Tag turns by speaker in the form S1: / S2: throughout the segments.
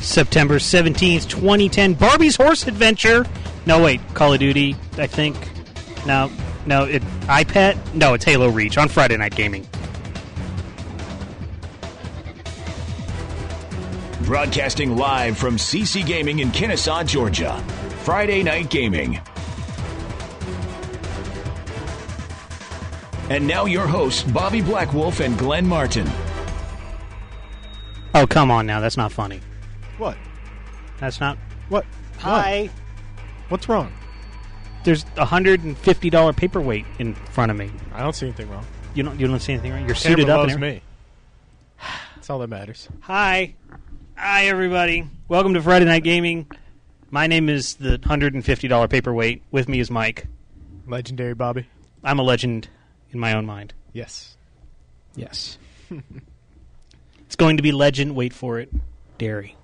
S1: September 17th, 2010. Barbie's Horse Adventure. No, wait, Call of Duty, I think. No, no, it iPad. No, it's Halo Reach on Friday Night Gaming.
S2: Broadcasting live from CC Gaming in Kennesaw, Georgia. Friday Night Gaming. And now your hosts, Bobby Blackwolf and Glenn Martin.
S1: Oh, come on now. That's not funny.
S3: What?
S1: That's not.
S3: What?
S1: Hi.
S3: What? What's wrong?
S1: There's a hundred and fifty dollar paperweight in front of me.
S3: I don't see anything wrong.
S1: You don't. You don't see anything right. You're
S3: Tamara
S1: suited up.
S3: loves
S1: and everything.
S3: me. That's all that matters.
S1: Hi. Hi, everybody. Welcome to Friday Night Gaming. My name is the hundred and fifty dollar paperweight. With me is Mike.
S3: Legendary Bobby.
S1: I'm a legend in my own mind.
S3: Yes.
S1: Yes. it's going to be legend. Wait for it. Dairy.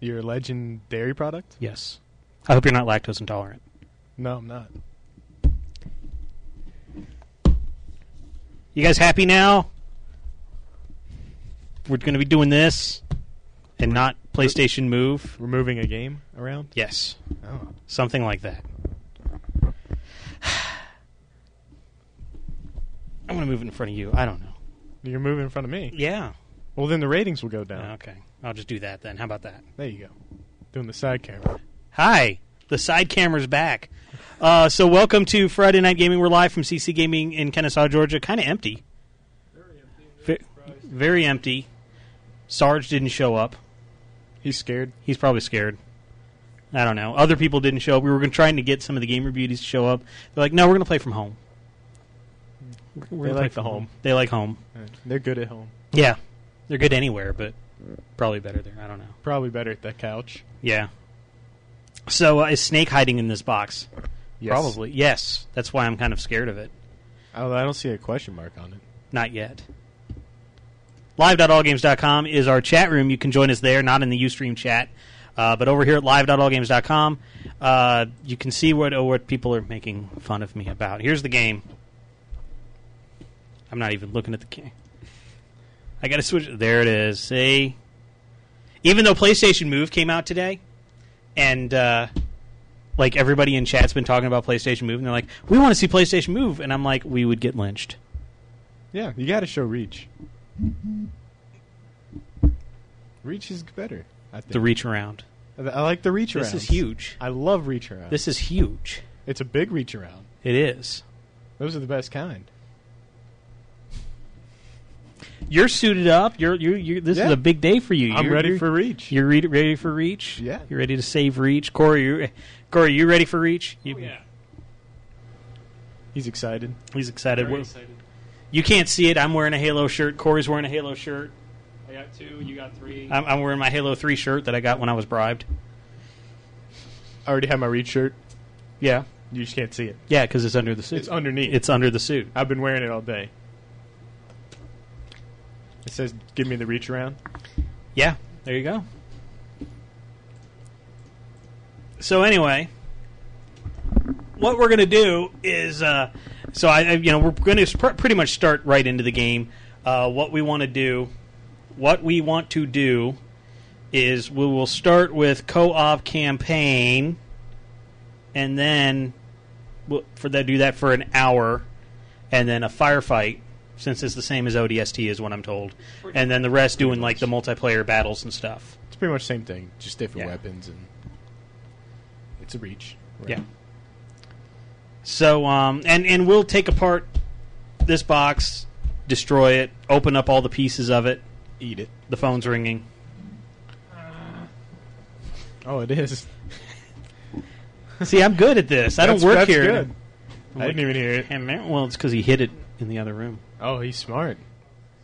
S3: Your legendary product?
S1: Yes. I hope you're not lactose intolerant.
S3: No, I'm not.
S1: You guys happy now? We're going to be doing this and not PlayStation Move.
S3: We're moving a game around?
S1: Yes.
S3: Oh.
S1: Something like that. I'm going to move it in front of you. I don't know.
S3: You're moving in front of me.
S1: Yeah.
S3: Well, then the ratings will go down.
S1: Okay. I'll just do that then. How about that?
S3: There you go. Doing the side camera.
S1: Hi. The side camera's back. Uh, so, welcome to Friday Night Gaming. We're live from CC Gaming in Kennesaw, Georgia. Kind of empty. Very empty. Very empty. Sarge didn't show up.
S3: He's scared.
S1: He's probably scared. I don't know. Other people didn't show up. We were gonna- trying to get some of the gamer beauties to show up. They're like, no, we're going to play from home. We're gonna
S3: They
S1: play
S3: like
S1: from
S3: home.
S1: They like home.
S3: They're good at home.
S1: Yeah. They're good anywhere, but probably better there. I don't know.
S3: Probably better at that couch.
S1: Yeah. So uh, is Snake hiding in this box?
S3: Yes.
S1: Probably. Yes. That's why I'm kind of scared of it.
S3: Oh, I don't see a question mark on it.
S1: Not yet. Live.allgames.com is our chat room. You can join us there, not in the Ustream chat, uh, but over here at live.allgames.com, uh, you can see what oh, what people are making fun of me about. Here's the game. I'm not even looking at the game. I got to switch. There it is. See, even though PlayStation Move came out today, and uh, like everybody in chat's been talking about PlayStation Move, and they're like, "We want to see PlayStation Move," and I'm like, "We would get lynched."
S3: Yeah, you got to show reach. Reach is better. I think.
S1: The reach around.
S3: I like the reach around.
S1: This is huge.
S3: I love reach around.
S1: This is huge.
S3: it's a big reach around.
S1: It is.
S3: Those are the best kind.
S1: You're suited up. You're you. you this
S3: Yeah.
S1: is a big day for you.
S3: I'm
S1: You're-
S3: ready
S1: you're-
S3: for reach.
S1: You're re- ready for reach.
S3: Yeah.
S1: You're ready to save reach. Corey, you, Corey, you ready for reach?
S4: Oh,
S1: You-
S3: He's excited.
S1: He's excited. We're- You can't see it. I'm wearing a Halo shirt. Corey's wearing a Halo shirt.
S4: I got two, you got three.
S1: I'm, I'm wearing my Halo Three shirt that I got when I was bribed.
S3: I already have my reach shirt.
S1: Yeah.
S3: You just can't see it.
S1: Yeah, because it's under the suit.
S3: It's underneath.
S1: It's under the suit.
S3: I've been wearing it all day. It says, "Give me the reach around."
S1: Yeah, there you go. So anyway, what we're gonna do is, uh, so I, I- you know, we're gonna pr- pretty much start right into the game. Uh, what we want to do, what we want to do, is we will start with co-op campaign, and then we'll, for that do that for an hour, and then a firefight. Since it's the same as ODST, is what I'm told, and then the rest doing like the multiplayer battles and stuff.
S3: It's pretty much the same thing, just different
S1: Yeah.
S3: weapons and it's a reach. around.
S1: Yeah. So, um, and and we'll take apart this box, destroy it, open up all the pieces of it.
S3: Eat it.
S1: The phone's ringing.
S3: Oh, it is.
S1: See, I'm good at this. I don't
S3: That's-
S1: work
S3: that's
S1: here.
S3: good. I didn't even hear it.
S1: And man- well, it's because he hid it in the other room.
S3: Oh, he's smart.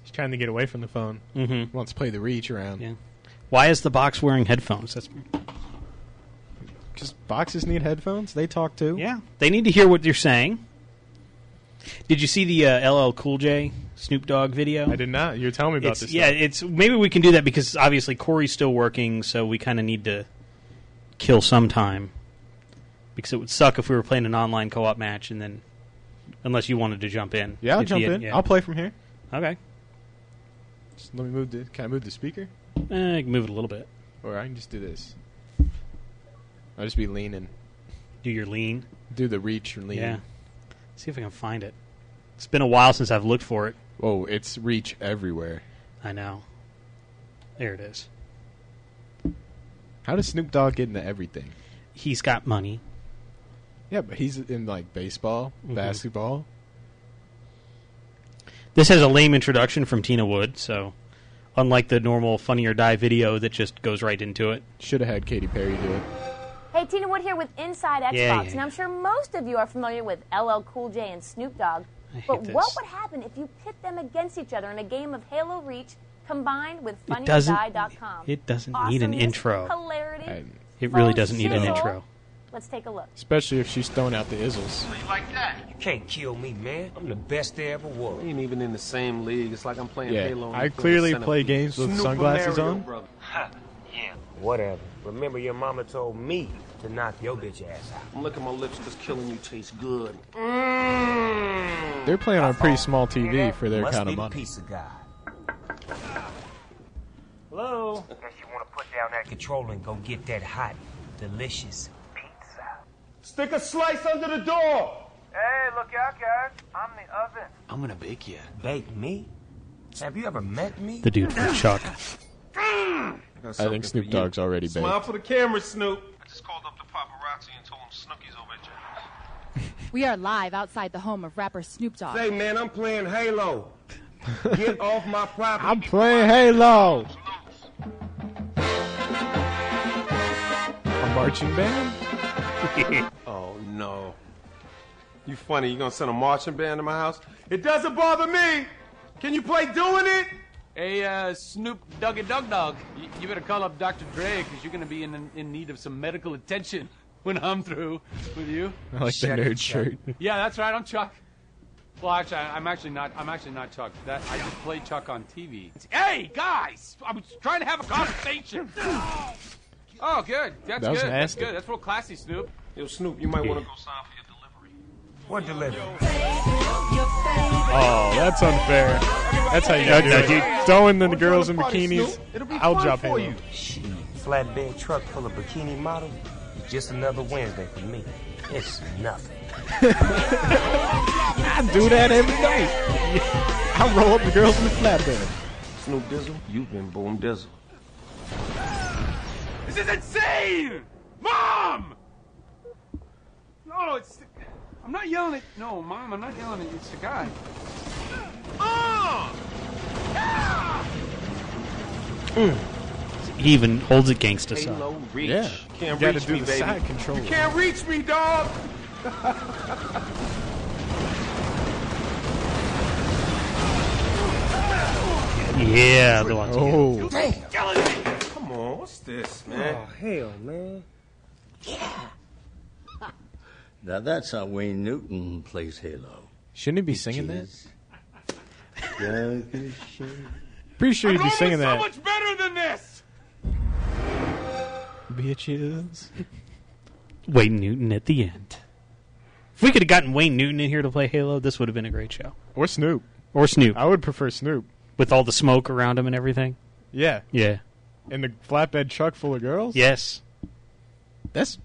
S3: He's trying to get away from the phone.
S1: Mm-hmm.
S3: He wants to play the reach around.
S1: Yeah. Why is the box wearing headphones? That's
S3: Because boxes need headphones. They talk too.
S1: yeah. They need to hear what you're saying. Did you see the uh, LL Cool J Snoop Dogg video?
S3: I did not. You're telling me about
S1: It's-
S3: this.
S1: yeah,
S3: stuff.
S1: it's maybe we can do that because obviously Corey's still working, so we kind of need to kill some time because it would suck if we were playing an online co-op match and then unless you wanted to jump in.
S3: Yeah, I'll
S1: If
S3: jump
S1: you-
S3: in.
S1: yeah.
S3: I'll play from here.
S1: okay,
S3: Just let me move. The, can I move the speaker?
S1: Eh, you can move it a little bit.
S3: Or I can just do this. I'll just be leaning.
S1: Do your lean.
S3: Do the reach and lean.
S1: Yeah. See if I can find it. It's been a while since I've looked for it.
S3: Whoa, it's reach everywhere.
S1: I know. There it is.
S3: How does Snoop Dogg get into everything?
S1: He's got money.
S3: Yeah, but he's in like baseball,
S1: Mhm.
S3: basketball.
S1: This has a lame introduction from Tina Wood, so unlike the normal Funny or Die video that just goes right into it.
S3: Should have had Katy Perry do it.
S5: Hey, Tina Wood here with Inside Xbox,
S1: Yeah, yeah,
S5: and
S1: yeah.
S5: I'm sure most of you are familiar with LL Cool J and Snoop Dogg.
S1: I
S5: But
S1: hate
S5: what
S1: this.
S5: would happen if you pit them against each other in a game of Halo Reach combined with
S1: It doesn't-
S5: FunnyDie.com?
S1: it doesn't need an
S5: Awesomeness,
S1: intro.
S5: Hilarity.
S3: I-
S1: It really
S5: Phone
S1: doesn't need an
S5: sizzle.
S1: intro.
S5: Let's take a look.
S3: Especially if she's throwing out the izzles.
S6: You can't kill me, man. I'm the best there ever was.
S7: ain't even in the same league. It's like I'm playing
S3: Yeah,
S7: Halo. and
S3: I
S7: you're playing
S3: clearly
S7: Centipede.
S3: play games with
S7: Super
S3: sunglasses
S7: Mario
S3: on.
S7: Brothers.
S6: Whatever. Remember, your mama told me to knock your bitch ass out.
S7: I'm licking my lips because killing you tastes good. Mm.
S3: They're playing on a pretty small TV for their
S6: Must
S3: kind
S6: be
S3: of
S6: the
S3: money.
S6: peace of God.
S4: Hello.
S6: Unless you want to put down that control and go get that hot, delicious pizza.
S7: Stick a slice under the door.
S8: Hey, look out, guys. I'm the oven.
S7: I'm gonna bake you.
S6: Bake me? Have you ever met me?
S1: The dude from Chuck.
S7: Mm.
S3: I think Snoop Dogg's already
S7: Smile
S3: baked.
S7: for the camera, Snoop.
S8: I just called up the paparazzi and told them Snooki's over at your house.
S9: We are live outside the home of rapper Snoop Dogg.
S7: Hey man, I'm playing Halo. Get off my property.
S3: I'm playing Halo. A marching band.
S7: Oh no. You funny? You gonna send a marching band to my house? It doesn't bother me. Can you play doing it?
S10: Hey, uh, Snoop Doggy Dog Dog, you, you better call up Dr. Dre because you're going to be in, in need of some medical attention when I'm through with you.
S3: I like the
S6: Shut it, shut
S3: nerd shirt.
S10: Yeah, that's right. I'm Chuck. Well, actually, I, I'm actually not. I'm actually not Chuck. That I just played Chuck on TV. Hey, guys, I was trying to have a conversation. Oh, good. That's
S3: That was
S10: good. That's
S3: nasty.
S10: good. That's real classy, Snoop.
S7: Yo, Snoop, you might want to go.
S8: Go sign for your delivery.
S6: What delivery?
S3: Oh, that's unfair. That's how you do it. Throwing the girls in bikinis. I'll drop Halo.
S6: Shit. Flatbed truck full of bikini models? Just another Wednesday for me. It's nothing.
S3: I do that every night. I roll up the girls in the flatbed.
S7: Snoop Dizzle, you've been boom dizzle.
S10: This is insane, Mom. No, it's. I'm not yelling at. No, Mom, I'm not yelling at you. It's the guy.
S7: Ah!
S1: He even holds it gangsta style.
S7: Halo reach.
S3: Yeah.
S7: Can't
S3: you gotta
S7: reach
S3: do
S7: me,
S3: the
S7: baby.
S3: side control.
S7: You can't reach me, dog.
S1: Yeah, the one.
S3: Oh,
S7: Come on, what's this, man?
S6: Hell, man.
S11: Now that's how Wayne Newton plays Halo.
S3: shouldn't he be singing that?
S11: Yeah,
S3: Pretty sure he'd be
S10: Norman is
S3: singing
S10: so
S3: that.
S10: much better than this.
S3: Bitches.
S1: Wayne Newton at the end. If we could have gotten Wayne Newton in here to play Halo, this would have been a great show.
S3: Or Snoop.
S1: Or Snoop
S3: I would prefer Snoop.
S1: with all the smoke around him and everything.
S3: Yeah.
S1: Yeah.
S3: And the flatbed truck full of girls.
S1: Yes.
S3: That's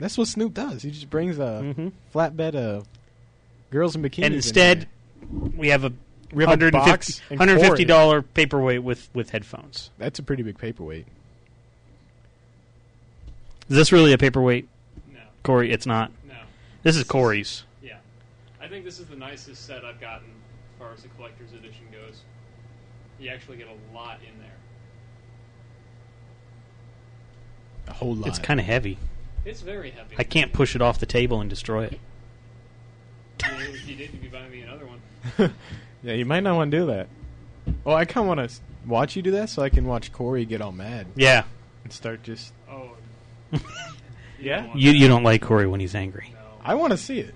S3: that's what Snoop does. He just brings a flatbed of girls in bikinis.
S1: Mm-hmm. And
S3: in
S1: instead,
S3: there.
S1: we have a
S3: box
S1: 150
S3: and
S1: $150 dollar paperweight with, with headphones.
S3: that's a pretty big paperweight.
S1: Is this really a paperweight,
S4: No.
S1: Corey? It's not.
S4: No.
S1: This is Corey's.
S4: Yeah. I think this is the nicest set I've gotten as far as the collector's edition goes. You actually get a lot in there.
S3: A whole lot.
S1: It's kind of heavy.
S4: It's very heavy.
S1: I can't push it off the table and destroy it.
S4: You know, if you did, you'd be buying me another one.
S3: Yeah, you might not want to do that. Well, I kind of want to watch you do that so I can watch Corey get all mad
S1: Yeah.
S3: and start just.
S4: Oh.
S3: Yeah?
S4: want
S1: You
S4: that.
S1: you don't like Corey when he's angry.
S4: No.
S3: I want to see it.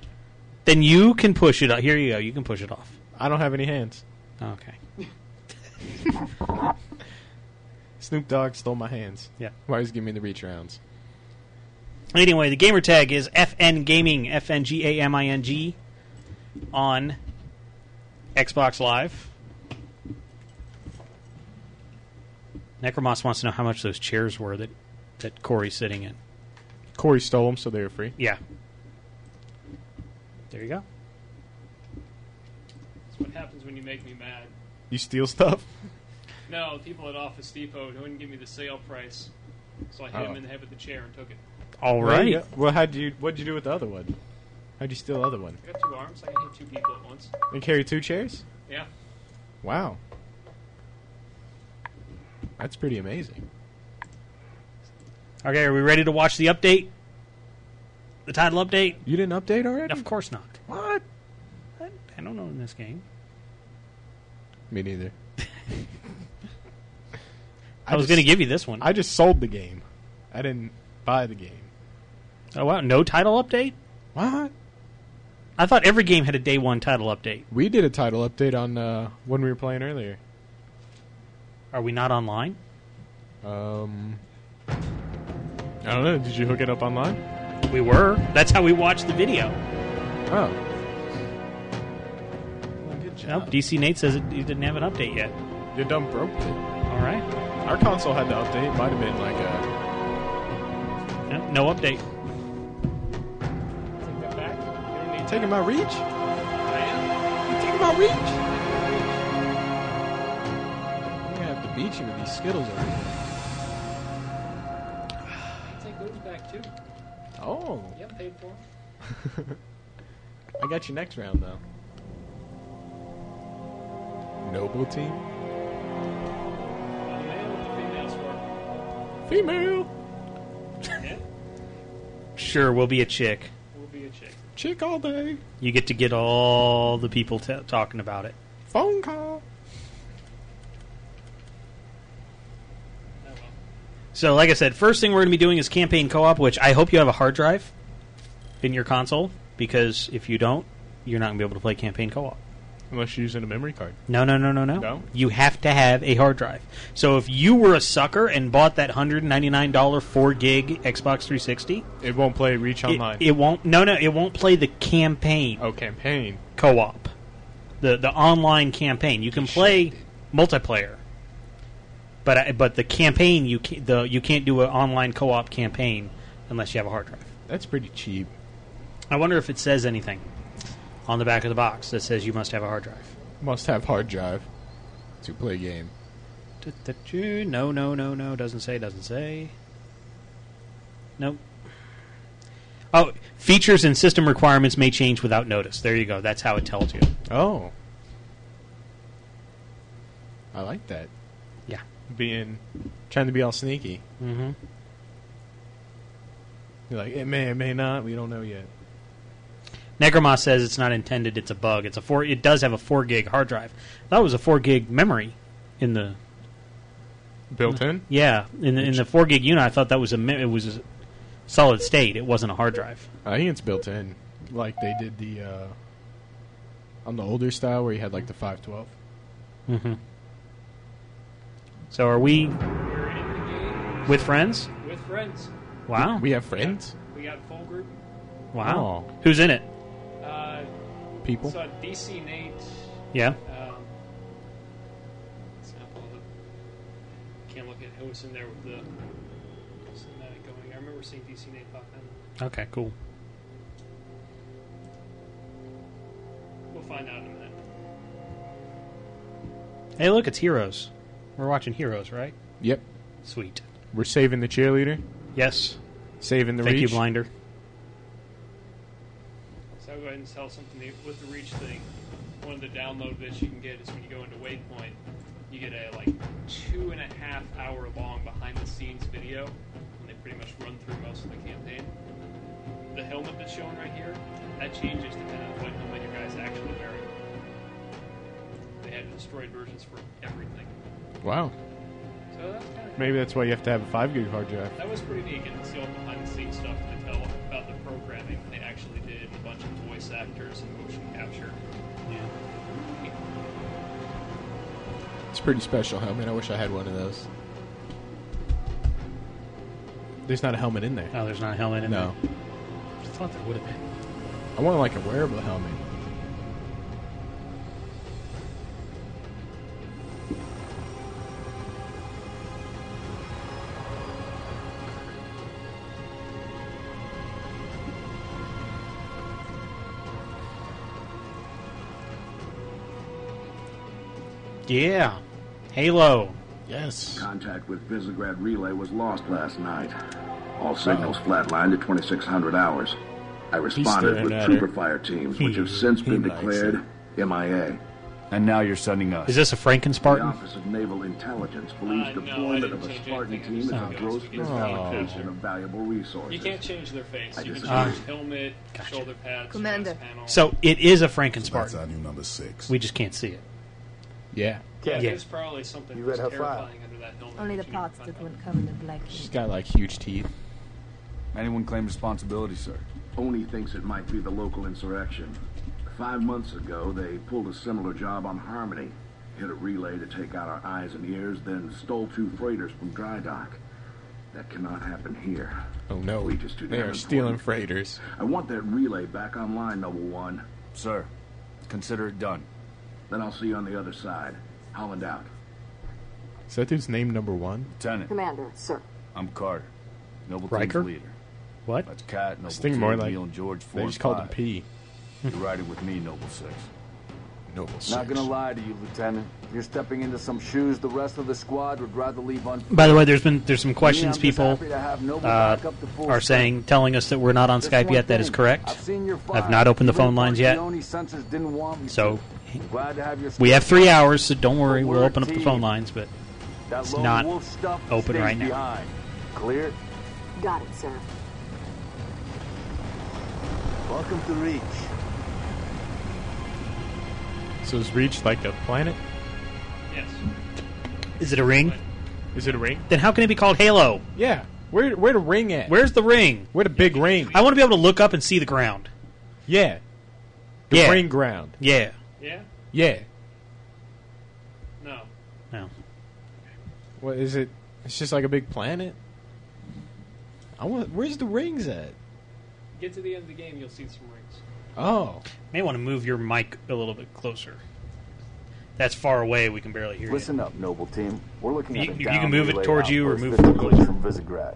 S1: Then you can push it off. Here you go. You can push it off.
S3: I don't have any hands.
S1: Okay.
S3: Snoop Dogg stole my hands.
S1: Yeah.
S3: Why he's giving me the reach rounds?
S1: Anyway, the gamer tag is FN Gaming, F N G A M I N G, on Xbox Live. Necromos wants to know how much those chairs were that that Corey's sitting in.
S3: Corey stole them, so they were free.
S1: Yeah. There you go.
S4: That's what happens when you make me mad.
S3: You steal stuff.
S4: No, the people at Office Depot wouldn't give me the sale price, so I hit
S3: Oh.
S4: him in the head with the chair and took it.
S1: All
S3: There you
S1: right.
S3: go. Well, how'd you? What'd you do with the other one? How'd you steal the other one?
S4: I got two arms. I can hit two people at once.
S3: And carry two chairs?
S4: Yeah.
S3: Wow. That's pretty amazing.
S1: Okay, are we ready to watch the update? The title update?
S3: You didn't update already?
S1: Of course not.
S3: What?
S1: I, I don't know in this game.
S3: Me neither.
S1: I, was going to give you this one.
S3: I just sold the game. I didn't buy the game.
S1: oh wow, no title update?
S3: What?
S1: I thought every game had a day one title update.
S3: We did a title update on uh, when we were playing earlier.
S1: Are we not online?
S3: Um, I don't know. Did you hook it up online?
S1: We were. That's how we watched the video.
S3: Oh. Good
S1: Nope. DC Nate says it, he didn't have an update yet.
S3: Your dumb broke it.
S1: All right.
S3: Our console had the update. Might have been like a.
S1: No, no update.
S4: Take that back. You don't need
S3: Taking my reach? You
S4: I am.
S3: taking my reach? I'm gonna have to beat you with these Skittles over here.
S4: I'll take those back too.
S3: Oh.
S4: Yep, paid for. 'em.
S3: I got you next round, though. Noble team?
S4: Well, the male with the female sword.
S3: Female!
S4: Yeah,
S1: Sure, we'll be a chick.
S4: will be a chick.
S3: Chick all day.
S1: You get to get all the people t- talking about it.
S3: Phone call.
S4: Oh well.
S1: So, like I said, first thing we're going to be doing is campaign co-op, which I hope you have a hard drive in your console because if you don't, you're not going to be able to play campaign co-op.
S3: Unless you're using a memory card.
S1: No, no, no, no, no.
S3: No?
S1: You have to have a hard drive. So if you were a sucker and bought that $199 4 gig Xbox 360,
S3: It won't play Reach Online.
S1: it, it won't no, no, it won't play the campaign
S3: oh, campaign.
S1: co-op. The the online campaign. You can play multiplayer. But I, but the campaign you can, the you can't do an online co-op campaign unless you have a hard drive.
S3: That's pretty cheap.
S1: I wonder if it says anything on the back of the box that says you must have a hard drive.
S3: Must have hard drive to play game.
S1: Du-du-du. No, no, no, no. Doesn't say. Doesn't say. Nope. Oh, features and system requirements may change without notice. There you go. That's how it tells you.
S3: Oh. I like that.
S1: Yeah.
S3: Being trying to be all sneaky.
S1: Mm-hmm.
S3: You're like, it may, it may not, we don't know yet.
S1: Necromos says it's not intended. It's a bug. It's a four. It does have a four gig hard drive. That was a four gig memory in the
S3: Built in?
S1: yeah in the in the four gig unit. I thought that was a me- it was a solid state. It wasn't a hard drive.
S3: I think it's Uh, built in. Like they did the uh on the older style where you had like the five twelve.
S1: Mm-hmm. So are we
S4: We're in the
S1: with friends?
S4: game with friends.
S1: Wow.
S3: We have friends?
S4: We got full group.
S1: wow.
S3: Oh.
S1: Who's in it?
S4: Uh,
S3: People?
S4: saw DC Nate.
S1: Yeah.
S4: Um, it's not all the- can't look at who was in there with the cinematic going. I remember seeing DC Nate pop in.
S1: Okay. Cool.
S4: We'll find out in a minute.
S1: Hey, look, it's Heroes. We're watching Heroes, right?
S3: Yep.
S1: Sweet.
S3: We're saving the cheerleader,
S1: Yes.
S3: saving the
S1: Thank
S3: reach.
S1: you, Blinder.
S4: So I'll go ahead and tell something that- with the reach thing. One of the download bits you can get is when you go into Waypoint, you get a like two and a half hour long behind the scenes video, and they pretty much run through most of the campaign. The helmet that's shown right here, that changes depending on what helmet your guy's actually wearing. They had destroyed versions for everything.
S3: Wow.
S4: So that's kind of
S3: Maybe that's why you have to have a five gig hard drive.
S4: that was pretty neat getting to see all the behind the scenes stuff to tell about the programming they actually did and a bunch of voice actors and motion capture.
S1: Yeah.
S3: It's pretty special helmet. I wish I had one of those. There's not a helmet in there.
S1: Oh, there's not a helmet in
S3: No.
S1: there. I thought there would have been.
S3: I want like a wearable helmet.
S1: Yeah. Halo.
S3: Yes.
S7: Contact with Visigrad Relay was lost last night. All signals flatlined at 2600 hours. I responded
S12: Oh. staring
S7: with
S12: at
S7: trooper
S12: her.
S7: fire teams,
S12: He-
S7: which have since
S12: he
S7: been
S12: likes
S7: declared MIA.
S12: And now you're sending us.
S1: Is this a
S7: The
S1: Frankenspartan?
S7: Office of Naval Intelligence believes deployment of a Spartan team is a gross misallocation of valuable resources.
S10: Oh.
S4: You can't change their face.
S7: I
S4: You can
S7: disagree.
S4: change
S1: Ah.
S4: helmet, shoulder pads,
S13: Commander.
S1: So it is a Frankenspartan.
S13: That's our new number six.
S1: We just can't see it.
S3: Yeah.
S4: Yeah,
S1: Yeah.
S4: there's probably something
S13: You read
S4: that's
S13: her file.
S4: terrifying under that helmet.
S13: Only the parts that wouldn't come in the black.
S3: She's got like huge teeth.
S7: Anyone claim responsibility, sir? Only thinks it might be the local insurrection. Five months ago, they pulled a similar job on Harmony. Hit a relay to take out our eyes and ears, then stole two freighters from dry dock. That cannot happen here.
S3: Oh no.
S7: Fleet is too
S3: They
S7: damn
S3: are stealing
S7: important.
S3: freighters.
S7: I want that relay back online, Noble One. Sir, consider it done. Then I'll see you on the other side. Holland out.
S3: Is that dude's name number one?
S12: Lieutenant.
S14: Commander, sir.
S12: I'm Carter. Noble
S3: Riker?
S12: Team's leader.
S1: What?
S12: That's Cat, Noble
S3: This thing
S12: Two,
S3: more like-
S12: Neil, and George, four
S3: they just called him P.
S12: You're riding with me, Noble Six.
S3: Noble
S10: Not gonna lie to you, Lieutenant. You're stepping into some shoes the rest of the squad would rather leave on.
S1: By the way, there's been there's some questions
S10: Me, I'm just
S1: people
S10: happy to have Noble
S1: uh,
S10: back up to full
S1: are saying, telling us that we're not on
S10: Just
S1: Skype
S10: one
S1: yet. That is
S10: thing.
S1: correct.
S10: I've seen your
S1: I've
S10: file.
S1: not opened the
S10: Even
S1: phone
S10: if
S1: lines yet.
S10: Marcioni censors didn't want me to.
S1: So
S10: I'm glad to have your
S1: we have
S10: support.
S1: three hours, so don't worry. We'll
S10: We're a
S1: open up the
S10: team.
S1: phone lines, but
S10: That
S1: it's
S10: lone
S1: not
S10: wolf stuff
S1: open
S10: stays
S1: right now.
S10: behind. Clear.
S14: Got it, sir.
S10: Welcome to Reach.
S3: So is Reach like a planet?
S4: Yes.
S1: Is it a ring?
S3: Is it a ring?
S1: Then how can it be called Halo?
S3: Yeah. Where where the ring at?
S1: Where's the ring?
S3: Where the big ring?
S1: I want to be able to look up and see the ground.
S3: Yeah. The
S1: Yeah.
S3: ring ground.
S1: Yeah.
S4: Yeah?
S3: Yeah.
S4: No.
S1: No.
S3: What is it? It's just like a big planet. I want. Where's the rings at?
S4: Get to the end of the game, you'll see some rings.
S3: Oh.
S1: May want to move your mic a little bit closer. That's far away. We can barely hear
S10: Listen up, Noble Team. We're looking
S1: You-
S10: at a
S1: you- you
S10: down
S1: can move it
S10: relay
S1: towards you or
S10: outpost
S1: move it
S10: physically
S1: closer.
S10: from Visigrad.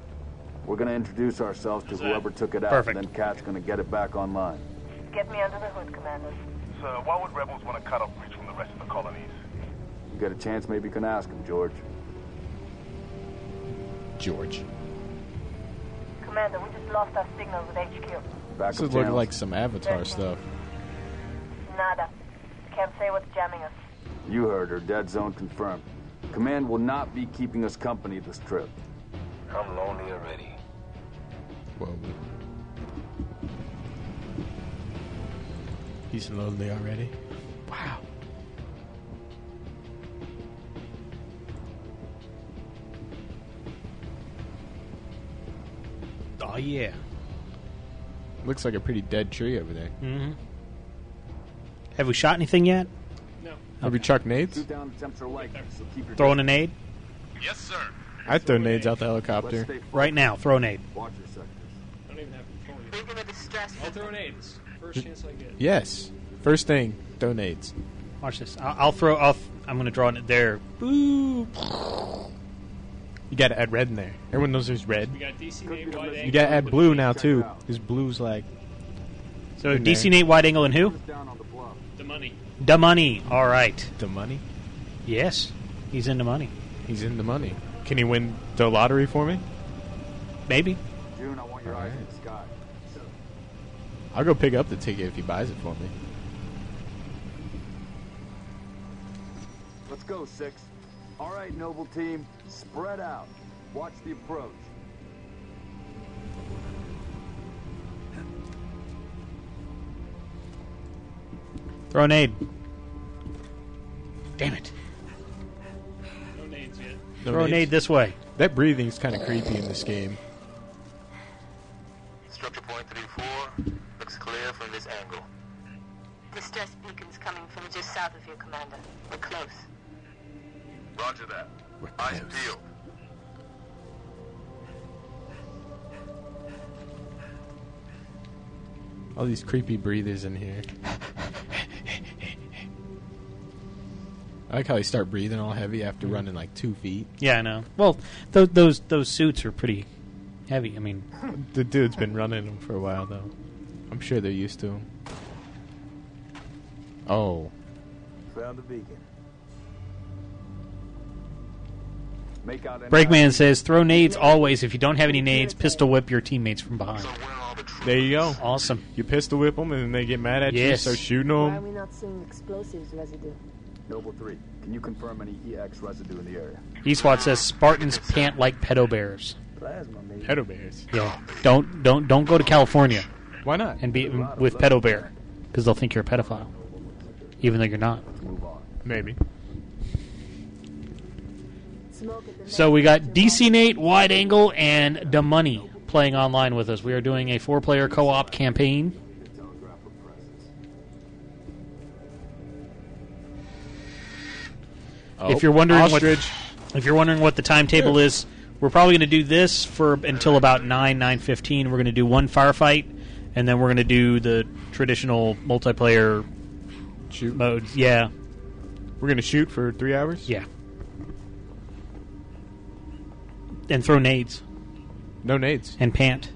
S10: We're going to introduce ourselves to whoever took it out,
S1: Perfect.
S10: and then Cat's going to get it back online.
S14: Get me under the hood, Commander.
S15: Sir, why would rebels want to cut off Reach from the rest of the colonies?
S10: You get a chance, maybe you can ask him, George.
S3: George.
S14: Commander, we just lost our signal with HQ.
S10: Back
S3: This
S10: up
S3: would look
S10: channels.
S3: like some Avatar stuff.
S14: Nada. Can't say what's jamming us.
S10: You heard her. Dead zone confirmed. Command will not be keeping us company this trip.
S6: I'm lonely already.
S3: Whoa. He's lonely already. Wow.
S1: Oh yeah.
S3: Looks like a pretty dead tree over there.
S1: Mm-hmm. Have we shot anything yet?
S4: No.
S3: Have we chuck nades?
S10: Two down attempts are likely, so keep your
S1: Throwing a nade
S10: Yes, sir.
S3: I throw nades out the helicopter.
S1: right now. Throw a nade.
S10: Watch your sectors.
S4: I don't even have control. Think of a distress. I'll throw nades. First chance I get.
S3: Yes. First thing, throw nades.
S1: Watch this. I'll, I'll throw. I'll, I'm going to draw it there. Boo.
S3: You gotta add red in there. Everyone knows there's red.
S4: We got DC nade wide angle.
S3: You gotta add blue now too. Because blue's like
S1: So
S3: In
S1: DC
S3: there.
S1: Nate Wide Angle and who?
S4: The money.
S1: The money. All right.
S3: the money.
S1: Yes, he's in the money.
S3: He's in the money. Can he win the lottery for me?
S1: Maybe.
S10: June, I want your eyes in the sky.
S3: I'll go pick up the ticket if he buys it for me.
S10: Let's go, six. All right, noble team, spread out. Watch the approach.
S1: Throw a nade. Damn it.
S4: No nades yet.
S3: No
S1: Throw a
S3: nades.
S1: nade this way.
S3: That breathing's kind of creepy in this game.
S16: Structure point 34 looks clear from this angle.
S14: Distress beacons coming from just south of you, Commander. We're close.
S15: Roger that. Eyes peeled.
S3: All these creepy breathers in here. I like how they start breathing all heavy
S1: Mm-hmm.
S3: after running like two feet.
S1: Yeah, I know. Well, th- those those suits are pretty heavy. I mean,
S3: The dude's been running them for a while though. I'm sure they're used to them. Oh,
S10: Found the beacon. Make out
S1: Breakman says, throw nades always. If you don't have any nades, pistol whip your teammates from behind.
S3: There you go.
S1: Awesome.
S3: You pistol whip them, and then they get mad at
S1: Yes.
S3: you. So shooting
S17: Why are
S3: them.
S17: we not seeing explosives residue?
S10: Noble 3, can you confirm any EX residue in the area?
S1: Eastwat says, Spartans pant like pedo bears.
S10: Plasma, maybe.
S3: Pedo bears.
S1: Yeah. Don't don't don't go to California.
S3: Why not?
S1: And be with pedo bear because they'll think you're a pedophile, even though you're not.
S3: Maybe.
S1: So we got DC Nate, Wide Angle, and Da Money playing online with us. We are doing a four-player co-op campaign. if you're wondering
S3: Ostrich.
S1: what if you're wondering what the timetable is, we're probably going to do this for until about nine nine fifteen. We're going to do one firefight, and then we're going to do the traditional multiplayer shoot modes. Yeah,
S3: we're going to shoot for three hours.
S1: Yeah, and throw nades
S3: No nades.
S1: and pant.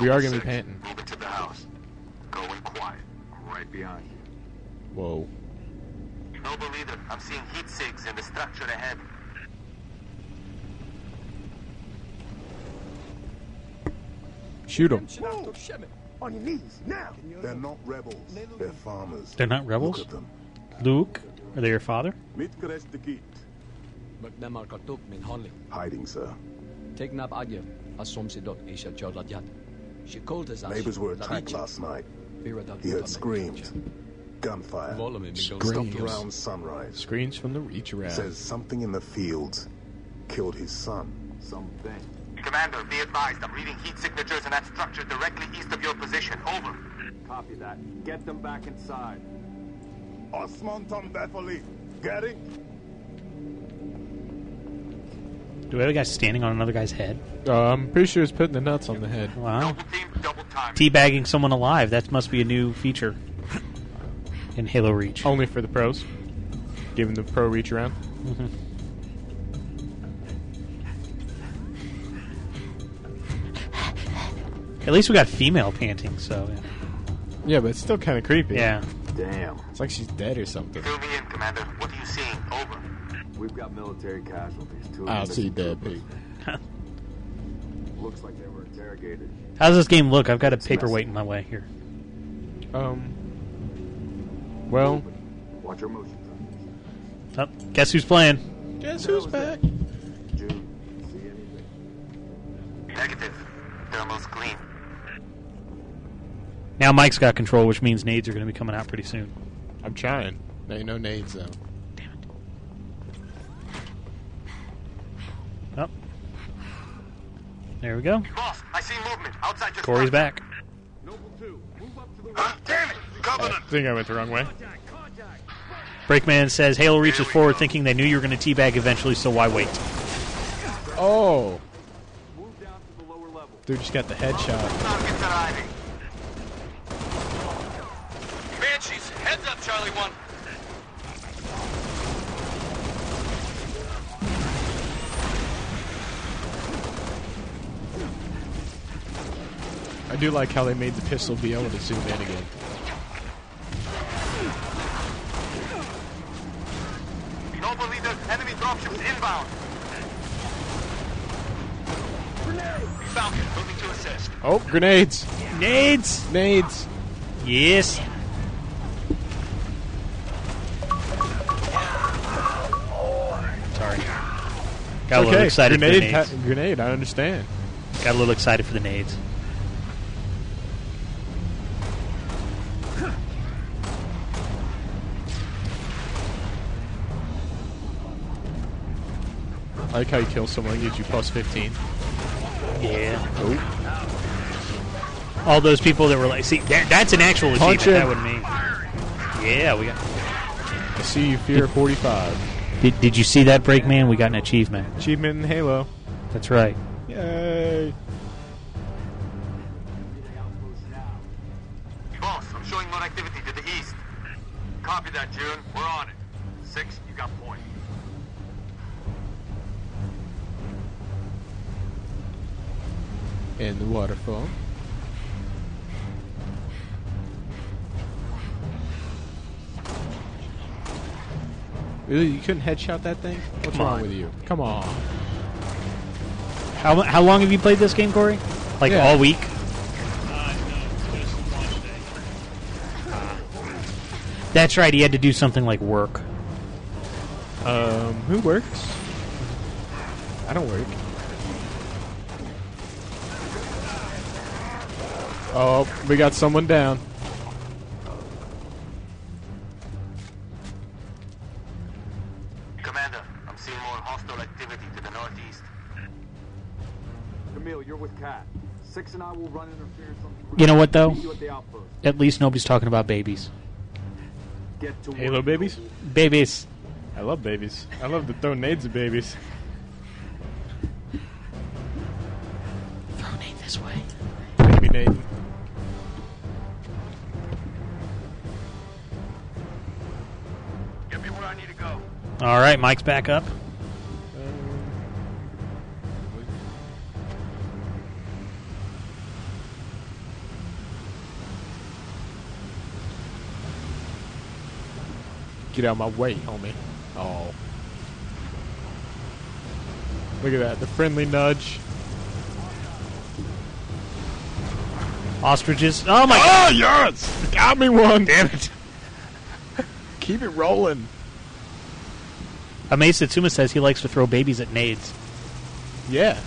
S3: We are going to be panting.
S18: Right behind you.
S3: Whoa.
S18: Noble leader, I'm seeing heat sigs in the structure ahead.
S3: Shoot them.
S7: On your knees now. They're not rebels. They're farmers.
S1: They're not rebels.
S7: Look at them.
S1: Luke, are they your father?
S7: Hiding, sir. Neighbors were attacked last night. He heard screams, gunfire. Stopped around sunrise.
S3: Screams from the reach around.
S7: Says something in the fields killed his son. Something.
S18: Commander, be advised, I'm reading heat signatures in that structure directly east of your position. Over.
S10: Copy that. Get them back inside.
S7: Osman Tombetholi. Gary?
S1: Do we have a guy standing on another guy's head?
S3: Uh, I'm pretty sure it's putting the nuts on the head.
S1: Wow. Teabagging someone alive. That must be a new feature in Halo Reach.
S3: Only for the pros. Give him the pro reach around.
S1: Mm-hmm. At least we got female panting, so. yeah.
S3: Yeah, but it's still kind of creepy.
S1: Yeah.
S10: Damn.
S3: It's like she's dead or something.
S18: Fill me in, Commander. What are you seeing? Over.
S10: We've got military casualties. Two of
S1: Ah,
S3: I'll
S10: them
S3: see
S10: missing
S3: dead
S10: troopers.
S1: pig.
S10: Looks like they were interrogated.
S1: How does this game look? I've got a paperweight in my way here.
S3: Um. Well,
S10: Watch your motions.
S1: Oh, guess who's playing?
S3: guess who's back?
S18: Negative. Thermals clean.
S1: Now Mike's got control, which means nades are going to be coming out pretty soon.
S3: I'm trying. There ain't no nades though.
S1: Oh. There we go.
S18: Boss, I see movement outside your
S1: Corey's
S18: structure.
S1: back.
S18: Ah, damn it! Covenant!
S3: I think I went the wrong way.
S1: Breakman says Halo Reach is forward thinking they knew you were going to teabag eventually, so why wait?
S3: Oh. Dude just got the headshot.
S18: Targets arriving. Banshees, heads up, Charlie 1.
S3: I do like how they made the pistol be able to zoom in again.
S18: Noble leader, enemy dropships inbound. Falcon, moving to assist.
S3: Oh, grenades!
S1: Nades!
S3: Nades!
S1: Yes. Sorry. Got a little
S3: okay.
S1: excited
S3: grenade,
S1: for the nades.
S3: ha- grenade. I understand.
S1: Got a little excited for the nades.
S3: I like how you kill someone gives you plus fifteen.
S1: Yeah. All those people that were like, see, that, that's an actual achievement.
S3: Punch him.
S1: That would mean. Yeah, we got.
S3: I see you fear forty five.
S1: Did, did you see that break, man? We got an achievement.
S3: Achievement in Halo.
S1: That's right.
S3: Yay!
S18: Boss, I'm showing more activity to the east. Copy that, June. We're on it. Six, you got point.
S3: And the waterfall. Really, You couldn't headshot that thing? What's
S1: Come
S3: wrong
S1: on.
S3: with you? Come on.
S1: How how long have you played this game, Corey? Like
S3: Yeah.
S1: all week? That's right. He had to do something like work.
S3: Um, who works? I don't work. Oh, we got someone down.
S10: Commander, I'm seeing more hostile activity to the northeast.
S19: Camille, you're with Cat. Six and I will run interference on the
S1: You know what though?
S19: Meet you at the outpost.
S1: At least nobody's talking about babies.
S19: Get to
S3: Halo babies?
S1: Babies.
S3: I love babies. I love to throw nades at babies.
S1: Throw Nate this way.
S3: Baby nade.
S1: All right, Mike's back up.
S3: Get out of my way, homie. Oh. Look at that. The friendly nudge.
S1: Ostriches. Oh my
S3: god! Oh, yes! Got me one! Damn it. Keep it rolling.
S1: Amaze Satsuma says he likes to throw babies at nades.
S3: Yeah.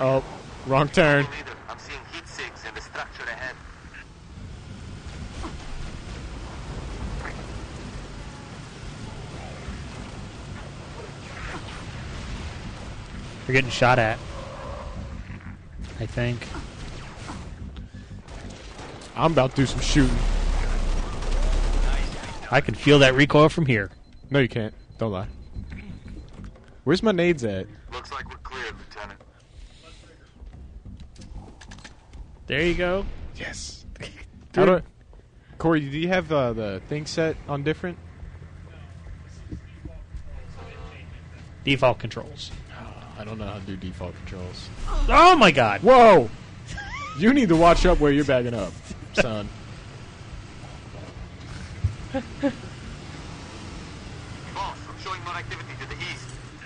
S3: Oh, wrong turn.
S10: I'm seeing heat sinks in the structure ahead.
S1: You're getting shot at. I think.
S3: I'm about to do some shooting.
S1: I can feel that recoil from here.
S3: No, you can't. Don't lie. Where's my nades at?
S10: Looks like we're clear, Lieutenant.
S1: There you go.
S3: Yes. How
S1: Dude.
S3: do I, Corey, do you have uh, the thing set on different?
S1: Default controls.
S3: I don't know how to do default controls.
S1: Oh my god.
S3: Whoa! you need to watch up where you're backing up, son.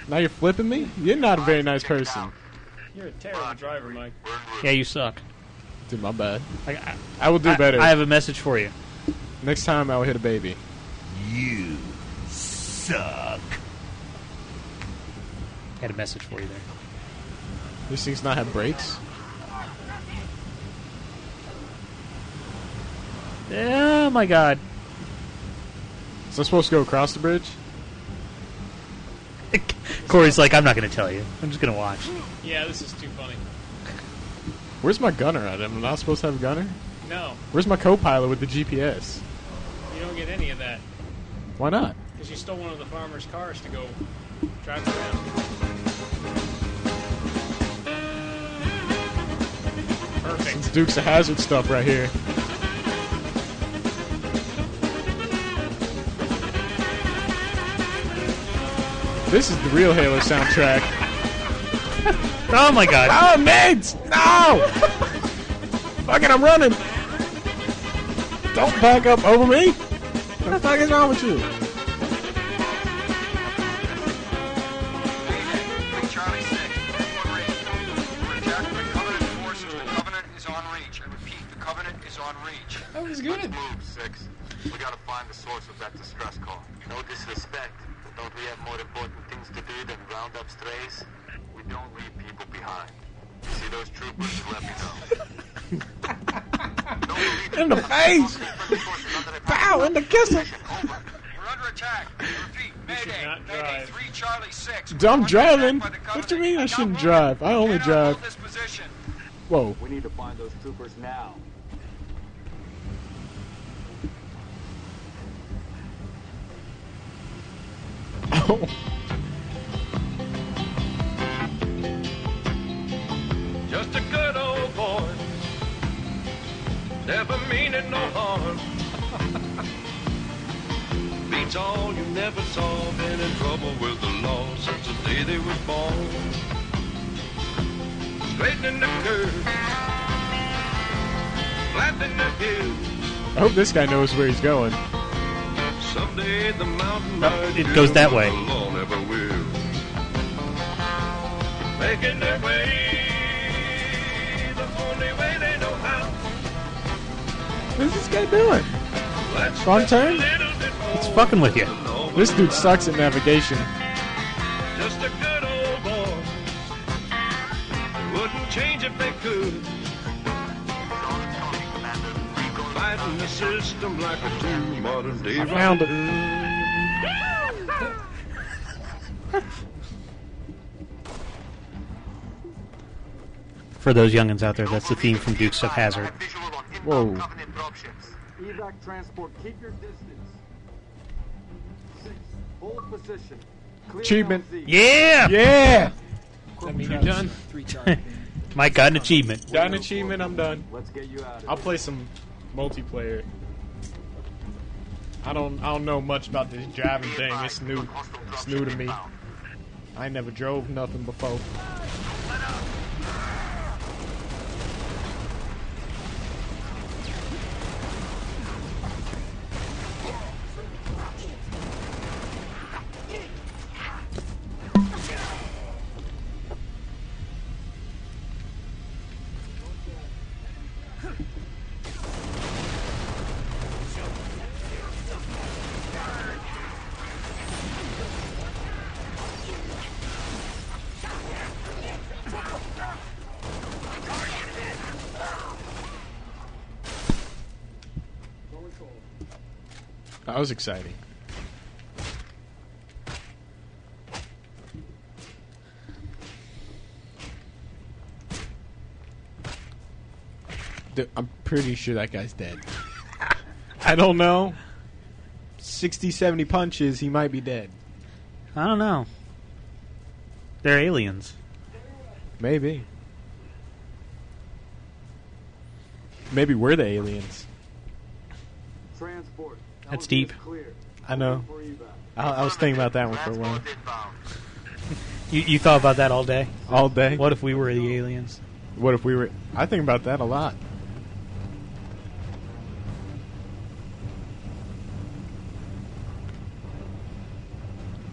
S3: Now you're flipping me? You're not a very nice person.
S7: You're a terrible driver, Mike.
S1: Yeah, you suck.
S3: Dude, my bad.
S1: I, I,
S3: I will do
S1: I-
S3: better.
S1: I have a message for you.
S3: Next time I'll hit a baby.
S20: You suck.
S1: Had a message for you there.
S3: These things not have brakes?
S1: Oh my god.
S3: So I'm supposed to go across the bridge?
S1: Corey's like, I'm not going to tell you. I'm just going to watch.
S4: Yeah, this is too funny.
S3: Where's my gunner at? Am I not supposed to have a gunner?
S4: No,
S3: Where's my co pilot with the GPS?
S4: you don't get any of that
S3: Why not?
S4: because you stole one of the farmer's cars to go drive around. Perfect.
S3: It's Dukes of Hazard stuff right here. This is the real Halo soundtrack.
S1: oh my god.
S3: Oh, nades! No! Fuck it, I'm running! Don't back up over me! What the fuck is wrong with you?
S21: Charlie 6, one range. We're attacked by Covenant forces. The Covenant is on reach. I repeat, the Covenant is on reach.
S10: That was good.
S21: Move,
S10: 6. We gotta find the source of that distress call. No disrespect, but don't we have more important things to do than round up strays? We don't leave people behind. You see those troopers? Let me know. Don't believe it.
S3: In the face! Pow! In the kisser!
S21: We're under attack. I repeat, Mayday. Mayday 3, Charlie 6.
S3: I'm driving! What do you mean I shouldn't drive? I only drive. Whoa.
S19: We need to find those troopers now.
S7: Just a good old boy. Never meaning no harm. Beats all you never saw. Been in trouble with the law since the day they was born. Straightening the curve. Flattening the hill.
S3: I hope this guy knows where he's going.
S7: Someday someday the mountain
S1: No,
S7: might
S1: it goes that way.
S7: Lord ever will. Making their way the only way they know how.
S3: What is this guy doing? Wrong turn?
S1: It's fucking with you.
S3: This dude sucks at navigation.
S7: Just a good old boy. They wouldn't change if they could. Fighting the system like a true modern day.
S3: I found it.
S1: For those youngins out there, that's the theme from Dukes of Hazard.
S22: Whoa.
S10: Evac transport, keep your distance. Six, hold position. Clear
S3: Achievement.
S10: out Z.
S1: Yeah!
S3: Yeah!
S10: That
S3: mean
S1: you're
S3: done?
S1: Mike got an achievement.
S3: Done achievement, I'm done.
S10: Let's get you out of
S3: I'll play some multiplayer. I don't I don't know much about this driving thing. It's new. It's new to me. I ain't never drove nothing before. That was exciting. Dude, I'm pretty sure that guy's dead. I don't know. 60, 70 punches, he might be dead.
S1: I don't know. They're aliens.
S3: Maybe. Maybe we're the aliens.
S10: transport.
S1: That's deep.
S3: I know. I, I was thinking about that one for a while.
S1: You, you thought about that all day?
S3: All day.
S1: What if we were the aliens?
S3: What if we were. I think about that a lot.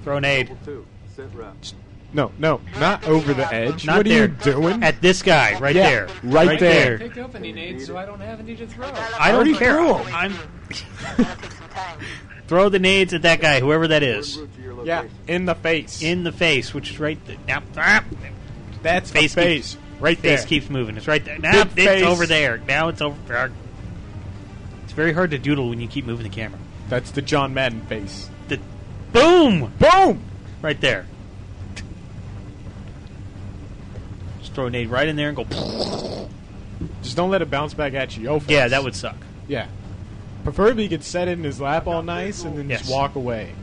S1: Throw an aid.
S10: Two, sit rep.
S3: No, no, not over the edge.
S1: Not
S3: what are
S1: there.
S3: you doing?
S1: At this guy, right
S3: Yeah,
S1: there.
S3: Right,
S1: Right
S3: there.
S1: there.
S4: Pick up any nades so I don't have any to throw.
S1: I don't care. I'm. Throw the nades at that guy, whoever that is.
S3: Yeah, in the face.
S1: In the face, which is right there. Now, ah,
S3: That's
S1: face,
S3: a face.
S1: keeps,
S3: right
S1: face
S3: there.
S1: keeps moving. It's right there. Now
S3: Big
S1: it's
S3: face.
S1: over there. Now it's
S3: Oh,
S1: over. there. It's very hard to doodle when you keep moving the camera.
S3: That's the John Madden face.
S1: The boom,
S3: boom,
S1: right there. Just throw a nade right in there and go.
S3: Just don't let it bounce back at you. Yo, face.
S1: Yeah, that would suck.
S3: Yeah. Preferably, he could set it in his lap all nice and then
S1: Yes.
S3: just walk away.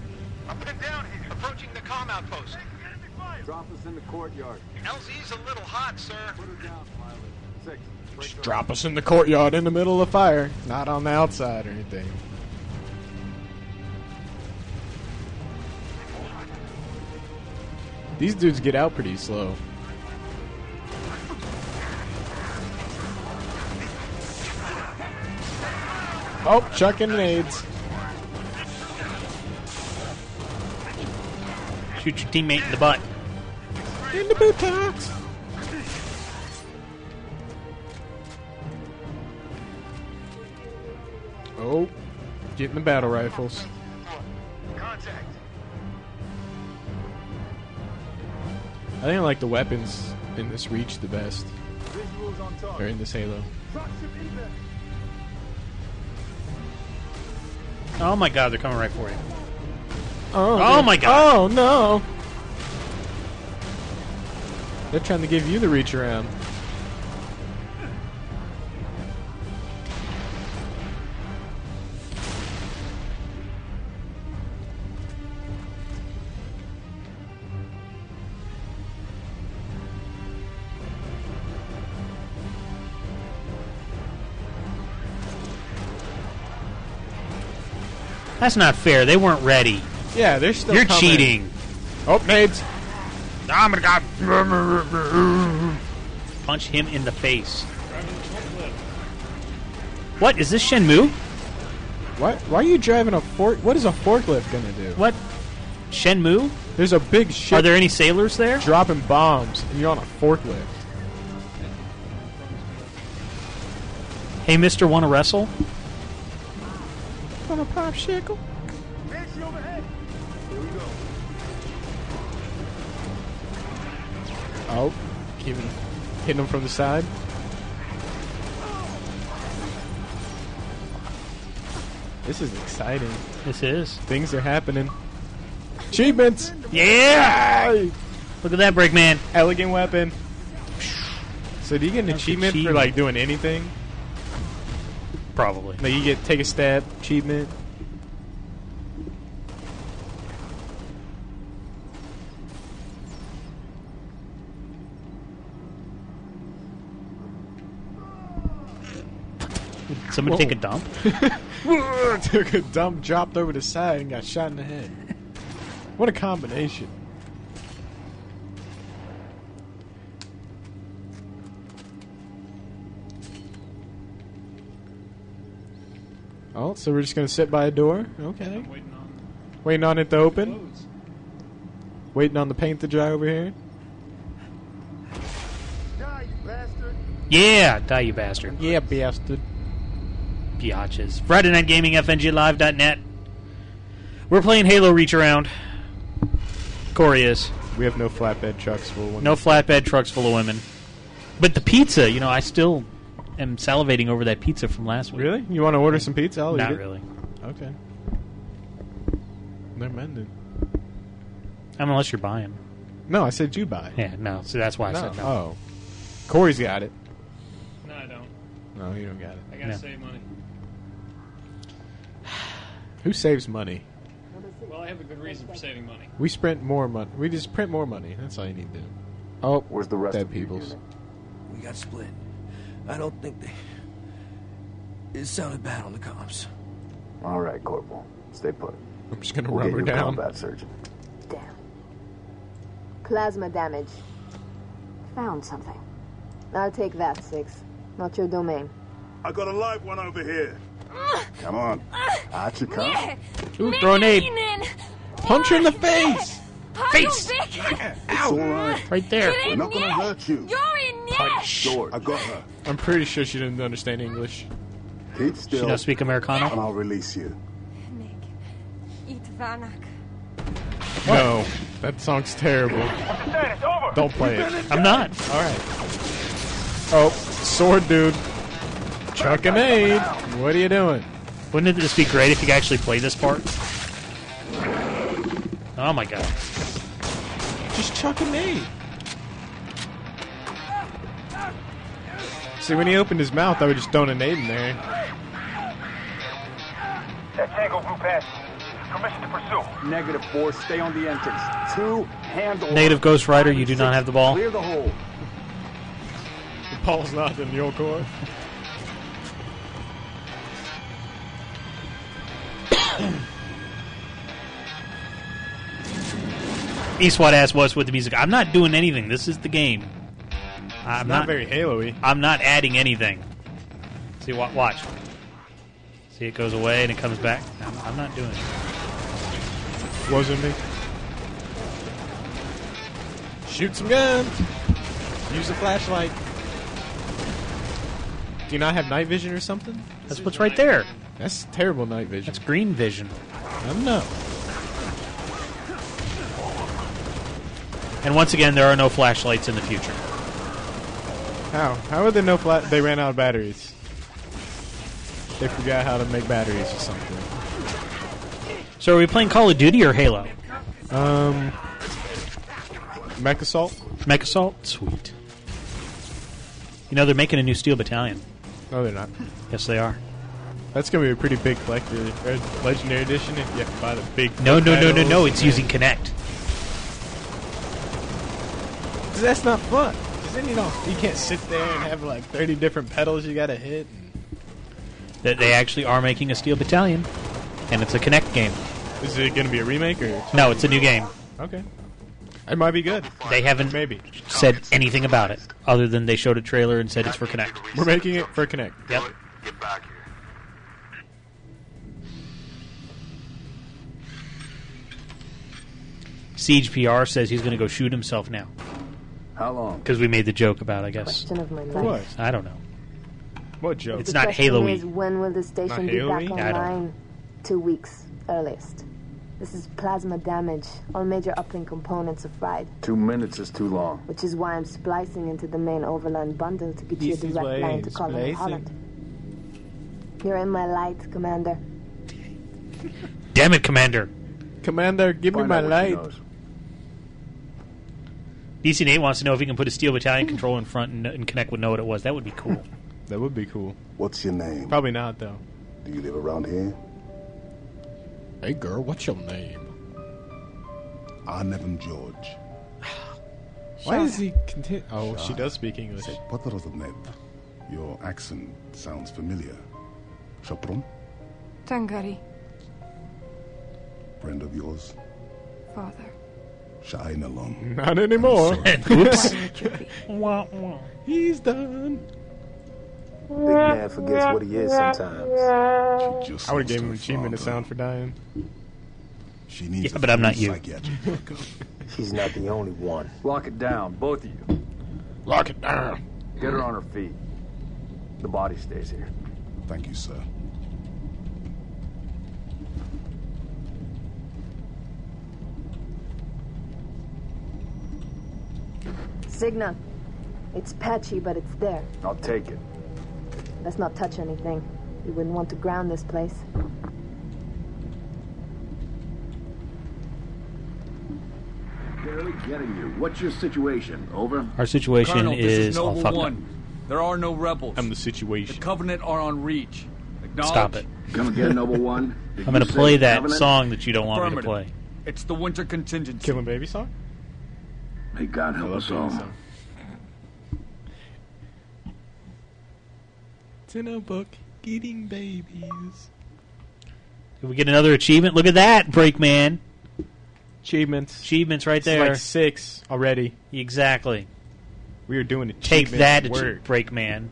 S10: Drop us in the courtyard.
S23: LZ's a little hot, sir.
S10: Put her down, pilot. Six.
S3: Just drop us in the courtyard in the middle of the fire, not on the outside or anything. These dudes get out pretty slow. Oh, chucking nades.
S1: Shoot your teammate in the butt.
S3: In the buttocks. Oh, getting the battle rifles.
S23: Contact.
S3: I think I like the weapons in this Reach the best,
S10: Visuals
S3: or
S10: on
S3: in
S10: target.
S3: this Halo.
S10: Traction inbound.
S1: Oh my god, they're coming right for you.
S3: Oh,
S1: Oh my God.
S3: Oh no! They're trying to give you the reach around.
S1: That's not fair. They weren't ready.
S3: Yeah, they're still.
S1: You're
S3: coming.
S1: cheating.
S3: Oh, nades.
S1: Oh my god. Punch him in the face. What is this Shenmue?
S3: Why, why are you driving a fork? What is a forklift gonna do?
S1: What? Shenmue?
S3: There's a big ship.
S1: Are there any sailors there?
S3: Dropping bombs, and you're on a forklift.
S1: Hey, Mister, want to wrestle?
S3: On a popsicle.
S24: Banshee overhead. Here we go.
S3: Oh, giving, hitting him from the side. This is exciting.
S1: This is.
S3: Things are happening. Achievements.
S1: Yeah! Look at that break, man.
S3: Elegant weapon. So do you get an achievement for like doing anything?
S1: Probably.
S3: Like you get take a stab achievement.
S1: Somebody
S3: Whoa.
S1: take a dump.
S3: Took a dump, dropped over the side, and got shot in the head. What a combination! Oh, so we're just gonna sit by a door? Okay.
S4: Waiting on
S3: Waiting on it to open.
S4: clothes.
S3: Waiting on the paint to dry over here.
S24: Die, you bastard.
S1: Yeah, die you bastard.
S3: Yeah, bastard.
S1: Biatches. Friday Night Gaming, FNGLive.net. We're playing Halo Reach Around. Corey is.
S3: We have no flatbed trucks for one.
S1: No flatbed trucks full of women. But the pizza, you know, I still am salivating over that pizza from last week.
S3: Really? You want to order some pizza? I'll eat
S1: Not
S3: it.
S1: really.
S3: Okay. They're mended.
S1: I mean, unless you're buying.
S3: No, I said you buy. it.
S1: Yeah, no. So that's why I said no.
S3: Oh. Corey's got it.
S4: No, I don't.
S3: No, you don't got it.
S4: I gotta
S1: No.
S4: save money.
S3: Who saves money?
S4: Well, I have a good reason for saving money.
S3: We sprint more money. We just print more money. That's all you need to do. Oh, where's the rest dead of peoples?
S25: We got split. I don't think they. It sounded bad on the comms.
S7: All right, Corporal. Stay put.
S3: I'm just gonna
S7: We'll
S3: rub
S7: get
S3: her
S7: you a
S3: down.
S7: Combat surgeon.
S14: Damn. Plasma damage. Found something. I'll take that, Six. Not your domain.
S26: I got a live one over here.
S2: Ah.
S7: Come on. Out you come.
S1: Ooh, throw a nade.
S3: Punch her in the face!
S1: Face!
S7: It's all right.
S1: Right there.
S7: We're not gonna hurt you.
S1: Punch.
S7: I got her.
S3: I'm pretty sure she didn't understand English.
S7: Keep still.
S1: She does speak Americano.
S7: And I'll release you.
S2: Eat Vanak.
S3: No, that song's terrible. Don't play it.
S1: I'm not.
S3: All right. Oh, sword dude. Chuck a nade. What are you doing?
S1: Wouldn't this be great if you could actually play this part? Oh my god.
S3: Just chuck a nade. See, when he opened his mouth, I would just throw a nade in there.
S10: That Tango Blue Pass. Permission to pursue.
S7: Negative four. Stay on the entrance. Two. Handle.
S1: Native Ghost Rider, you do not have the ball.
S7: Clear the hole.
S3: The ball's not in your court.
S1: East Wide ass was with the music. I'm not doing anything. This is the game. I'm
S3: not very Halo-y.
S1: I'm not adding anything. See, wa- watch. See, it goes away and it comes back. I'm, I'm not doing it.
S3: Wasn't me. Shoot some guns. Use the flashlight. Do you not have night vision or something?
S1: That's what's right there.
S3: That's terrible night vision.
S1: That's green vision.
S3: I don't know.
S1: And once again, there are no flashlights in the future.
S3: How? How are there no flat? They ran out of batteries. They forgot how to make batteries or something.
S1: So, are we playing Call of Duty or Halo?
S3: Um, mech assault.
S1: Mech Assault? Sweet. You know, they're making a new Steel Battalion.
S3: No, they're not.
S1: Yes, they are.
S3: That's gonna be a pretty big collector uh, legendary edition if you have to buy the big.
S1: No, no, no, no, no.
S3: medals.
S1: It's using Connect.
S3: That's not fun. 'Cause then you don't. You can't sit there and have like thirty different pedals you gotta hit.
S1: That they actually are making a Steel Battalion, and it's a Connect game.
S3: Is it gonna be a remake or?
S1: No, it's a new game.
S3: Okay. It might be good.
S1: They haven't
S3: Maybe
S1: said anything about it other than they showed a trailer and said it's for Connect.
S3: we're making it for Connect.
S1: Yep.
S10: Get back here.
S1: Siege PR says he's going to go shoot himself now
S10: How long?
S1: because we made the joke about. I guess.
S14: Question of my life.
S1: I don't know.
S14: What
S1: joke? It's not
S14: question
S1: Halo-y.
S14: Is when will the station
S1: Not
S14: be back
S1: Halo-y? I don't know.
S14: online? Two weeks earliest. This is plasma damage. All major uplink components are fried,
S10: Two minutes is too long.
S14: which is why I'm splicing into the main overland bundle to get
S10: This
S14: you a
S10: is
S14: direct
S10: why
S14: line
S10: I'm
S14: to Colin
S10: splicing.
S14: Holland. You're in my light, Commander.
S1: Damn it, Commander!
S3: Commander, give me
S1: Find
S3: my
S1: out what she
S3: light.
S1: DC Nate wants to know if he can put a steel battalion control in front and, and connect would know what it was. That would be cool.
S7: That would be cool. What's your name?
S3: Probably not though.
S7: Do you live around here? Hey, girl, what's your name? I Nevin George.
S3: Why
S7: Shut
S3: does he continue? Oh, she
S7: Shut
S3: does speak English.
S7: Nev? Your accent sounds familiar. Chopron,
S5: Tangari,
S7: friend of yours,
S5: father.
S7: shine along.
S3: Not anymore.
S7: Oops.
S3: He's done. Big
S6: man forgets what he is sometimes.
S7: She just
S3: I would have
S7: lost
S3: gave him
S7: her
S3: an achievement to
S7: father.
S3: sound for dying.
S7: She needs
S1: Yeah,
S7: a
S1: but I'm not
S7: full
S1: you.
S7: psychiatric checkup.
S10: She's not the only one. Lock it down, both of you.
S7: Lock it down.
S10: Get her on her feet. The body stays here.
S7: Thank you, sir.
S14: Signa. It's patchy, but it's there.
S10: I'll take it.
S14: Let's not touch anything. You wouldn't want to ground this place.
S27: Barely getting you. What's your situation? Over.
S1: Our situation
S2: Colonel,
S1: is,
S2: this is
S1: all
S2: Noble
S1: fucked up.
S2: One. There are no rebels. I'm the
S3: situation.
S2: The Covenant are on reach. Acknowledge.
S1: Stop it.
S2: Come again, Noble One. Did
S1: I'm going
S2: you
S1: to
S2: say
S1: play that
S2: Covenant?
S1: song that you don't want me to play.
S2: Affirmative. It's the winter contingency.
S3: Killing baby song.
S27: May God help us all.
S3: It's in a book. Eating babies.
S1: Did we get another achievement? Look at that, Breakman.
S3: Achievements.
S1: Achievements right
S3: This is like
S1: there.
S3: six already.
S1: Exactly.
S3: We are doing it.
S1: Take that,
S3: Word.
S1: achie- Breakman.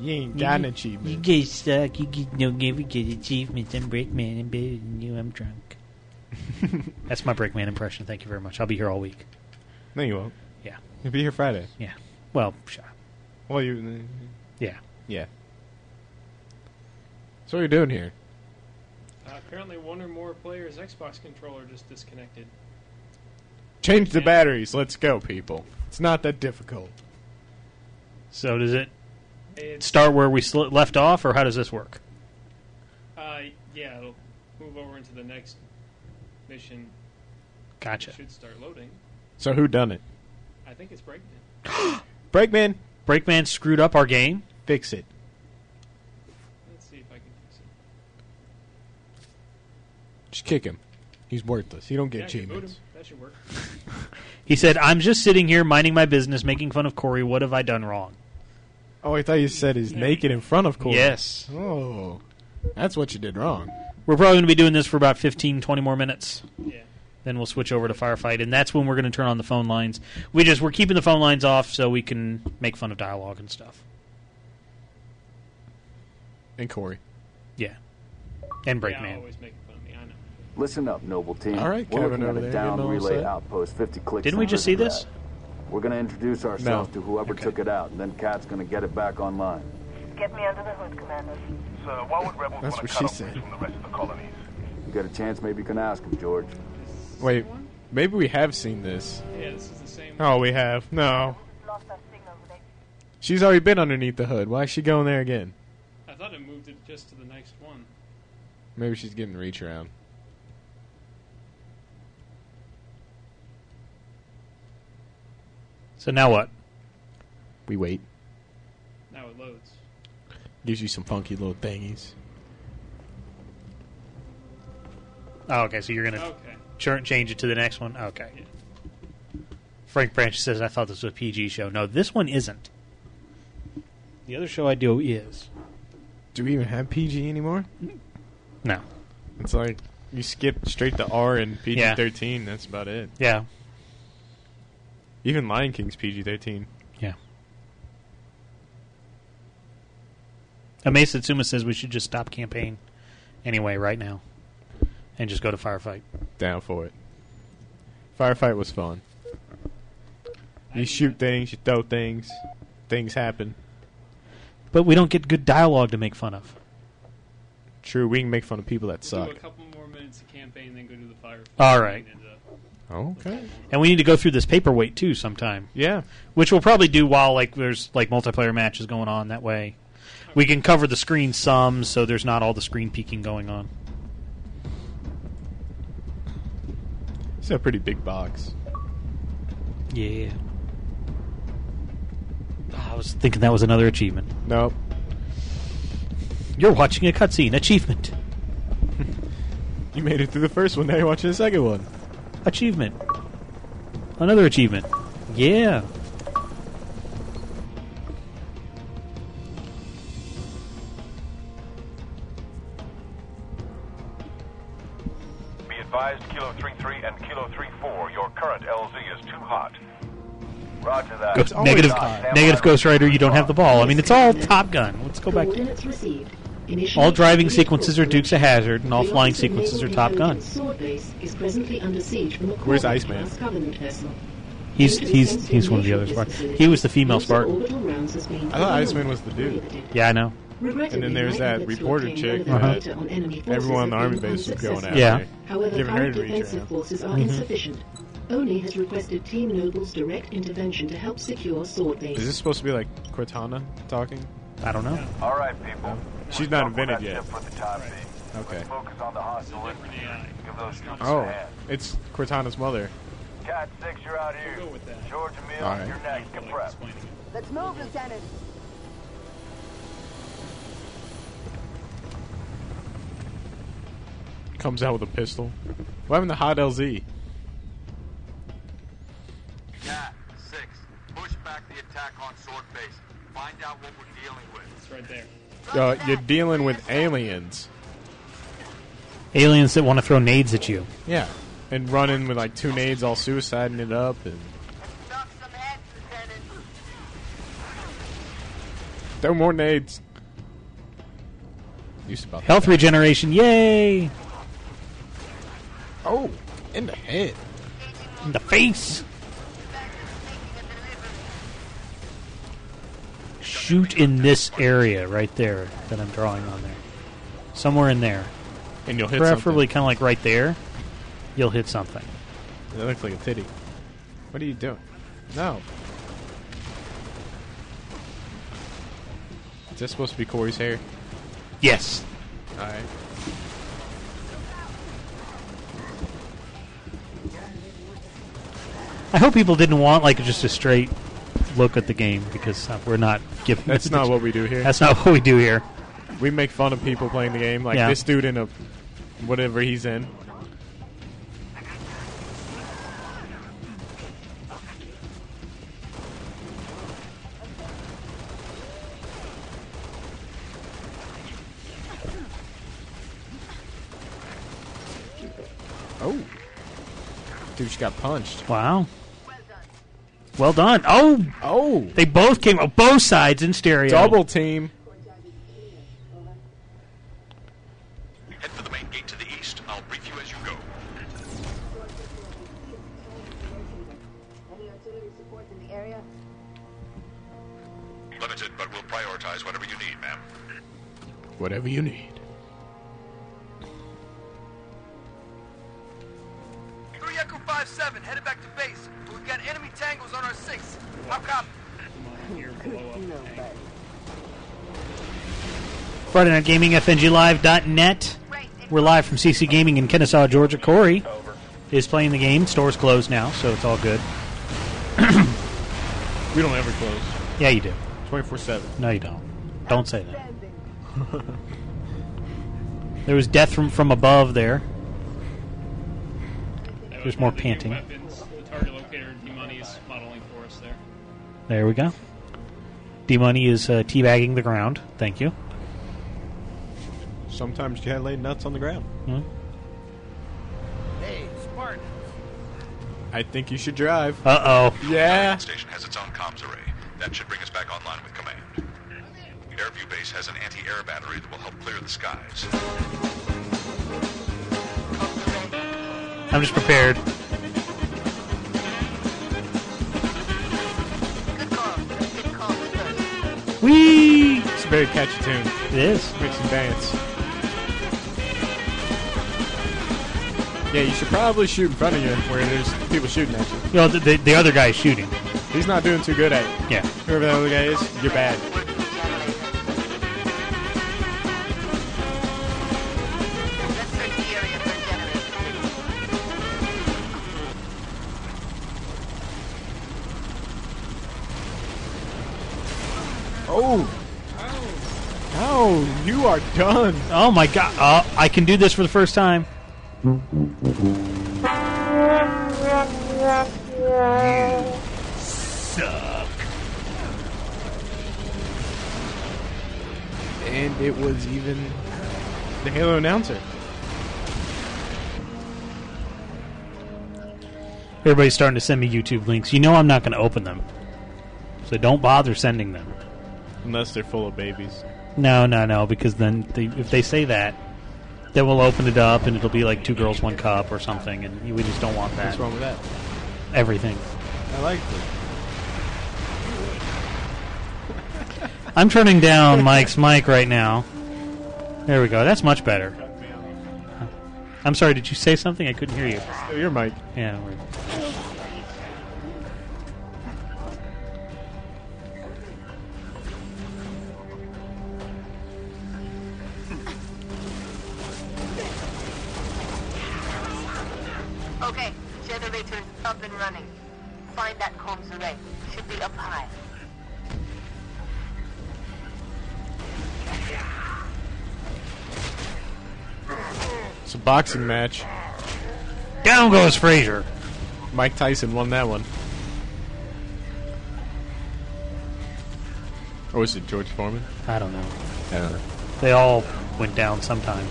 S3: You ain't got an achievement.
S1: You guys suck. You get no give. We get achievements. I'm Breakman. I'm better than you. I'm drunk. That's my Breakman impression. Thank you very much. I'll be here all week.
S3: No, you won't.
S1: Yeah.
S3: You'll be here Friday.
S1: Yeah. Well, sure.
S3: Well, you. uh,
S1: Yeah.
S3: Yeah. So what are you doing here?
S4: Uh, apparently, one or more players' Xbox controller just disconnected.
S3: Change the batteries. Let's go, people. It's not that difficult.
S1: So does it
S4: It's-
S1: start where we sl- left off, or how does this work?
S4: Uh, yeah, it'll move over into the next mission.
S1: Gotcha.
S4: Should start loading.
S3: So who done it?
S4: I think it's Breakman.
S3: Breakman.
S1: Breakman screwed up our game.
S3: Fix it.
S4: Let's see if I can fix it.
S3: Just kick him. He's worthless. He don't get
S4: Yeah, I can boot
S3: achievements.
S4: him. That should work.
S1: He said, "I'm just sitting here minding my business, making fun of Corey. What have I done wrong?"
S3: Oh, I thought you said he's naked in front of Corey.
S1: Yes.
S3: Oh, that's what you did wrong.
S1: We're probably going to be doing this for about 15, 20 more minutes.
S4: Yeah.
S1: Then we'll switch over to firefight, and that's when we're going to turn on the phone lines. We just we're keeping the phone lines off so we can make fun of dialogue and stuff.
S3: And Corey.
S1: Yeah, and
S4: Yeah,
S1: Breakman.
S4: always making fun of me. I know.
S10: Listen up, noble team.
S3: All right,
S10: We're
S3: Kevin
S10: looking at
S3: over
S10: a
S3: there,
S10: down
S3: getting all
S10: relay
S3: set.
S10: outpost 50 clicks.
S1: Didn't we
S10: from
S1: just see
S10: River
S1: this?
S10: Drive. We're going to introduce ourselves to whoever took it out, and then Kat's going to get it back online.
S28: Get me under the hood, Commander.
S29: Sir, why would rebels
S10: That's
S29: want
S10: what
S29: to
S10: she
S29: cut off
S10: said.
S29: Greece from the rest of the colonies?
S10: You got a chance, maybe you can ask him, George.
S3: Wait, maybe we have seen this.
S4: Yeah, this is the same.
S3: Oh, we have. No. She's already been underneath the hood. Why is she going there again?
S4: I thought it moved it just to the next one.
S3: Maybe she's getting reach around.
S1: So now what?
S3: We wait.
S4: Now it loads.
S3: Gives you some funky little thingies.
S1: Oh, okay. So you're going to
S4: Okay.
S1: churn change it to the next one. Okay. Frank Branch says, "I thought this was a PG show. No, this one isn't. The other show I do is."
S3: Do we even have PG anymore?
S1: No.
S3: It's like you skip straight to R and PG
S1: Yeah.
S3: thirteen. That's about it.
S1: Yeah.
S3: Even Lion King's PG thirteen.
S1: Amaze Satsuma says we should just stop campaign anyway right now and just go to firefight.
S3: Down for it. Firefight was fun. You shoot things, you throw things, things happen.
S1: But we don't get good dialogue to make fun of.
S3: True, we can make fun of people that suck.
S4: Do a couple more minutes of campaign, then go do the fire. uh,
S1: All right.
S3: Okay.
S1: And we need to go through this paperweight too sometime.
S3: Yeah.
S1: Which we'll probably do while like there's like multiplayer matches going on that way. We can cover the screen some so there's not all the screen peeking going on.
S3: It's a pretty big box.
S1: Yeah. I was thinking that was another achievement.
S3: Nope.
S1: You're watching a cutscene. Achievement.
S3: You made it through the first one. Now you're watching the second one.
S1: Achievement. Another achievement. Yeah.
S30: Be advised, Kilo 33 and Kilo 34, your current LZ is too hot. Roger that.
S1: Ghost, negative, negative Ghost Rider. You don't have the ball. I mean, it's all Top Gun. Let's go back.
S31: Coordinates received. Initially-
S1: All driving sequences are Dukes of Hazard, and all flying sequences are Top Gun.
S31: Sword base is presently under siege from a
S1: Where's Iceman?
S31: class government vessel.
S1: He's he's he's one of the other Spartans. He was the female Spartan.
S31: Orbital rounds has been
S3: I thought Iceman was the dude.
S1: Yeah, I know.
S3: And then there's that reporter chick that everyone in the army base was going after.
S1: Yeah.
S31: However,
S3: Giving her
S31: current
S3: to reach
S31: defensive
S3: around.
S31: forces are
S3: Mhm.
S31: insufficient. Oni has requested Team Noble's direct intervention to help secure Sword Base.
S3: Is this supposed to be like Cortana talking?
S1: I don't know.
S30: All right, people.
S3: She's not invented yet.
S30: For the time being.
S3: Okay.
S30: Focus on the hostile infantry. Give those troops a
S3: Oh,
S30: hand.
S3: it's Cortana's mother.
S30: Cat 6, you're out here. George and Mills,
S3: All right.
S30: you're next. Get prepped.
S14: Let's move, Lieutenant.
S3: Comes out with a pistol. What happened to Hot LZ?
S32: Cat, six, push back the attack on sword base. Find out what we're dealing with. It's
S4: right there.
S3: Uh, you're dealing with aliens.
S1: Aliens that want to throw nades at you.
S3: Yeah. And running with like two nades all suiciding it up and Throw more nades. Used about
S1: Health regeneration, yay!
S3: Oh, in the head.
S1: In the face. Shoot in this area right there that I'm drawing on there. Somewhere in there.
S3: And you'll hit
S1: Preferably kind of like right there. You'll hit something.
S3: That looks like a titty. What are you doing? No. Is that supposed to be Corey's hair?
S1: Yes.
S3: Alright.
S1: I hope people didn't want like just a straight look at the game because uh, we're not giving.
S3: That's not what we do here.
S1: That's not what we do here.
S3: We make fun of people playing the game, like
S1: Yeah.
S3: this dude in a whatever he's in. Oh. Dude just got punched.
S1: Wow. Well done. Oh.
S3: Oh.
S1: They both came. Oh, both sides in stereo.
S3: Double team.
S30: Head for the main gate to the east. I'll brief you as you go.
S14: Any artillery support in the area?
S30: Limited, but we'll prioritize whatever you need, ma'am.
S3: Whatever you need.
S33: Three Echo 5-7, headed back to base. We've got enemy tangles on our six. How copy?
S1: Friday Night Gaming, FNGLive.net. We're live from CC Gaming in Kennesaw, Georgia. Corey is playing the game. Store's closed now, so it's all good.
S3: We don't ever close.
S1: Yeah, you do.
S3: 24 7.
S1: No, you don't. Don't say that. There was death from, from above there. There's more panting.
S4: Weapons, the target locator, and D-Money is modeling for us there.
S1: There we go. D Money is uh, teabagging the ground. Thank you.
S3: Sometimes you gotta lay nuts on the ground.
S1: Mhm.
S30: Hey, Spartan.
S3: I think you should drive.
S1: Uh oh.
S3: Yeah.
S30: station has its own comms array. That should bring us back online with command. Airview base has an anti-air battery that will help clear the skies.
S1: I'm just prepared. Whee!
S3: It's a very catchy tune.
S1: It is.
S3: Makes you dance. Yeah, you should probably shoot in front of you where there's people shooting at you.
S1: Well, the, the, the other guy's shooting.
S3: He's not doing too good at it.
S1: Yeah.
S3: Whoever that other guy is, you're bad. Oh. Oh, you are done.
S1: Oh my god. Uh, I can do this for the first time.
S9: Suck.
S3: And it was even the Halo announcer.
S1: Everybody's starting to send me YouTube links. You know I'm not going to open them. So don't bother sending them.
S3: Unless they're full of babies.
S1: No, no, no, because then they, if they say that, then we'll open it up and it'll be like two girls, one cup or something, and we just don't want that.
S3: What's wrong with that?
S1: Everything.
S3: I like it.
S1: I'm turning down Mike's mic right now. There we go. That's much better. I'm sorry, did you say something? I couldn't hear you.
S3: Oh, your mic.
S1: Yeah. don't worry.
S2: Okay, generator's up and running. Find that comms array. Should be up high.
S3: It's a boxing match.
S1: Down goes Frazier.
S3: Mike Tyson won that one. Or was Oh, it George Foreman?
S1: I don't know.
S3: I don't know.
S1: They all went down sometime.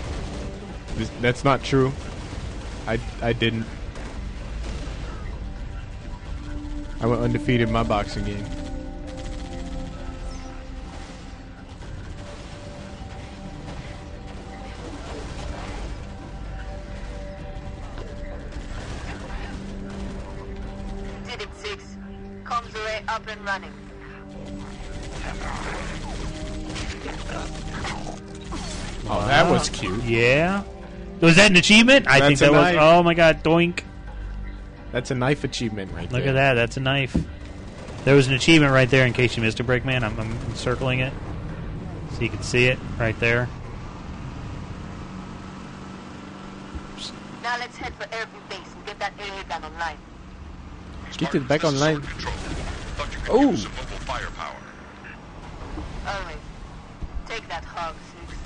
S3: This- That's not true. I, I didn't. I went undefeated in my boxing game.
S2: Did it six. Comms array up and running.
S3: Oh, that was cute.
S1: Yeah. Was that an achievement? I think
S3: That's a
S1: that was.
S3: knife.
S1: Oh my god, doink.
S3: That's a knife achievement right
S1: Look
S3: there.
S1: at that. That's a knife. There was an achievement right there in case you missed it, Breakman. I'm, I'm circling it so you can see it right there.
S2: Now let's head for Airview Base and get that area back online.
S1: oh.
S3: Get it back online. Oh,
S2: Always. Take that hog, Six.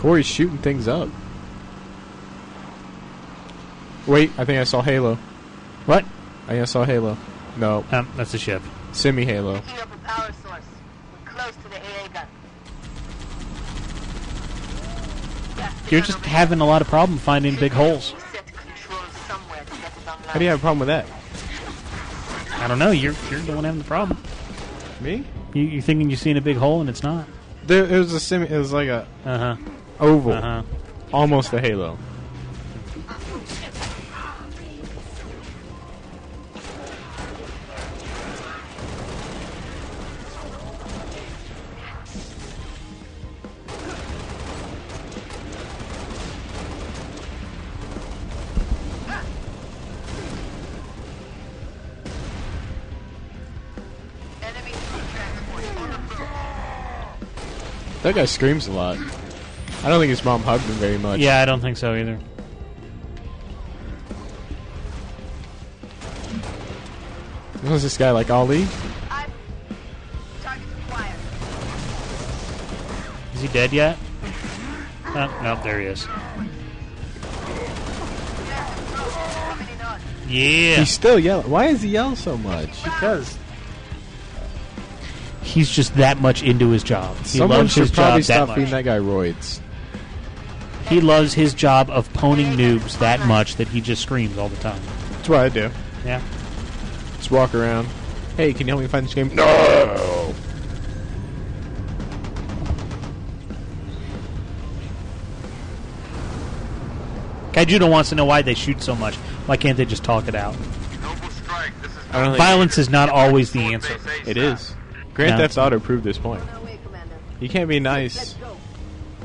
S3: Corey's shooting things up. Wait, I think I saw Halo.
S1: What?
S3: I think I saw Halo. No.
S1: Um, that's a ship.
S3: Semi Halo.
S2: Picking up a power source. We're close to the AA gun.
S1: You're just having a lot of problem finding big holes.
S3: How do you have a problem with that?
S1: I don't know. You're you're the one having the problem.
S3: Me?
S1: You, you're thinking you're seeing a big hole Oh, and it's not.
S3: There, it was a semi. It was like a
S1: uh-huh.
S3: oval,
S1: Uh-huh.
S3: almost a Halo. That guy screams a lot. I don't think his mom hugged him very much.
S1: Yeah, I don't think so either.
S3: Was this guy like Ali?
S1: Is he dead yet? Oh, no, there he is. Yeah.
S3: He's still yelling. Why does he yell so much?
S1: Because He's just that much into his job. He
S3: someone
S1: loves his
S3: should probably
S1: job that
S3: stop
S1: much.
S3: feeding that guy roids.
S1: He loves his job of poning noobs that much that he just screams all the time.
S3: That's what I do.
S1: Yeah.
S3: Just walk around. Hey, can you help me find this game? No.
S1: Kaijudo wants to know why they shoot so much. Why can't they just talk it out?
S32: Noble Strike, this is
S3: don't think-
S1: Violence is not always the answer.
S3: It is. Grand
S1: No.
S3: Theft Auto proved this point. You can't be nice,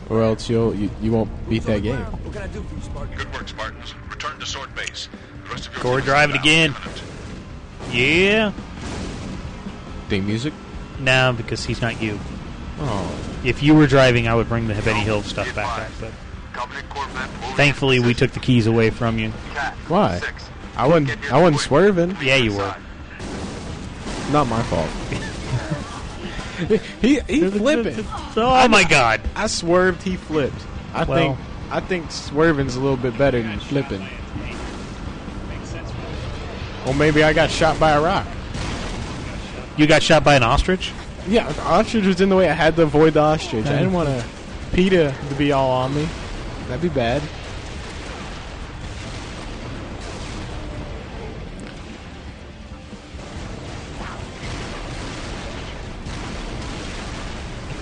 S3: or else you'll you, you won't beat that game.
S33: What can I do for you, Spartan? Good work, Spartans. Return to sword base. The rest of your
S1: Gore,
S33: team is
S1: drive it
S33: down.
S1: again. Yeah.
S3: Theme music? Oh.
S1: No, because he's not you. If you were driving, I would bring the Benny Hill stuff back up. But thankfully, we took the keys away from you.
S3: Why? I wasn't I wasn't swerving.
S1: Yeah, you were.
S3: Not my fault. he he flipping.
S1: Oh my god!
S3: I swerved. He flipped. I
S1: Well-
S3: think I think swerving's a little bit better than flipping. Or maybe I got shot by a rock.
S1: You got shot by an ostrich.
S3: Yeah, the ostrich was in the way. I had to avoid the ostrich. I
S1: Okay.
S3: didn't want a PETA to be all on me. That'd be bad.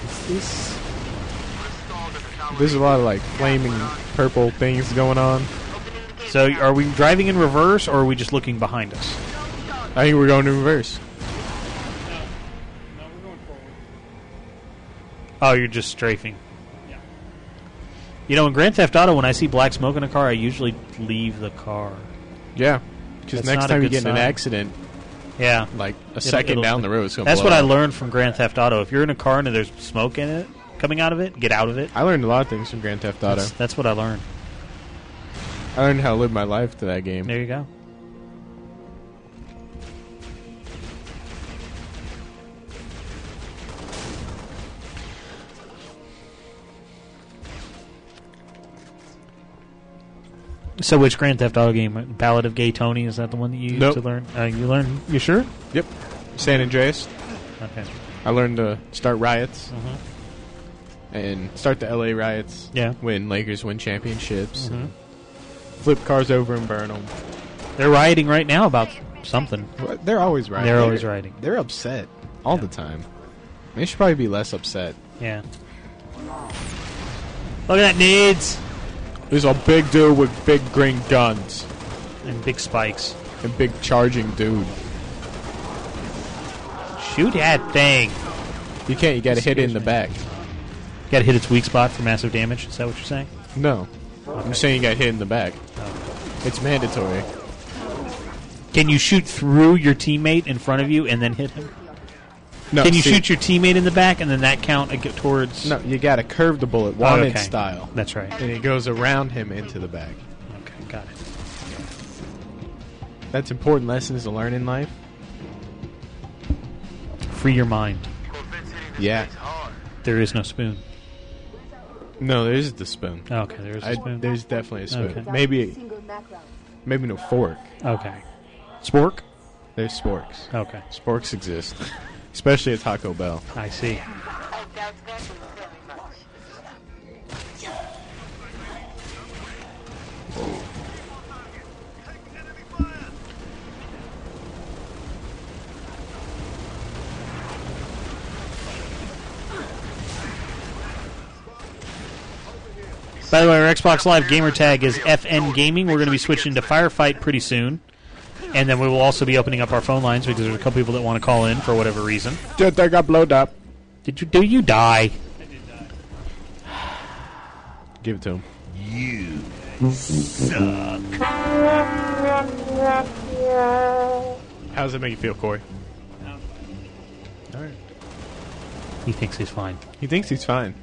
S3: Is this? There's a lot of like flaming purple things going on.
S1: So, are we driving in reverse, or are we just looking behind us?
S3: I think we're going in reverse.
S1: Oh, you're just strafing. You know, in Grand Theft Auto, when I see black smoke in a car, I usually leave the car.
S3: Yeah, because
S1: That's
S3: next
S1: not a
S3: time you
S1: good
S3: get in an
S1: sign.
S3: accident,
S1: Yeah,
S3: like a
S1: It'll-
S3: second
S1: it'll-
S3: down the road, it's gonna
S1: That's
S3: blow
S1: what I
S3: up.
S1: learned from Grand Theft Auto. If you're in a car and there's smoke in it, coming out of it, get out of it.
S3: I learned a lot of things from Grand Theft Auto.
S1: That's, that's what I learned.
S3: I learned how to live my life to that game.
S1: There you go. So, which Grand Theft Auto game? Ballad of Gay Tony is that the one that you used
S3: Nope.
S1: to learn? Uh, you learned? You sure?
S3: Yep. San Andreas.
S1: Okay.
S3: I learned to start riots
S1: Mhm.
S3: and start the LA riots.
S1: Mm-hmm. Yeah.
S3: When Lakers win championships.
S1: Mhm.
S3: and Flip cars over and burn them.
S1: They're rioting right now about something.
S3: They're always rioting.
S1: They're always rioting.
S3: They're upset all the time. They should probably be less upset.
S1: Yeah. Look at that needs
S3: There's a big dude with big green guns
S1: and big spikes.
S3: and big charging dude.
S1: Shoot that thing.
S3: You can't. You got to hit it in
S1: Excuse
S3: the
S1: me.
S3: back.
S1: Got to hit its weak spot for massive damage. Is that what you're saying? Oh.
S3: No, I'm saying you got hit in the back. It's mandatory.
S1: Can you shoot through your teammate in front of you and then hit him?
S3: No,
S1: Can you
S3: see-
S1: shoot your teammate in the back and then that count ag- towards?
S3: No, you got to curve the bullet,
S1: Oh,
S3: wanted
S1: okay.
S3: style.
S1: That's right.
S3: And it goes around him into the back.
S1: Okay, got it.
S3: That's important lessons to learn in life.
S1: Free your mind.
S3: Yeah.
S1: There is no spoon.
S3: No, there's the spoon.
S1: Okay, there is a
S3: I-
S1: spoon.
S3: There's definitely a spoon.
S1: Okay.
S3: Maybe, maybe no fork.
S1: Okay. Spork.
S3: There's sporks.
S1: Okay.
S3: Sporks exist, especially at Taco Bell.
S1: I see. By the way, our Xbox Live gamer tag is FN Gaming. We're going to be switching to Firefight pretty soon. And then we will also be opening up our phone lines because there's a couple people that want to call in for whatever reason.
S3: Dude, they got blowed up.
S1: Did you do you die?
S3: Give it to him. How does that make you feel, Corey? All right.
S1: He thinks he's fine.
S3: He thinks he's fine.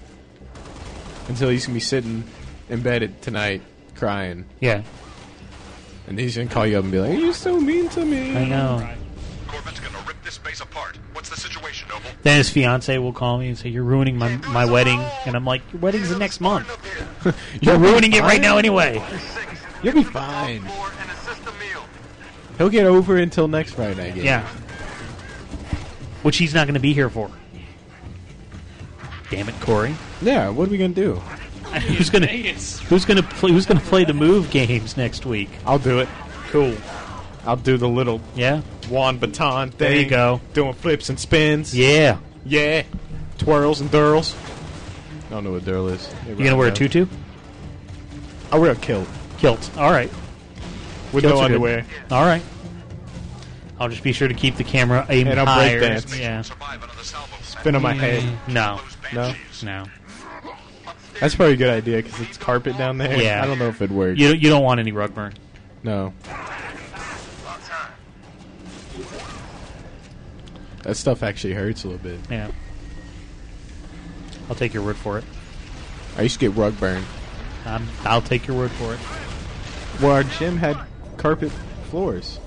S3: Until he's gonna be sitting in bed at- tonight crying.
S1: Yeah.
S3: And he's gonna call you up and be like, "You so mean to me."
S1: I know.
S33: Corvette's gonna rip this base apart. What's the situation, Noble?
S1: Then his fiance will call me and say, You're ruining my, my wedding. And I'm like, Your wedding's the next month. You're ruining it right now anyway.
S3: You'll be fine. He'll get over until next Friday. I guess.
S1: Yeah. Which he's not going to be here for. Damn it, Corey.
S3: Yeah. What are we gonna do?
S1: who's gonna Who's gonna play Who's gonna play the move games next week?
S3: I'll do it.
S1: Cool.
S3: I'll do the little
S1: Yeah.
S3: wand baton thing.
S1: There you go.
S3: Doing flips and spins.
S1: Yeah.
S3: Yeah. Twirls and dirls. I don't know what dirl is.
S1: You gonna wear a tutu?
S3: I'll wear a kilt
S1: Kilt. All right.
S3: with
S1: Kilts
S3: no
S1: are good.
S3: underwear.
S1: All right. I'll just be sure to keep the camera aimed
S3: And I'll
S1: higher.
S3: breakdance.
S1: Yeah.
S3: Spin on my head.
S1: No.
S3: No.
S1: Mm. No.
S3: That's probably a good idea because it's carpet down there.
S1: Yeah.
S3: I don't know if it'd work.
S1: You don't- you don't want any rug burn.
S3: No. That stuff actually hurts a little bit.
S1: Yeah. I'll take your word for it.
S3: I used to get rug burn.
S1: Um, I'll take your word for it.
S3: Well, our gym had carpet floors.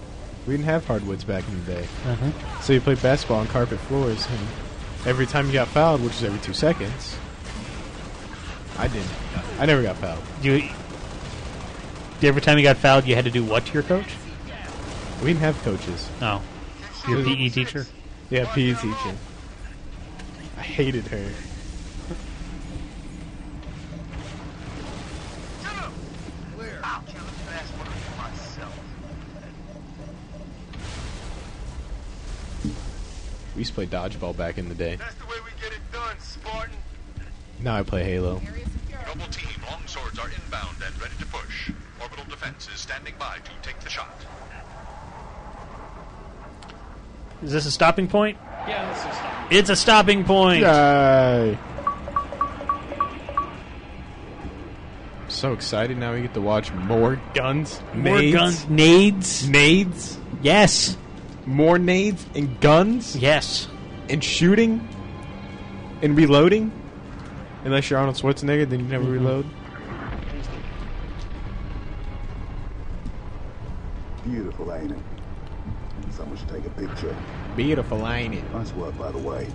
S3: We didn't have hardwoods back in the day.
S1: Uh-huh.
S3: So you played basketball on carpet floors, and every time you got fouled, which is every two seconds, I didn't. I never got fouled.
S1: You, every time you got fouled, you had to do what to your coach?
S3: We didn't have coaches.
S1: Oh. Your PE teacher?
S3: Yeah, PE teacher. I hated her. We used to play dodgeball back in the day. Now I play Halo.
S34: Noble team, longswords are inbound and ready to push. Orbital defense is standing by to take the shot.
S1: Is this a stopping point?
S4: Yeah, that's just stop.
S1: It's a stopping point.
S3: Yay! I'm so excited now we get to watch more guns.
S1: More
S3: nades.
S1: guns. Nades.
S3: Nades.
S1: Yes.
S3: More nades and guns.
S1: Yes.
S3: And shooting. And reloading. Unless you're Arnold Schwarzenegger, then you never
S1: Mm-hmm.
S3: reload.
S7: Beautiful, ain't it? Someone should take a picture.
S3: Beautiful, ain't it?
S7: Nice work, by the way.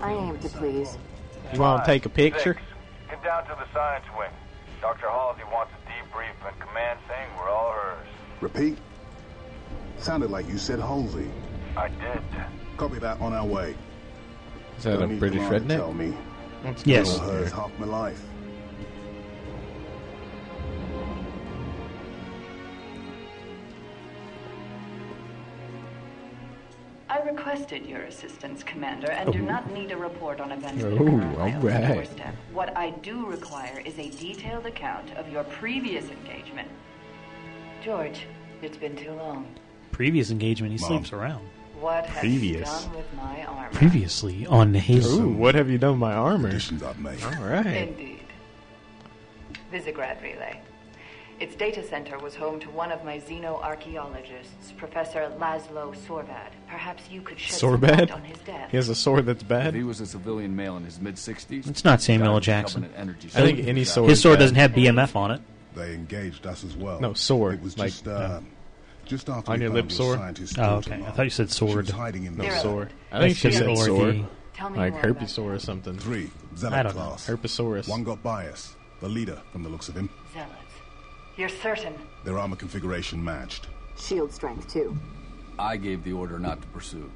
S35: I aim to please.
S3: You want to take a picture?
S34: Get down to the science wing. Dr. Halsey wants a debrief and command saying we're all hers.
S7: Repeat. Sounded like you said Halsey.
S34: I did.
S7: Copy that on our way.
S3: Is that
S7: Don't
S3: a
S7: need
S3: British
S7: Commander to Tell
S3: redneck?
S7: me.
S3: What's
S1: Yes.
S7: Been on hers half my life.
S9: I requested your assistance, Commander, and do
S3: Oh.
S9: not need a report on events that
S3: Oh,
S9: occur on my
S3: all
S9: own
S3: right.
S9: doorstep. What I do require is a detailed account of your previous engagement. George, it's been too long.
S1: Previous engagement. He
S9: Mom.
S1: sleeps around.
S9: What have you
S3: Previous.
S9: done with my armor?
S1: Previously on Halo.
S3: Ooh, what have you done with my armor? All right.
S9: Indeed. Visigrad Relay. Its data center was home to one of my xenoarchaeologists, Professor Laszlo Sorvad. Perhaps you could shed some light
S10: Sorvad?
S9: on his death.
S3: He has a sword that's bad.
S10: If he was a civilian male in his mid 60s.
S1: It's not Samuel L. Jackson. His sword doesn't have BMF on it.
S7: They engaged us as well.
S1: No, sword,
S7: It was
S1: like,
S7: just, uh, just after
S3: On
S7: we
S3: your
S7: found
S3: lip,
S7: your
S3: sword?
S7: scientist
S1: Oh,
S7: daughter,
S1: okay. I
S7: Mark.
S1: thought you said
S7: She
S1: sword.
S7: was hiding in
S3: No
S7: the
S3: sword. I think she
S1: That's
S3: said
S1: just
S3: sword.
S1: lorthy. Tell me
S3: Like
S1: more about
S3: herpesaur or something.
S7: Three.
S3: I
S7: Zealot
S3: don't
S7: class.
S3: know. Herpesaurus.
S7: One got bias. The leader, from the looks of him.
S9: Zealots. You're certain.
S7: Their armor configuration matched.
S9: Shield strength, too.
S10: I gave the order not to pursue.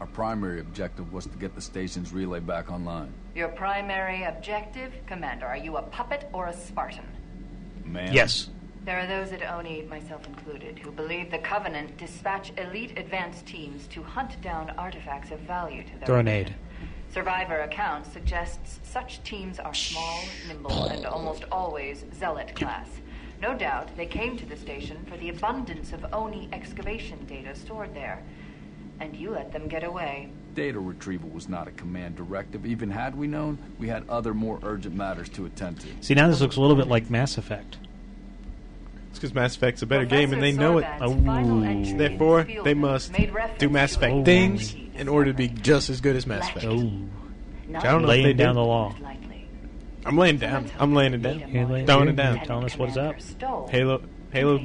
S10: Our primary objective was to get the station's relay back online.
S9: Your primary objective, Commander, are you a puppet or a Spartan?
S10: Man.
S1: Yes.
S9: There are those at Oni, myself included, who believe the Covenant dispatch elite advanced teams to hunt down artifacts of value to their
S1: Throw an aid.
S9: Survivor account suggests such teams are small, nimble, and almost always zealot class. No doubt they came to the station for the abundance of Oni excavation data stored there. And you let them get away.
S10: Data retrieval was not a command directive. Even had we known, we had other more urgent matters to attend to.
S1: See, now this looks a little bit like Mass Effect.
S3: It's because Mass Effect's a better game, and they know it.
S1: Oh.
S3: Therefore, they must do Mass Effect things in order to be just as good as Mass Effect. I don't know if
S1: Laying
S3: they
S1: down
S3: do.
S1: the law.
S3: I'm laying down. I'm laying it down.
S1: You're laying-
S3: Throwing
S1: you're
S3: it down.
S1: Telling us what's up.
S3: Halo, Halo,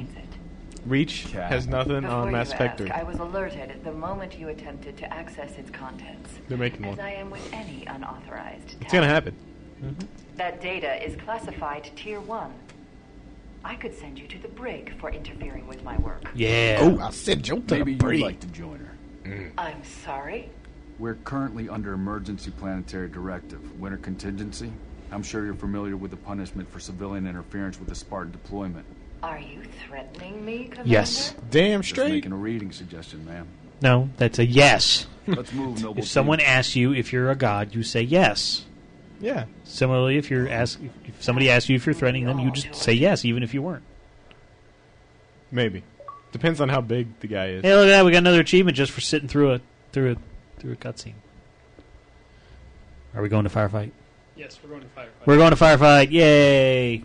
S3: Reach has nothing
S9: Before
S3: on Mass
S9: you
S3: Effect.
S9: ask, I was alerted the moment you attempted to access its contents.
S3: They're making
S9: As
S3: one.
S9: I am with any unauthorized
S3: It's gonna happen.
S9: That data is classified Tier 1. I could send you to the brig for interfering with my work.
S1: Yeah.
S3: Oh, I said Joe to
S10: Maybe
S3: the breed.
S10: you'd like to join her.
S9: I'm sorry?
S10: We're currently under emergency planetary directive, winter contingency. I'm sure you're familiar with the punishment for civilian interference with the Spartan deployment.
S9: Are you threatening me, Commander?
S3: Damn
S10: straight. Just making a reading suggestion, ma'am.
S1: No, that's a yes.
S10: Let's move, noble
S1: If someone
S10: team.
S1: asks you if you're a god, you say yes.
S3: Yeah.
S1: Similarly, if you're ask, if somebody asks you if you're threatening them, you just say yes, even if you weren't.
S3: Maybe. Depends on how big the guy is.
S1: Hey, look at that! We got another achievement just for sitting through a through a through a cutscene. Are we going to firefight?
S4: Yes, we're going to firefight.
S1: We're going to firefight! Yay!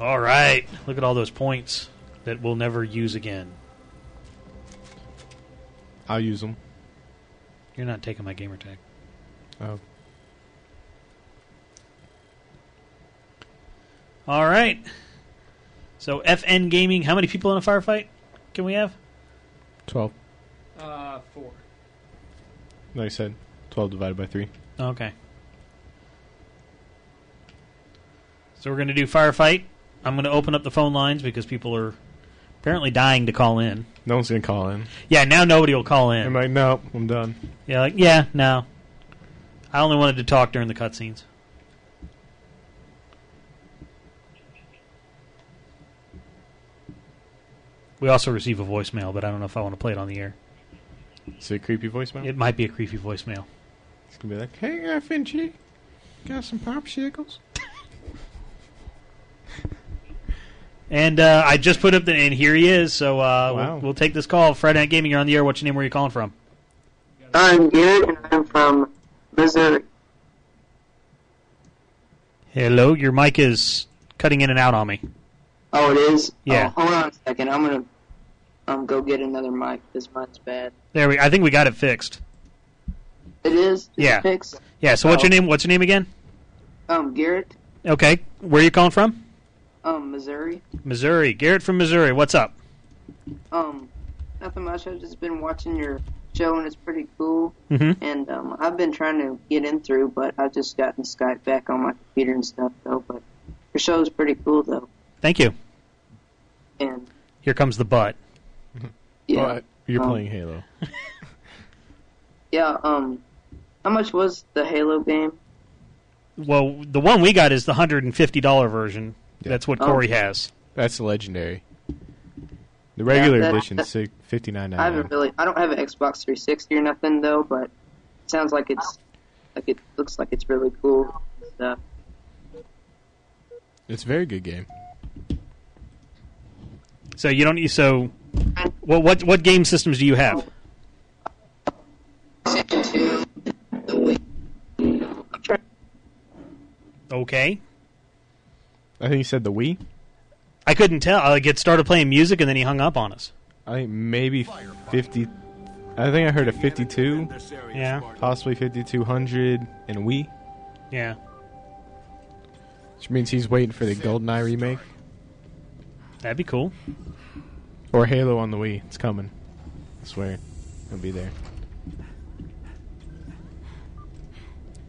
S1: All right, look at all those points that we'll never use again.
S3: I'll use them.
S1: You're not taking my gamer tag.
S3: Oh.
S1: All right. So FN Gaming, how many people in a firefight can we have?
S3: 12.
S4: Uh, four.
S3: Like I said, 12 divided by 3.
S1: Okay. So we're going to do firefight. I'm going to open up the phone lines because people are apparently dying to call in.
S3: No one's going to call in.
S1: Yeah, now nobody will call in.
S3: I'm like, no, I'm done.
S1: Yeah, like yeah, no. I only wanted to talk during the cutscenes. We also receive a voicemail, but I don't know if I want to play it on the air.
S3: It's a creepy voicemail.
S1: It might be a creepy voicemail.
S3: It's going to be like, hey, FNG, got some popsicles?
S1: And uh, I just put up the and here he is. So uh,
S3: Wow.
S1: we'll, we'll take this call. Friday Night Gaming, you're on the air. What's your name? Where are you calling from?
S36: I'm Garrett, and I'm from Missouri.
S1: Hello, your mic is cutting in and out on me.
S36: Oh, it is.
S1: Yeah.
S36: Oh, hold on a second. I'm gonna um go get another mic because mine's bad.
S1: There we. I think we got it fixed.
S36: It is. It's
S1: Yeah.
S36: Fixed.
S1: Yeah. So what's
S36: Oh.
S1: your name? What's your name again?
S36: Um, Garrett,
S1: Okay. Where are you calling from?
S36: um, Missouri.
S1: Missouri. Garrett from Missouri. What's up?
S36: Um, nothing much. I've just been watching your show and it's pretty cool.
S1: Mhm.
S36: And um, I've been trying to get in through, but I've just gotten Skype back on my computer and stuff though. But your show's pretty cool though.
S1: Thank you.
S36: And
S1: Here comes the butt.
S36: yeah,
S3: You're
S36: um,
S3: playing Halo.
S36: Yeah. Um, how much was the Halo game?
S1: Well, the one we got is the hundred and fifty dollar version. That's what
S36: Oh.
S1: Corey has.
S3: That's legendary. The regular
S36: that-
S3: edition, six, fifty nine
S36: I
S3: ninety nine.
S36: haven't really. I don't have an Xbox 360 or nothing though, but it sounds like it's like it looks like it's really cool and stuff.
S3: It's a very good game.
S1: So you don't. So, well, what what game systems do you have? Okay.
S3: I think he said the Wii.
S1: I couldn't tell. I get started playing music and then he hung up on us.
S3: I think maybe fifty. I think I heard a fifty two,
S1: Yeah.
S3: possibly fifty two hundred, and Wii,
S1: Yeah.
S3: which means he's waiting for the GoldenEye remake
S1: That'd be cool.
S3: or Halo on the Wii. It's coming. I swear, it'll be there.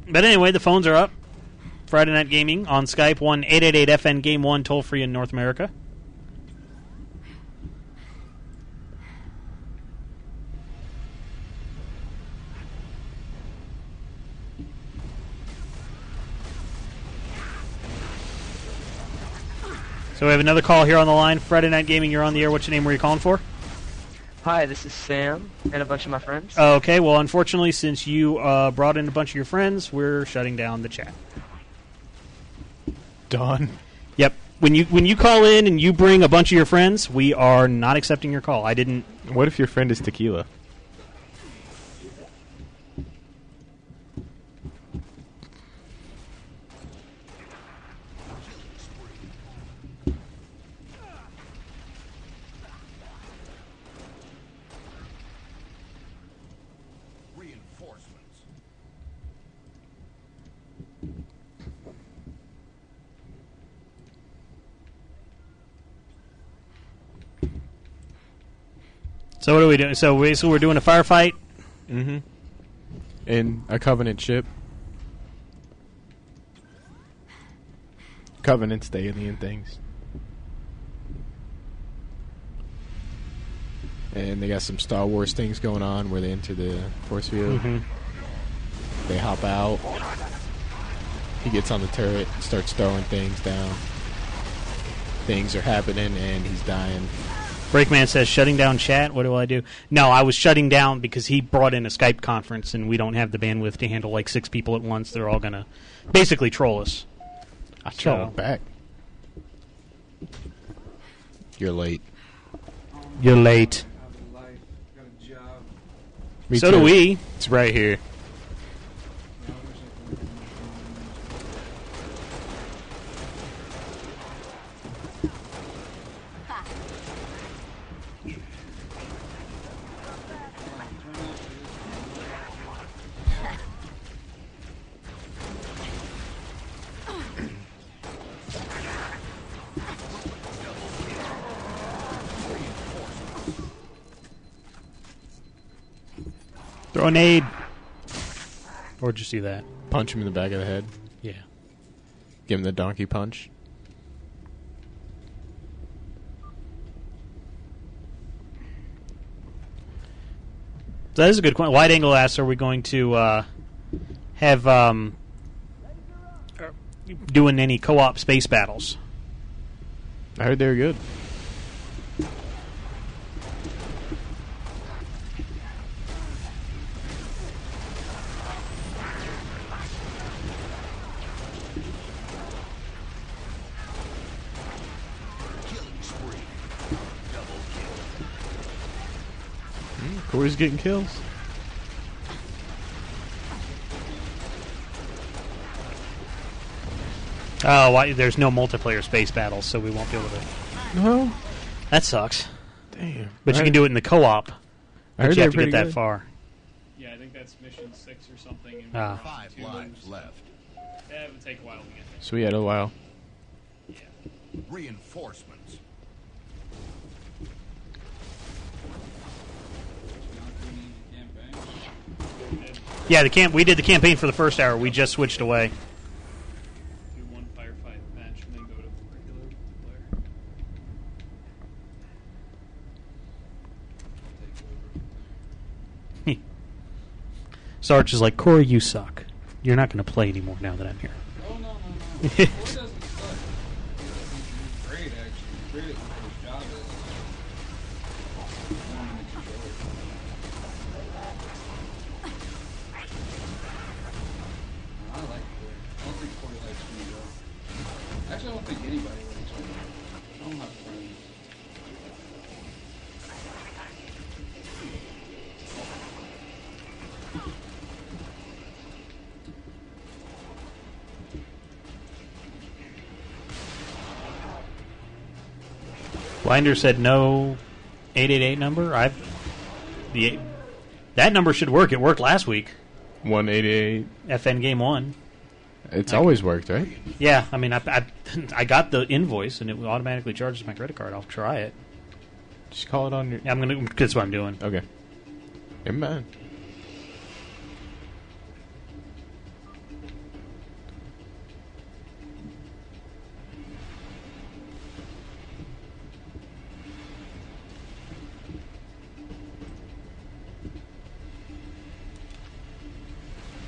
S1: But anyway, the phones are up. Friday Night Gaming on Skype, 1 888 FN Game 1, toll free in North America. So we have another call here on the line. Friday Night Gaming, you're on the air. What's your name? Where are you calling for?
S37: Hi, this is Sam and a bunch of my friends.
S1: Okay, well, unfortunately, since you uh, brought in a bunch of your friends, we're shutting down the chat.
S3: Done.
S1: Yep. When you when you call in and you bring a bunch of your friends, we are not accepting your call. I didn't.
S3: What if your friend is tequila?
S38: Reinforcements.
S1: So what are we doing? So we so we're doing a firefight.
S3: Mm-hmm. In a Covenant ship. Covenant's the alien things. And they got some Star Wars things going on where they enter the force field.
S1: Mhm.
S3: They hop out. He gets on the turret, starts throwing things down. Things are happening, and he's dying.
S1: Breakman says shutting down chat. What do I do? No, I was shutting down because he brought in a Skype conference and we don't have the bandwidth to handle like six people at once. They're all gonna basically troll us.
S3: I traveled back. You're late.
S39: You're late.
S3: Me
S1: So
S3: too.
S1: do we.
S3: It's right here.
S1: Throw a nade. Or just do that.
S3: Punch him in the back of the head.
S1: Yeah.
S3: Give him the donkey punch.
S1: So that is a good question. Wide angle asks, are we going to uh, have um, are- doing any co-op space battles?
S3: I heard they were good. Mm, Corey's getting kills.
S1: Oh, why, there's no multiplayer space battles, so we won't be able to.
S3: No.
S1: That sucks.
S3: Damn.
S1: But
S3: I-
S1: you can do it in the
S3: I
S1: co-op.
S3: heard
S1: But you
S3: they're
S1: have to
S3: pretty
S1: get that
S3: good.
S1: far.
S4: Yeah, I think that's mission six or something. And
S1: Ah.
S4: Five lives left. That would take a while to get there.
S3: So we had a while.
S38: Reinforcements.
S1: Yeah, the camp. We did the campaign for the first hour. We just switched away.
S4: Do one firefight match and then go to regular player.
S1: Sarge is like, Corey, you suck. You're not going to play anymore now that I'm here.
S40: Oh, no, no, no. Ford doesn't suck. He's great, actually. Great at what his job is. I want him to control it. I like Ford. I don't think Ford likes me, though. Actually, I don't think anybody likes me. I don't have friends.
S1: Blinder said no 888 number. I the eight- that number should work. It worked last week.
S3: 188.
S1: FN game 1.
S3: It's always worked, right?
S1: Yeah, I mean I, I I got the invoice and it automatically charges my credit card. I'll try it.
S3: Just call it on your
S1: I'm going to that's what I'm doing.
S3: Okay. Never mind.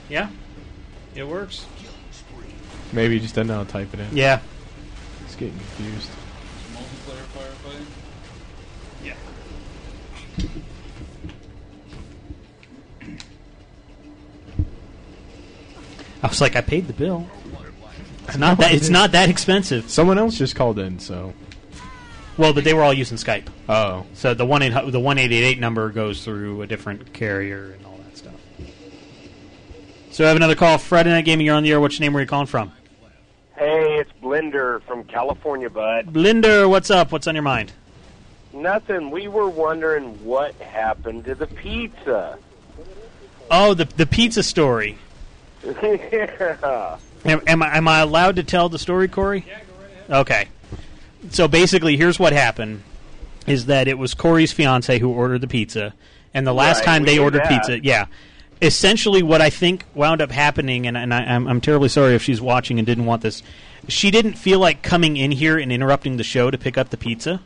S1: Yeah. It works.
S3: Maybe you just don't know how to type it in.
S1: Yeah.
S3: It's getting confused.
S38: Multiplayer firefight?
S4: Yeah.
S1: I was like I paid the bill. It's not that it's not that expensive.
S3: Someone else just called in, so
S1: Well, but they were all using Skype.
S3: Oh.
S1: So the one eight the one eight eight eight number goes through a different carrier and all that stuff. So I have another call. Friday Night Gaming, you're on the air. What's your name? Where are you calling from?
S41: Hey, it's Blender from California, bud.
S1: Blinder, what's up? What's on your mind?
S41: Nothing. We were wondering what happened to the pizza.
S1: Oh, the the pizza story.
S41: yeah.
S1: Am, am I am I allowed to tell the story, Corey? Yeah, go right ahead. Okay. So basically, here's what happened: is that it was Corey's fiance who ordered the pizza, and the last
S42: Right,
S1: time
S42: we
S1: they
S42: knew
S1: ordered
S42: that.
S1: pizza, yeah. Essentially, what I think wound up happening, and, and I, I'm, I'm terribly sorry if she's watching and didn't want this. She didn't feel like coming in here and interrupting the show to pick up the pizza,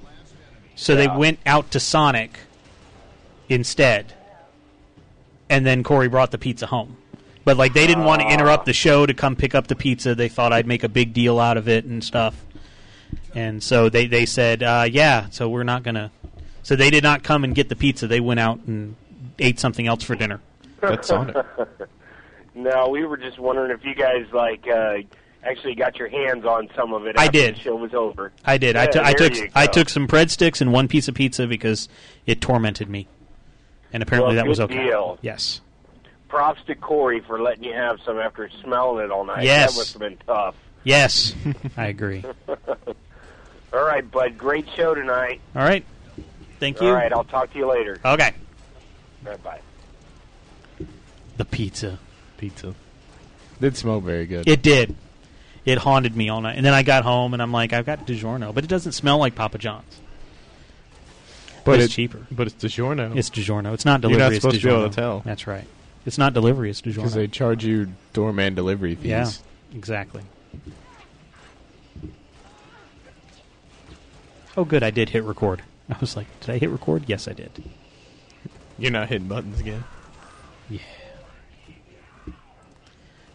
S1: so they
S41: Yeah.
S1: went out to Sonic instead, and then Corey brought the pizza home. But like they didn't want to interrupt the show to come pick up the pizza. They thought I'd make a big deal out of it and stuff. And so they they said, uh, yeah, so we're not gonna. So they did not come and get the pizza. They went out and ate something else for dinner.
S41: no, we were just wondering if you guys like uh,
S6: actually got your hands on some of it.
S1: I
S6: after
S1: did.
S6: The show was over.
S1: I did. I
S6: Yeah,
S1: took. I
S6: there
S1: took.
S6: you
S1: I
S6: go.
S1: took some breadsticks and one piece of pizza because it tormented me, and apparently
S6: Well,
S1: that was
S6: good
S1: okay.
S6: deal.
S1: Yes.
S6: Props to Corey for letting you have some after smelling it all night.
S1: Yes.
S6: That must have been tough.
S1: Yes. I agree.
S6: all right, bud. Great show tonight.
S1: All right. Thank you.
S6: All right, I'll talk to you later.
S1: Okay.
S6: Bye bye.
S1: The pizza.
S3: Pizza. Did smell very good.
S1: It did. It haunted me all night, and then I got home and I'm like, I've got DiGiorno, but it doesn't smell like Papa John's.
S3: But
S1: it's
S3: it-
S1: cheaper.
S3: But it's DiGiorno.
S1: It's DiGiorno. It's not
S3: You're
S1: delivery.
S3: not
S1: it's
S3: supposed to be able
S1: DiGiorno.
S3: to tell.
S1: That's right. It's not delivery. It's
S3: Because
S1: DiGiorno.
S3: they charge you doorman delivery fees.
S1: yeah. Exactly. Oh, good. I did hit record. I was like, did I hit record? Yes, I did.
S3: You're not hitting buttons again.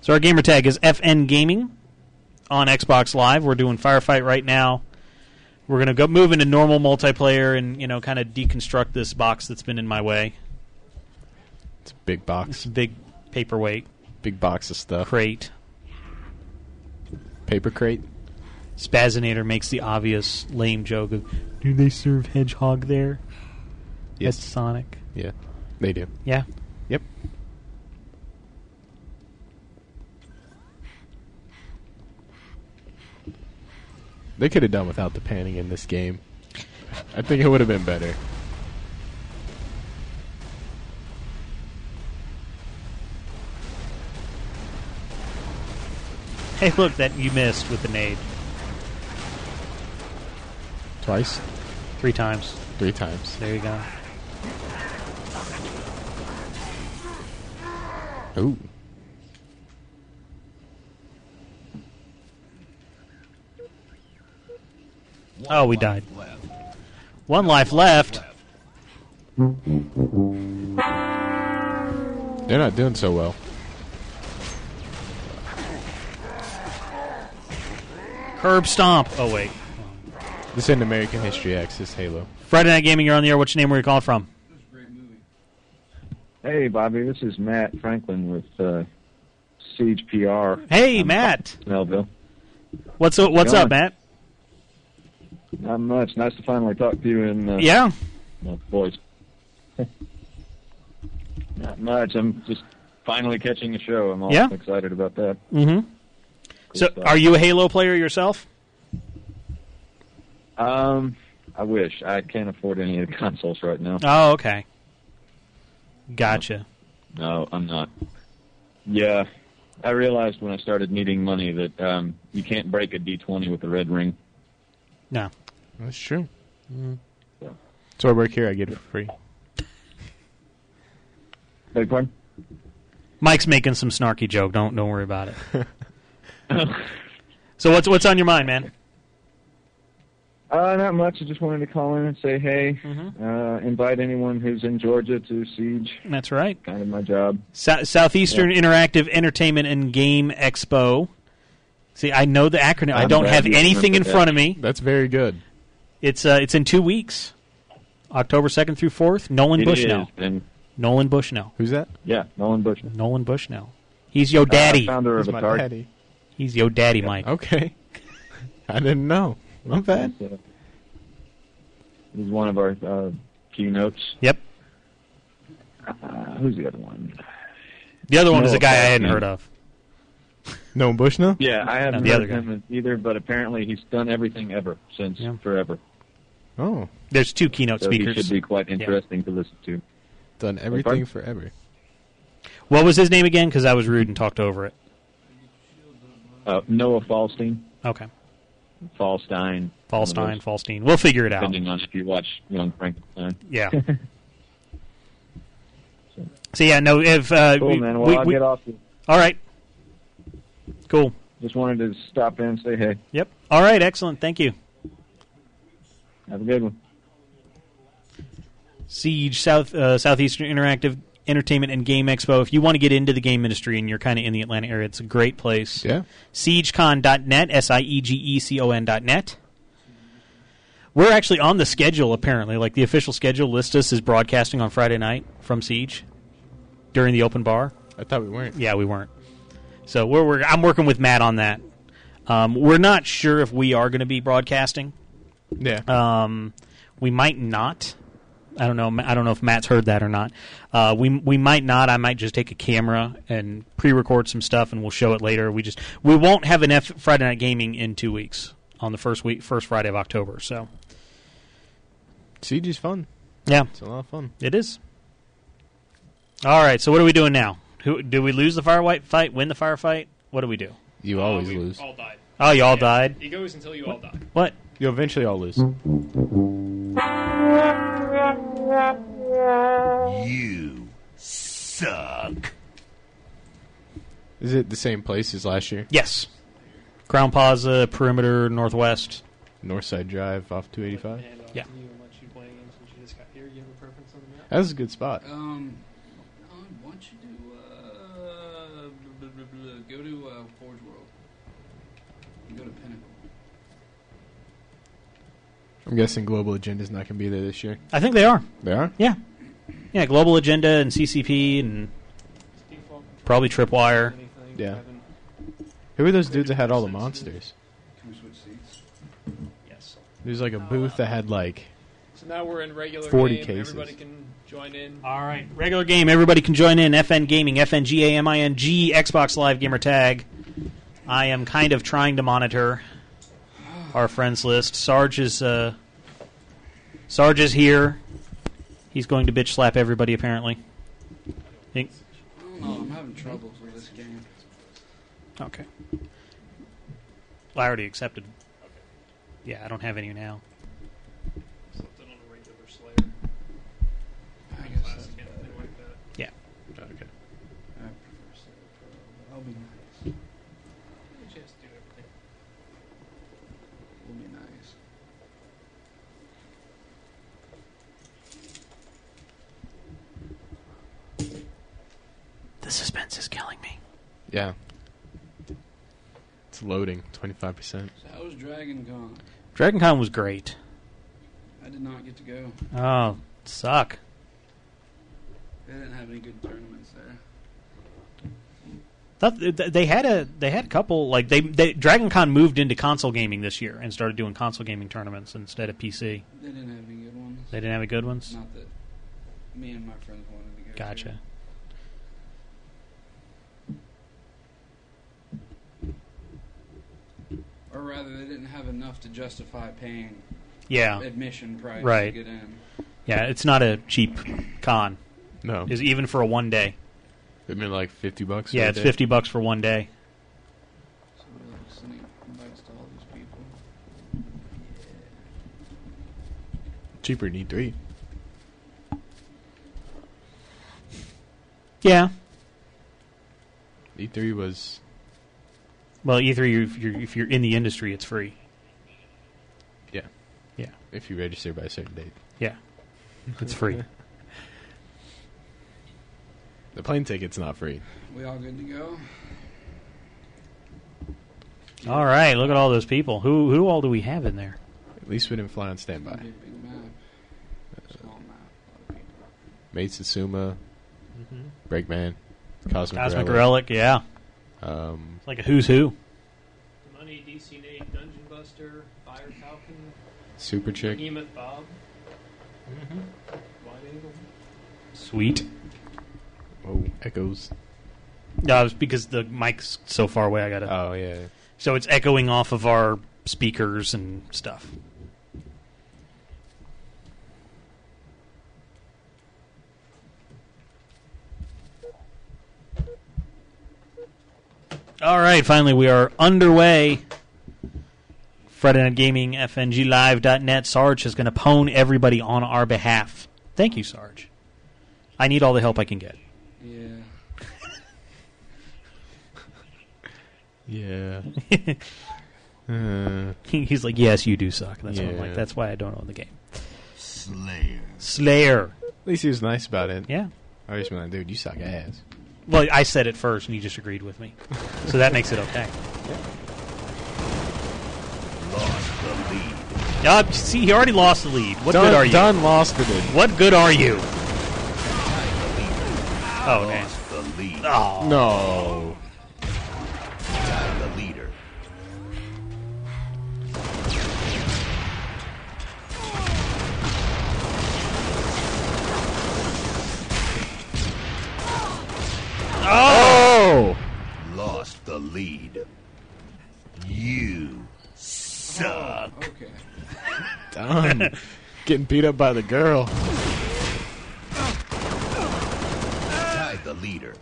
S1: So our gamer tag is FN Gaming on Xbox Live. We're doing firefight right now. We're gonna go move into normal multiplayer and you know kind of deconstruct this box that's been in my way.
S3: It's a big box.
S1: It's a big paperweight,
S3: Big box of stuff.
S1: Crate.
S3: Paper crate.
S1: Spazinator makes the obvious lame joke of, "Do they serve hedgehog there?"
S3: Yes.
S1: That's Sonic.
S3: Yeah. They do.
S1: Yeah.
S3: Yep. They could have done without the panning in this game. I think it would have been better.
S1: Hey, look that you missed with the nade
S3: Twice?
S1: three times.
S3: Three times.
S1: There you go.
S3: Ooh.
S1: oh, we died. One life left.
S3: They're not doing so well.
S1: Curb stomp. Oh wait.
S3: This isn't American History X. This Halo.
S1: Friday Night Gaming, you're on the air. What's your name? Where you calling from?
S7: Hey, Bobby, this is Matt Franklin with uh, Siege PR.
S1: Hey, Matt.
S7: Melville.
S1: What's up, what's
S7: Going.
S1: up, Matt?
S7: Not much. Nice to finally talk to you and uh,
S1: Yeah.
S7: well, boys. Not much. I'm just finally catching the show. I'm all
S1: Yeah.
S7: excited about that.
S1: Mm-hmm. So,
S7: stuff.
S1: are you a Halo player yourself?
S7: Um, I wish I can't afford any of the consoles right now.
S1: Oh, okay. Gotcha.
S7: No, I'm not. Yeah, I realized when I started needing money that um, you can't break a D20 with a red ring.
S1: No.
S3: That's true. So I work here. I get it for free.
S7: Beg pardon?
S1: Mike's making some snarky joke. Don't don't worry about it. so, what's what's on your mind, man?
S7: Uh, not much. I just wanted to call in and say hey.
S1: Mm-hmm.
S7: Uh, invite anyone who's in Georgia to Siege.
S1: That's right.
S7: Kind of my job.
S1: Sou- Uh, Southeastern
S7: Yeah.
S1: Interactive Entertainment and Game Expo. See, I know the acronym. I
S3: I'm
S1: don't
S3: glad
S1: have
S3: you
S1: anything in
S3: remembered
S1: front
S3: that.
S1: of me.
S3: That's very good.
S1: It's uh, it's in two weeks, October second through fourth. Nolan
S7: It
S1: Bushnell.
S7: is, and-
S1: Nolan Bushnell.
S3: Who's that?
S7: Yeah, Nolan Bushnell.
S1: Nolan Bushnell. He's your daddy.
S7: Uh, founder of Atari.
S1: He's your daddy, Mike.
S3: Okay. I didn't know. My bad.
S7: He's one of our uh, keynotes.
S1: Yep.
S7: Uh, who's the other one?
S1: The other one is
S7: Noah
S1: a guy I hadn't
S7: Kaufman.
S1: heard of.
S3: No Bushnell?
S7: uh, mm. Yeah, I haven't
S1: the
S7: heard
S1: other guy.
S7: him either, but apparently he's done everything ever since forever.
S3: Oh.
S1: There's two keynote
S7: so
S1: speakers.
S7: he should be quite
S1: Yeah.
S7: interesting to listen to.
S3: Done everything forever.
S1: What was his name again? Because I was rude and talked over it.
S7: Uh, Noah Falstein.
S1: Okay.
S7: Falstein.
S1: Falstein, Falstein. We'll figure it out.
S7: Depending on if you watch Young Frankenstein.
S1: Yeah. So yeah, no. If uh,
S7: cool,
S1: we-
S7: man. Well,
S1: we-
S7: I'll
S1: we-
S7: get off. You.
S1: All right. Cool.
S7: Just wanted to stop in and say hey.
S1: Yep. All right. Excellent. Thank you.
S7: Have a good one.
S1: Siege South uh, Southeastern Interactive Entertainment and Game Expo. If you want to get into the game industry and you're kind of in the Atlanta area, it's a great place.
S3: Yeah.
S1: SiegeCon.net, S I E G E C O N.net. We're actually on the schedule, apparently. Like the official schedule lists us as broadcasting on Friday night from Siege during the open bar.
S3: I thought we weren't.
S1: Yeah, we weren't. So we're, we're I'm working with Matt on that. Um, we're not sure if we are going to be broadcasting.
S3: Yeah.
S1: Um, we might not. I don't know. I don't know if Matt's heard that or not. Uh, we we might not. I might just take a camera and pre-record some stuff, and we'll show it later. We just we won't have an F Friday Night Gaming in two weeks on the first week first Friday of October. So
S3: CG's fun.
S1: yeah,
S3: It's a lot of fun.
S1: it is. All right. So what are we doing now? Who do we lose the firefight fight? Win the firefight? What do we do?
S3: You always lose.
S4: All died.
S1: Oh, you all
S4: Yeah.
S1: died.
S4: It goes until you all die.
S1: What?
S3: You eventually all lose.
S7: Mm-hmm.
S43: You suck.
S3: Is it the same place as last year?
S1: Yes. Ground Plaza, perimeter, northwest.
S3: Northside Drive off 285.
S4: And uh,
S1: Yeah.
S4: you and what you play games since you just got here. You have a preference on the map?
S3: That was a good spot.
S38: Um, Colin, why don't you do, uh, blah, blah, blah, blah, go to uh, Forge World. And go to Pinnacle.
S3: I'm guessing Global Agenda's not going to be there this year.
S1: I think they are.
S3: They are?
S1: Yeah. Yeah, Global Agenda and CCP and probably Tripwire.
S3: Yeah. Who were those dudes that had all the monsters?
S38: Can we switch seats? Yes.
S3: There's like a booth that had like
S4: So now we're in regular
S3: 40
S4: game.
S3: cases.
S4: Everybody can join in.
S1: All right. Regular game. Everybody can join in. FN Gaming, FNGAMING, Xbox Live Gamer Tag. I am kind of trying to monitor our friends list. Sarge is uh, Sarge is here. He's going to bitch slap everybody apparently. Think-
S38: I don't know, Oh, I'm having troubles with this game.
S1: Okay. Well, I already accepted. Yeah, I don't have any now.
S4: Something on a regular Slayer.
S38: I guess that's
S4: Last game, something like that.
S1: Yeah.
S3: Okay.
S38: I prefer Slayer Pro. I'll be nice.
S4: You just do everything.
S38: We'll be nice.
S1: The suspense is killing me.
S3: Yeah. It's loading, 25%.
S38: So how was Dragon Con?
S1: Dragon Con was great.
S38: I did not get to go.
S1: Oh, suck.
S38: They didn't have any good tournaments there.
S1: Thought th- th- They had a they had a couple like they, they Dragon Con moved into console gaming this year and started doing console gaming tournaments instead of PC.
S38: They didn't have any good ones.
S1: They didn't have any good ones.
S38: Not that me and my friends wanted to go. to.
S1: Gotcha.
S38: Or rather, they didn't have enough to justify paying
S1: Yeah.
S38: admission price
S1: Right.
S38: to get in.
S1: Yeah, it's not a cheap con.
S3: No.
S1: Is even for a one day.
S3: It meant like 50 bucks.
S1: Yeah,
S3: for a
S1: it's
S3: day.
S1: fifty bucks for one day.
S38: So we're like sending invites to all these people.
S3: Cheaper than E E3.
S1: Yeah.
S3: E3 E was.
S1: Well, either you if you're, if you're in the industry, it's free.
S3: Yeah.
S1: Yeah.
S3: If you register by a certain date.
S1: Yeah, it's free.
S3: The plane ticket's not free.
S38: We all good to go?
S1: all right, look at all those people. Who who all do we have in there?
S3: At least we didn't fly on
S38: That'd
S3: standby.
S38: be a big map. Small map. A lot of people.
S3: Made Satsuma, Breakman, Cosmic,
S1: Mm-hmm. Cosmic Relic, yeah,
S3: Um,
S1: like a who's who.
S4: Money, DC Nate, Dungeon Buster, Fire Falcon,
S3: Super Chick.
S4: Behemoth Bob,
S1: Mm-hmm.
S4: White Eagle.
S1: Sweet.
S3: Oh, Echoes.
S1: No, it's because the mic's so far away. I gotta.
S3: Oh, yeah.
S1: so it's echoing off of our speakers and stuff. All right, finally we are underway. Friday Night Gaming, FNGLive.net. Sarge is going to pwn everybody on our behalf. Thank you, Sarge. I need all the help I can get.
S38: Yeah.
S3: Yeah. uh,
S1: He's like, yes, you do suck. That's what I'm
S3: Yeah.
S1: like. That's why I don't own the game.
S43: Slayer.
S1: Slayer.
S3: at least he was nice about it.
S1: Yeah.
S3: I just been like, dude, you suck ass.
S1: Well, I said it first, and you just agreed with me, so that makes it okay.
S43: Lost the lead.
S1: Uh, see, he already lost the lead. What
S3: Don,
S1: good are you?
S3: Don lost the dude.
S1: What good are you? Oh, man.
S43: Lost the lead.
S1: Oh.
S3: No.
S43: I'm the leader.
S7: Oh!
S43: suck.
S38: okay.
S3: Done. Getting beat up by the girl.
S43: Tie the leader.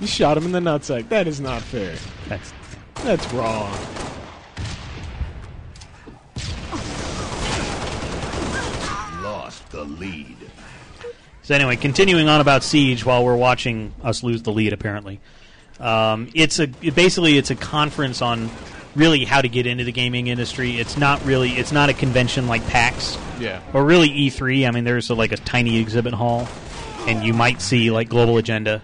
S3: You shot him in the nutsack. That is not fair.
S39: That's
S3: That's wrong.
S43: Lost the lead.
S1: So anyway, continuing on about Siege while we're watching us lose the lead. Apparently, um, it's a it- basically it's a conference on really how to get into the gaming industry. It's not really it's not a convention like PAX.
S3: Yeah.
S1: Or really E3. I mean, there's a, like a tiny exhibit hall, and you might see like Global Agenda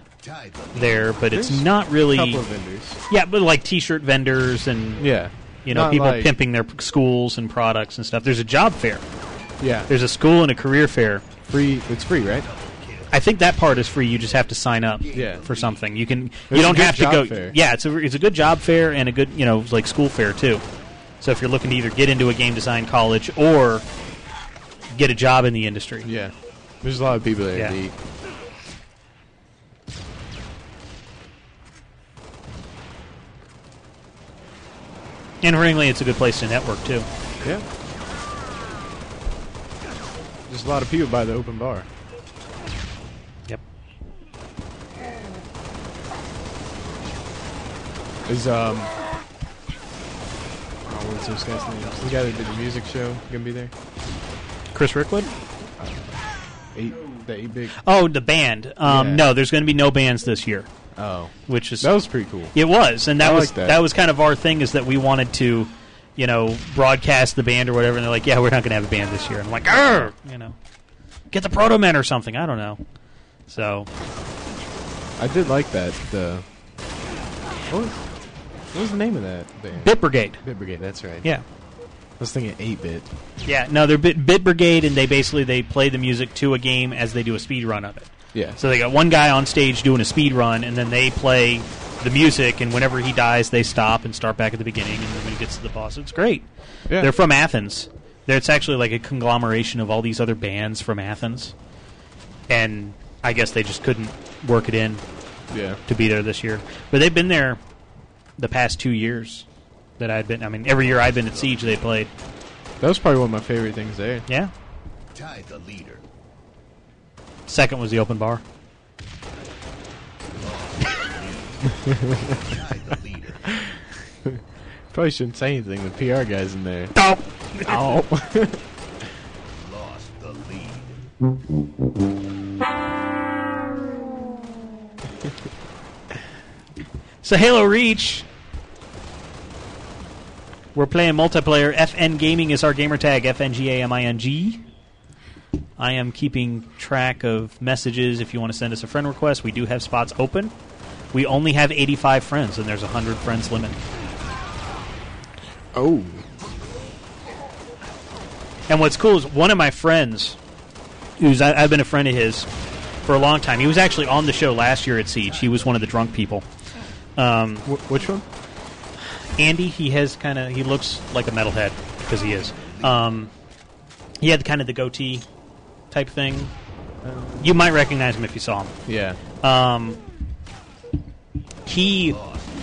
S1: there, but it's
S3: There's
S1: not really.
S3: a couple of vendors.
S1: Yeah, but like T-shirt vendors and
S3: Yeah.
S1: you know
S3: Not
S1: people
S3: like-
S1: pimping their p- schools and products and stuff. There's a job fair.
S3: Yeah.
S1: There's a school and a career fair.
S3: Free. It's free, right?
S1: I think that part is free. You just have to sign up.
S3: Yeah.
S1: For something, you can.
S3: It's
S1: you
S3: a
S1: don't
S3: good
S1: have to
S3: job
S1: go.
S3: fair.
S1: Yeah, it's a it's a good job fair and a good you know like school fair too. So if you're looking to either get into a game design college or get a job in the industry,
S3: yeah, There's a lot of people there
S1: Yeah.
S3: to eat.
S1: and Ringley, it's a good place to network too.
S3: Yeah. There's a lot of people by the open bar.
S1: Yep.
S3: Is um. Oh, what's this guy's name? Is The guy that did the music show gonna be there.
S1: Chris Rickwood.
S3: Eight, the eight big.
S1: Oh, the band. Um,
S3: Yeah.
S1: No, there's going to be no bands this year.
S3: Oh,
S1: which is
S3: that was pretty cool.
S1: It was, and that
S3: I
S1: was
S3: like
S1: that.
S3: that.
S1: was kind of our thing is that we wanted to, you know, broadcast the band or whatever. And they're like, "Yeah, we're not going to have a band this year." And I'm like, "Arr!" You know, get the Proto Men or something. I don't know. So
S3: I did like that. The what was, what was the name of that band?
S1: Bit Brigade.
S3: Bit Brigade. That's right.
S1: Yeah.
S3: I was thinking eight bit.
S1: yeah, no, they're Bit, Bit Brigade, and they basically they play the music to a game as they do a speed run of it.
S3: Yeah.
S1: So they got one guy on stage doing a speed run, and then they play the music. And whenever he dies, they stop and start back at the beginning. And then when he gets to the boss, it's great.
S3: Yeah.
S1: They're from Athens. There- It's actually like a conglomeration of all these other bands from Athens, and I guess they just couldn't work it in.
S3: Yeah.
S1: To be there this year, but they've been there the past two years that I'd been. I mean, every year I've been at Siege, they played.
S3: That was probably one of my favorite things there.
S1: Yeah.
S43: Tie the leader.
S1: Second was the open bar.
S3: probably shouldn't say anything. The PR guy's in there.
S1: Oh.
S3: Oh.
S43: Lost the lead.
S1: So Halo Reach. We're playing multiplayer. FN Gaming is our gamer tag. FNGAMING. I am keeping track of messages. If you want to send us a friend request, we do have spots open. We only have 85 friends, and there's a 100 friends limit.
S3: Oh.
S1: And what's cool is one of my friends, who's I, I've been a friend of his for a long time. He was actually on the show last year at Siege. He was one of the drunk people. Um,
S3: which one?
S1: Andy. He has kind of he looks like a metalhead because he is. Um, he had kind of the goatee type thing. You might recognize him if you saw him.
S3: Yeah.
S1: Um, he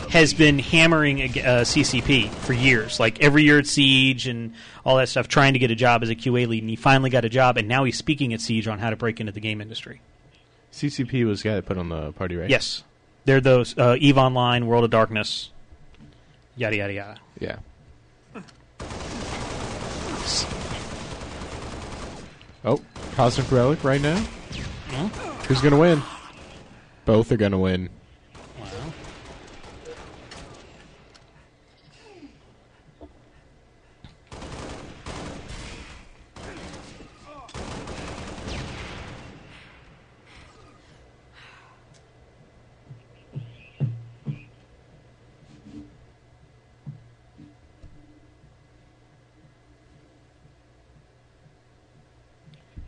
S1: has been hammering ag- uh, CCP for years, like every year at Siege and all that stuff, trying to get a job as a QA lead. And he finally got a job, and now he's speaking at Siege on how to break into the game industry.
S3: CCP was the guy that put on the party, right?
S1: Yes, they're those uh, Eve Online, World of Darkness, yada yada yada.
S3: Yeah. Oh, Cosmic Relic right now? Who's going to win? Both are going to win.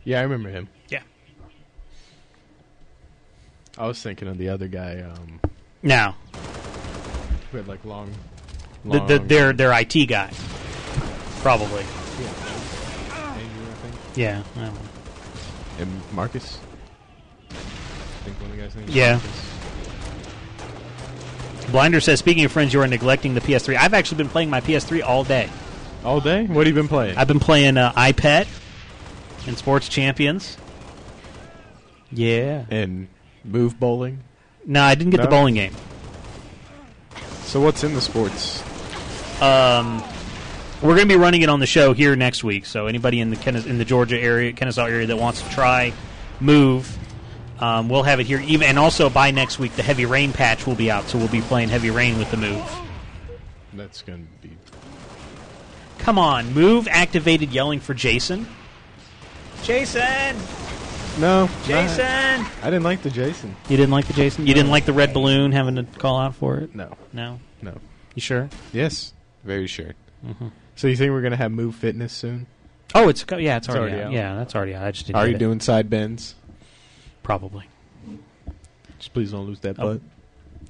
S3: Yeah, I remember him.
S1: Yeah.
S3: I was thinking of the other guy um,
S1: Now,
S3: who had like long.
S1: the,
S3: long
S1: the, their their IT guy, probably.
S3: Andrew, I think.
S1: Yeah. I don't know.
S3: And Marcus? I think one of the guys' names.
S1: Yeah. Blinder says, speaking of friends, you are neglecting the PS3. I've actually been playing my PS3 all day.
S3: All day? What have you been playing?
S1: I've been playing uh, iPad and Sports Champions. Yeah.
S3: And move bowling?
S1: No, I didn't get the
S3: No?
S1: bowling game.
S3: So what's in the sports?
S1: Um, we're going to be running it on the show here next week. So anybody in the Kennes- in the Georgia area, Kennesaw area that wants to try move, um, we'll have it here. Even and also by next week, the heavy rain patch will be out. So we'll be playing heavy rain with the move.
S3: That's going to be.
S1: Come on, move activated yelling for Jason. Jason,
S3: No. not-
S1: Jason.
S3: I didn't like the Jason.
S1: You didn't like the Jason. You didn't like the red balloon having to call out for it.
S3: No.
S1: No.
S3: No.
S1: You sure?
S3: Yes. Very sure.
S1: Mhm.
S3: So you think we're going to have Move Fitness soon?
S1: Oh, it's co- yeah, it's
S3: It's
S1: already,
S3: already
S1: out.
S3: out.
S1: Yeah, that's already out. I just didn't.
S3: Are
S1: get
S3: you
S1: it.
S3: doing side bends?
S1: Probably.
S3: Just please don't lose that
S1: Oh.
S3: butt.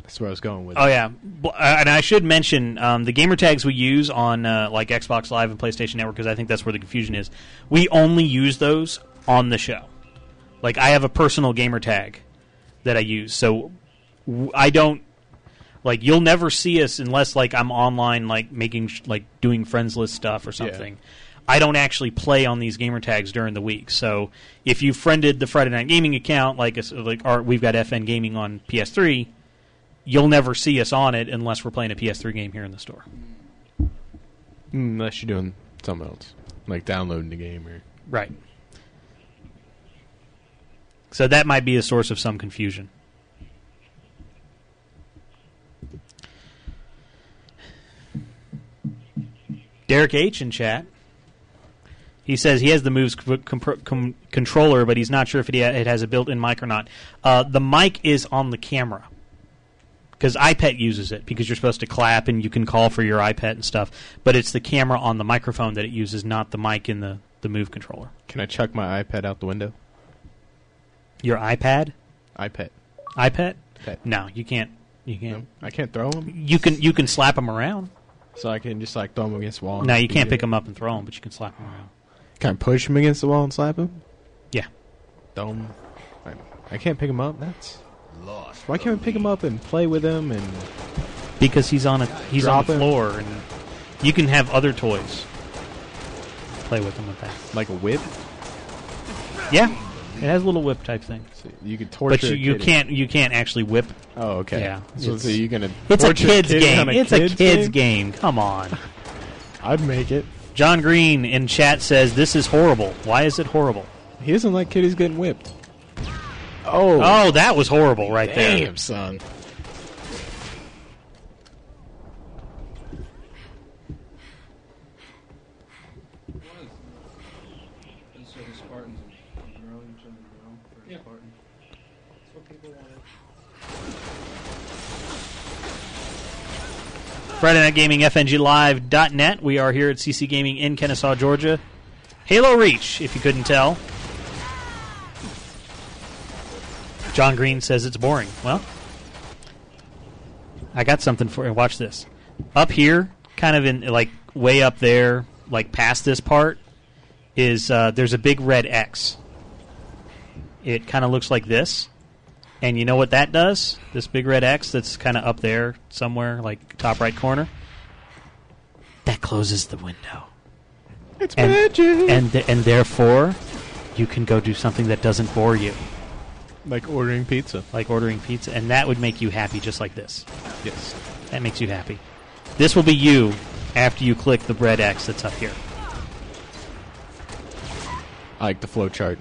S3: That's where I was going with
S1: Oh
S3: it.
S1: yeah, B- uh, and I should mention um, the gamer tags we use on uh, like Xbox Live and PlayStation Network because I think that's where the confusion is. We only use those on the show. Like I have a personal gamer tag that I use, so w- I don't like you'll never see us unless like I'm online like making sh- like doing friends list stuff or something. I don't actually play on these gamer tags during the week. So if you friended the Friday Night Gaming account, like us- like our, we've got FN Gaming on PS3, you'll never see us on it unless we're playing a PS3 game here in the store.
S3: Mm, Unless you're doing something else, like downloading the game or.
S1: Right. So that might be a source of some confusion. Derek H in chat. He says he has the moves c- com- com- controller, but he's not sure if it, ha- it has a built-in mic or not. Uh, the mic is on the camera because iPad uses it because you're supposed to clap and you can call for your iPad and stuff. But it's the camera on the microphone that it uses, not the mic in the, the Move controller.
S3: Can I chuck my iPad out the window?
S1: Your iPad,
S3: iPad.
S1: iPad?
S3: Pet.
S1: No, you can't. You can't.
S3: I can't throw them.
S1: You can you can slap them around.
S3: So I can just like throw them against the wall.
S1: No, you can't pick them up and throw them, but you can slap them around.
S3: Can I push them against the wall and slap them?
S1: Yeah.
S3: Throw 'em. I, I can't pick them up. That's
S43: Lost.
S3: why can't we pick them up and play with them and
S1: Because he's on a he's
S3: Drop
S1: on
S3: him.
S1: the floor, and you can have other toys. Play with them with that.
S3: like a whip?
S1: Yeah, it has a little whip type thing.
S3: So you could torture.
S1: But you,
S3: a
S1: you
S3: kitty.
S1: can't you can't actually whip.
S3: Oh, okay.
S1: Yeah,
S3: So, so
S1: it's-
S3: you're gonna.
S1: It's a
S3: torture
S1: kids
S3: kitty
S1: game.
S3: on
S1: it's a kids
S3: game?
S1: game. Come on.
S3: I'd make it.
S1: John Green in chat says this is horrible. Why is it horrible?
S3: He doesn't like kitties getting whipped. Oh.
S1: Oh, that was horrible right there.
S3: Damn, son.
S38: And so the Spartans are girl, you chose a girl for a Spartan. That's what people wanted.
S1: Friday Night Gaming, FNGLive.net. We are here at CC Gaming in Kennesaw, Georgia. Halo Reach, if you couldn't tell. John Green says it's boring. Well, I got something for you. Watch this. Up here, kind of in like way up there, like past this part, is uh, there's a big red X. It kind of looks like this. And you know what that does? This big red X that's kind of up there somewhere, like top right corner. That closes the window.
S3: It's
S1: And
S3: magic.
S1: and th- and therefore, you can go do something that doesn't bore you,
S3: like ordering pizza.
S1: like ordering pizza, and that would make you happy, just like this.
S3: Yes.
S1: That makes you happy. This will be you after you click the red X that's up here.
S3: I like the flowchart.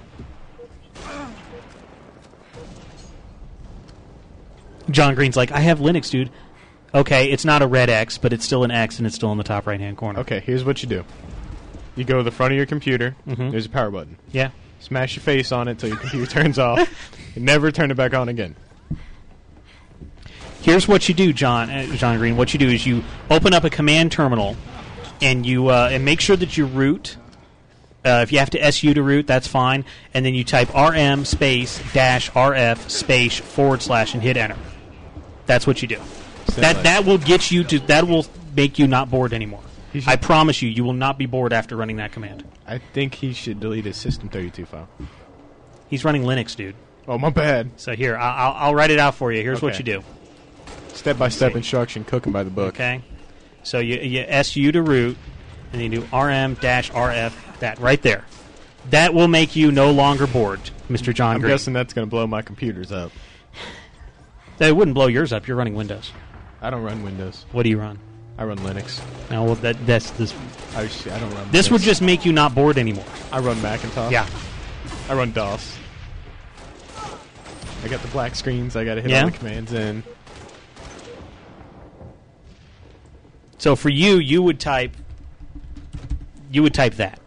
S1: John Green's like, I have Linux, dude. Okay, it's not a red X, but it's still an X, and it's still in the top right hand corner.
S3: Okay, here's what you do. You go to the front of your computer.
S1: Mhm.
S3: There's a power button.
S1: Yeah.
S3: Smash your face on it till your computer turns off. And never turn it back on again.
S1: Here's what you do, John uh, John Green. What you do is you open up a command terminal, and you uh, and make sure that you root. Uh, if you have to su to root, that's fine. And then you type rm space dash rf space forward slash and hit enter. That's what you do.
S3: Sound
S1: that
S3: like-
S1: that will get you to that will make you not bored anymore.
S3: You should-
S1: I promise you, you will not be bored after running that command.
S3: I think he should delete his system 32 file.
S1: He's running Linux, dude.
S3: Oh, my bad.
S1: So here, I- I'll, I'll write it out for you. Here's what
S3: Okay.
S1: you do.
S3: Step by step instruction, cooking by the book.
S1: Okay. So you, you SU to root, and you do rm-rf that right there. That will make you no longer bored, Mr. John
S3: I'm
S1: Green.
S3: guessing that's going to blow my computers up.
S1: That wouldn't blow yours up. You're running Windows.
S3: I don't run Windows.
S1: What do you run?
S3: I run Linux.
S1: No, well, that that's this.
S3: I, sh- I don't run.
S1: This
S3: Linux.
S1: would just make you not bored anymore.
S3: I run Macintosh.
S1: Yeah.
S3: I run DOS. I got the black screens. I got to hit
S1: Yeah?
S3: all the commands in.
S1: So for you, you would type. You would type that.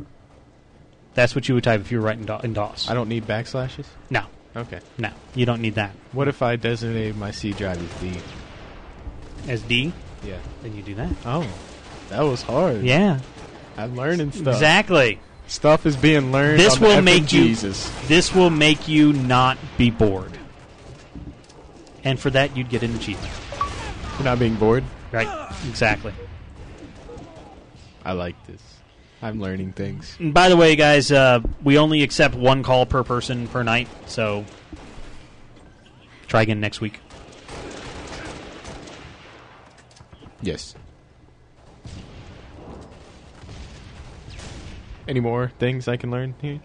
S1: That's what you would type if you were writing in DOS.
S3: I don't need backslashes.
S1: No,
S3: Okay.
S1: no, you don't need that.
S3: What if I designated my C drive as D?
S1: As D,
S3: Yeah.
S1: then you do that.
S3: Oh, that was hard.
S1: Yeah,
S3: I'm learning stuff.
S1: exactly.
S3: Stuff is being learned.
S1: This
S3: on the
S1: will
S3: effing
S1: make you.
S3: Jesus.
S1: This will make you not be bored. And for that, you'd get an achievement.
S3: You're not being bored.
S1: Right. Exactly.
S3: I like this. I'm learning things.
S1: And by the way, guys, uh, we only accept one call per person per night, so try again next week.
S3: Yes. Any more things I can learn here?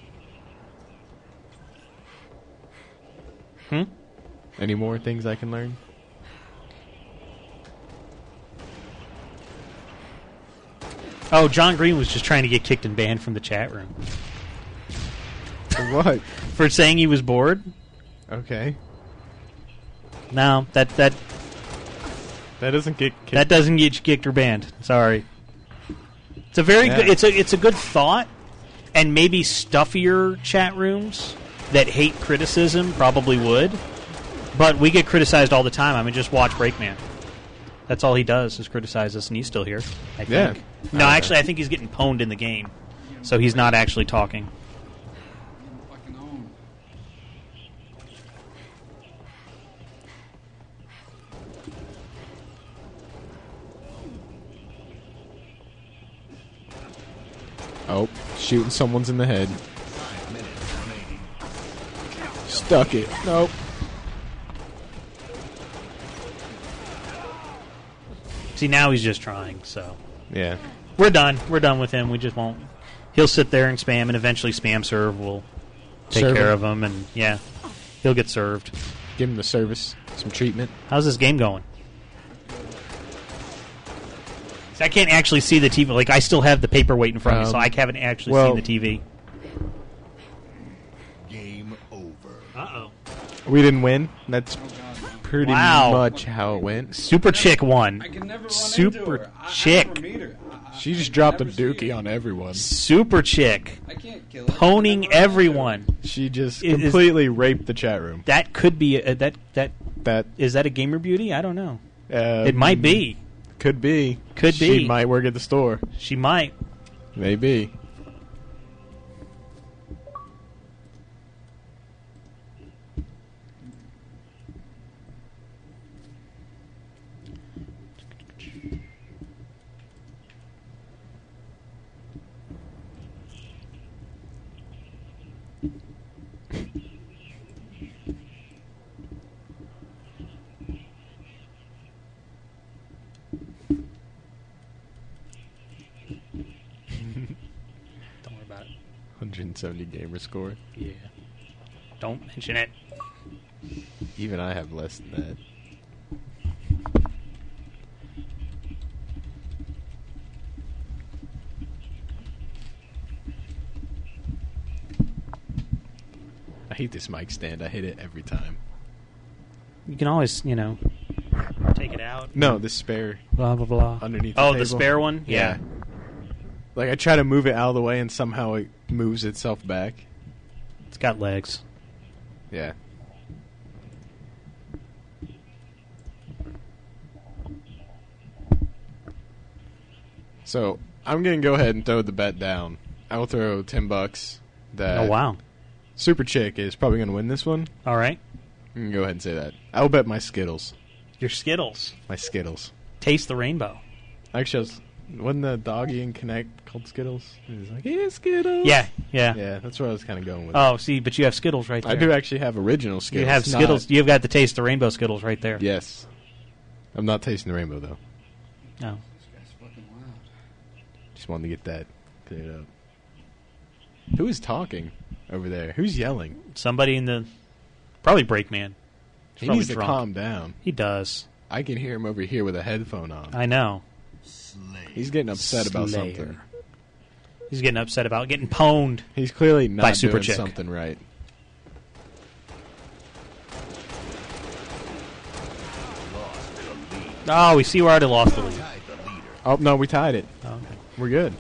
S1: Hmm?
S3: Any more things I can learn?
S1: Oh, John Green was just trying to get kicked and banned from the chat room
S3: For what?
S1: for saying he was bored.
S3: Okay.
S1: No, that that
S3: That doesn't get kicked.
S1: that doesn't get you kicked or banned. Sorry. It's a very
S3: Yeah.
S1: good. It's a it's a good thought, and maybe stuffier chat rooms that hate criticism probably would, but we get criticized all the time. I mean, just watch Breakman. That's all he does is criticize us, and he's still here. I
S3: Yeah.
S1: think. No,
S3: I-
S1: actually, I think he's getting pwned in the game, so he's not actually talking.
S3: Oh, shooting someone's in the head. Stuck it. Nope.
S1: See, now he's just trying. So
S3: Yeah.
S1: we're done. We're done with him. We just won't. He'll sit there and spam, and eventually, spam serve will take
S3: Serve
S1: care
S3: him.
S1: of him, and yeah, he'll get served.
S3: Give him the service, some treatment.
S1: How's this game going? See, I can't actually see the TV. Like I still have the paperweight in front of me, so
S3: Um,
S1: I haven't actually
S3: well-
S1: seen the TV.
S43: Game over.
S1: Uh oh.
S3: We didn't win. That's pretty
S1: Wow.
S3: much how it went.
S1: Super chick one.
S38: I can never run into
S1: Super
S38: her. I, I
S1: chick.
S38: never meet her. I, I,
S3: She just
S38: I
S3: dropped a
S38: never see her.
S3: dookie on everyone.
S1: Super chick.
S38: I can't kill her.
S1: Poning everyone.
S3: She just
S1: It is-
S3: completely raped the chat room.
S1: That could be a, that that
S3: That
S1: is that a gamer beauty? I don't know.
S3: um,
S1: It might be.
S3: Could be.
S1: Could
S3: she
S1: be.
S3: might work at the store.
S1: She might.
S3: Maybe. mm.
S1: Don't worry about it.
S3: 170 gamer score.
S1: Yeah. Don't mention it.
S3: Even I have less than that. I hate this mic stand. I hit it every time.
S1: You can always, you know, take it out.
S3: No, the spare
S1: Blah blah blah.
S3: underneath.
S1: oh,
S3: the,
S1: the
S3: table.
S1: spare one.
S3: Yeah. Like I try to move it out of the way, and somehow it moves itself back.
S1: it's got legs.
S3: Yeah. So I'm gonna go ahead and throw the bet down. I will throw ten bucks that
S1: oh wow.
S3: Super Chick is probably gonna win this one.
S1: All right.
S3: I'm gonna go ahead and say that. I will bet my Skittles.
S1: Your Skittles.
S3: My Skittles.
S1: Taste the rainbow.
S3: Actually, I was, wasn't the doggy in Connect called Skittles? He was like, "Yeah, Skittles."
S1: Yeah, yeah.
S3: Yeah, that's what I was kind of going with.
S1: Oh, see, but you have Skittles right there.
S3: I do actually have original Skittles.
S1: You have
S3: not-
S1: Skittles. You've got the taste the rainbow Skittles right there.
S3: Yes. I'm not tasting the rainbow though.
S1: Oh.
S38: This guy's fucking wild.
S3: Just wanted to get that cleared up. Who is talking over there? Who's yelling?
S1: Somebody in the probably Brakeman. He's
S3: He
S1: probably
S3: needs to
S1: drunk.
S3: calm down.
S1: He does.
S3: I can hear him over here with a headphone on.
S1: I know.
S3: He's getting upset about
S1: Slayer.
S3: something.
S1: He's getting upset about getting pwned.
S3: He's clearly not
S1: by Super
S3: doing
S1: Chick.
S3: something right.
S1: Oh, we see where I already lost the lead.
S3: Oh no, we tied it. We're good.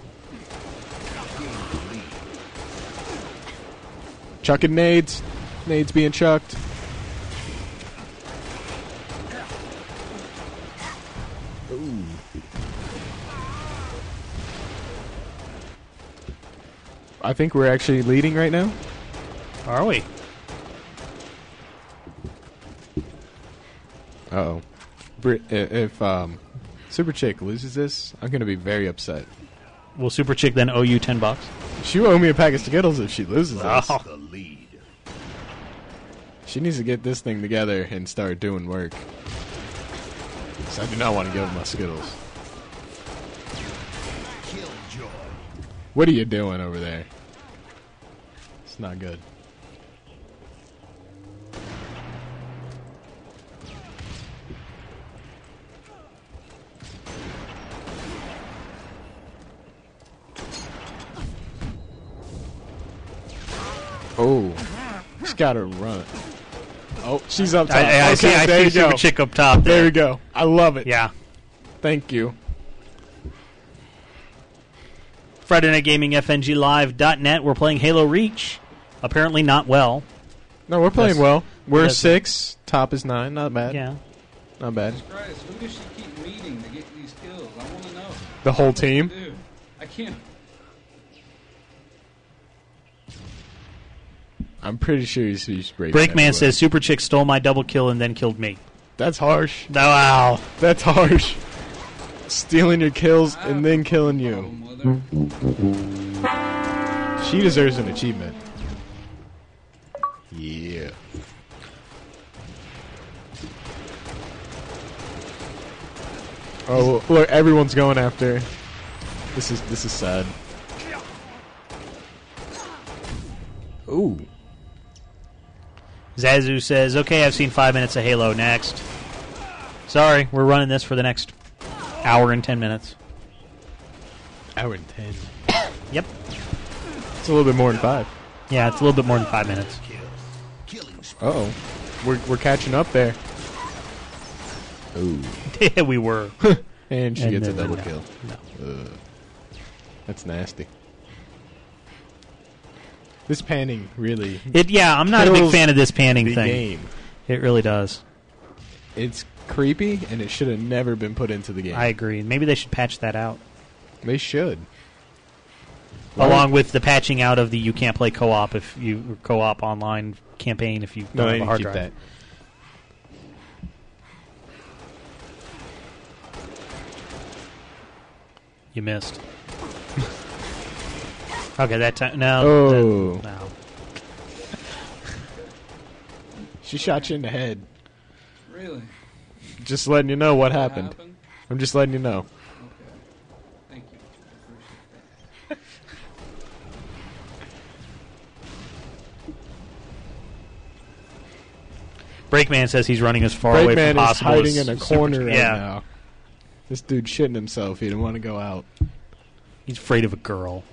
S3: Chucking nades. Nades being chucked. Ooh. I think we're actually leading right now.
S1: Are we?
S3: Uh-oh. Brit- i- if um, Super Chick loses this, I'm going to be very upset.
S1: Will Super Chick then owe you 10 bucks?
S3: She will owe me a pack of Skittles if she loses
S1: Oh.
S3: this. She needs to get this thing together and start doing work. 'Cause I do not want to give up my Skittles. What are you doing over there? It's not good. Oh, she's got to run. Oh, she's up top.
S1: I, I- I
S3: Okay,
S1: see, I
S3: there
S1: see
S3: you go.
S1: Super Chick up top.
S3: There
S1: There.
S3: you go. I love it.
S1: Yeah.
S3: Thank you.
S1: Friday Night Gaming, FNGLive.net. We're playing Halo Reach. Apparently not well.
S3: No, we're playing
S1: That's-
S3: well. We're
S1: that's-
S3: six. Top is nine. Not bad.
S1: Yeah.
S3: Not bad.
S38: Christ, who does she keep meeting to get these kills? I want to know.
S3: The whole team?
S38: Dude, I can't.
S3: I'm pretty sure he's, he's breaking.
S1: Brakeman
S3: everywhere.
S1: says Super Chick stole my double kill and then killed me.
S3: That's harsh.
S1: Wow.
S3: That's harsh. Stealing your kills and then killing you. She deserves an achievement. Yeah. Oh look, everyone's going after. her. This is this is sad. Ooh.
S1: Zazu says, okay, I've seen five minutes of Halo next. Sorry, we're running this for the next hour and 10 minutes.
S3: Hour and ten.
S1: Yep.
S3: It's a little bit more than five.
S1: Yeah, it's a little bit more than five minutes.
S3: Uh oh. We're, we're catching up there. Ooh.
S1: yeah, we were.
S3: and she
S1: And
S3: gets a
S1: then-
S3: double
S1: no,
S3: kill. Ugh. that's nasty. This panning really.
S1: It, yeah, I'm not a big
S3: kills
S1: fan of this panning
S3: the
S1: thing.
S3: game.
S1: It really does.
S3: It's creepy and it should have never been put into the game.
S1: I agree. Maybe they should patch that out.
S3: they should.
S1: Along with the patching out of the you can't play co-op if you or co-op online campaign if you don't
S3: No,
S1: have
S3: they
S1: a
S3: need
S1: hard
S3: to keep
S1: drive.
S3: that.
S1: You missed. okay, that time. No.
S3: Oh.
S1: that- no.
S3: She shot you in the head.
S38: Really?
S3: Just letting you know what happened. I'm just letting you know.
S38: Thank you.
S1: Brakeman says he's running as far away
S3: Brakeman
S1: from
S3: is
S1: possible.
S3: hiding
S1: as
S3: in a
S1: Super-
S3: corner right
S1: yeah,
S3: now. This dude shitting himself. He didn't want to go out.
S1: he's afraid of a girl.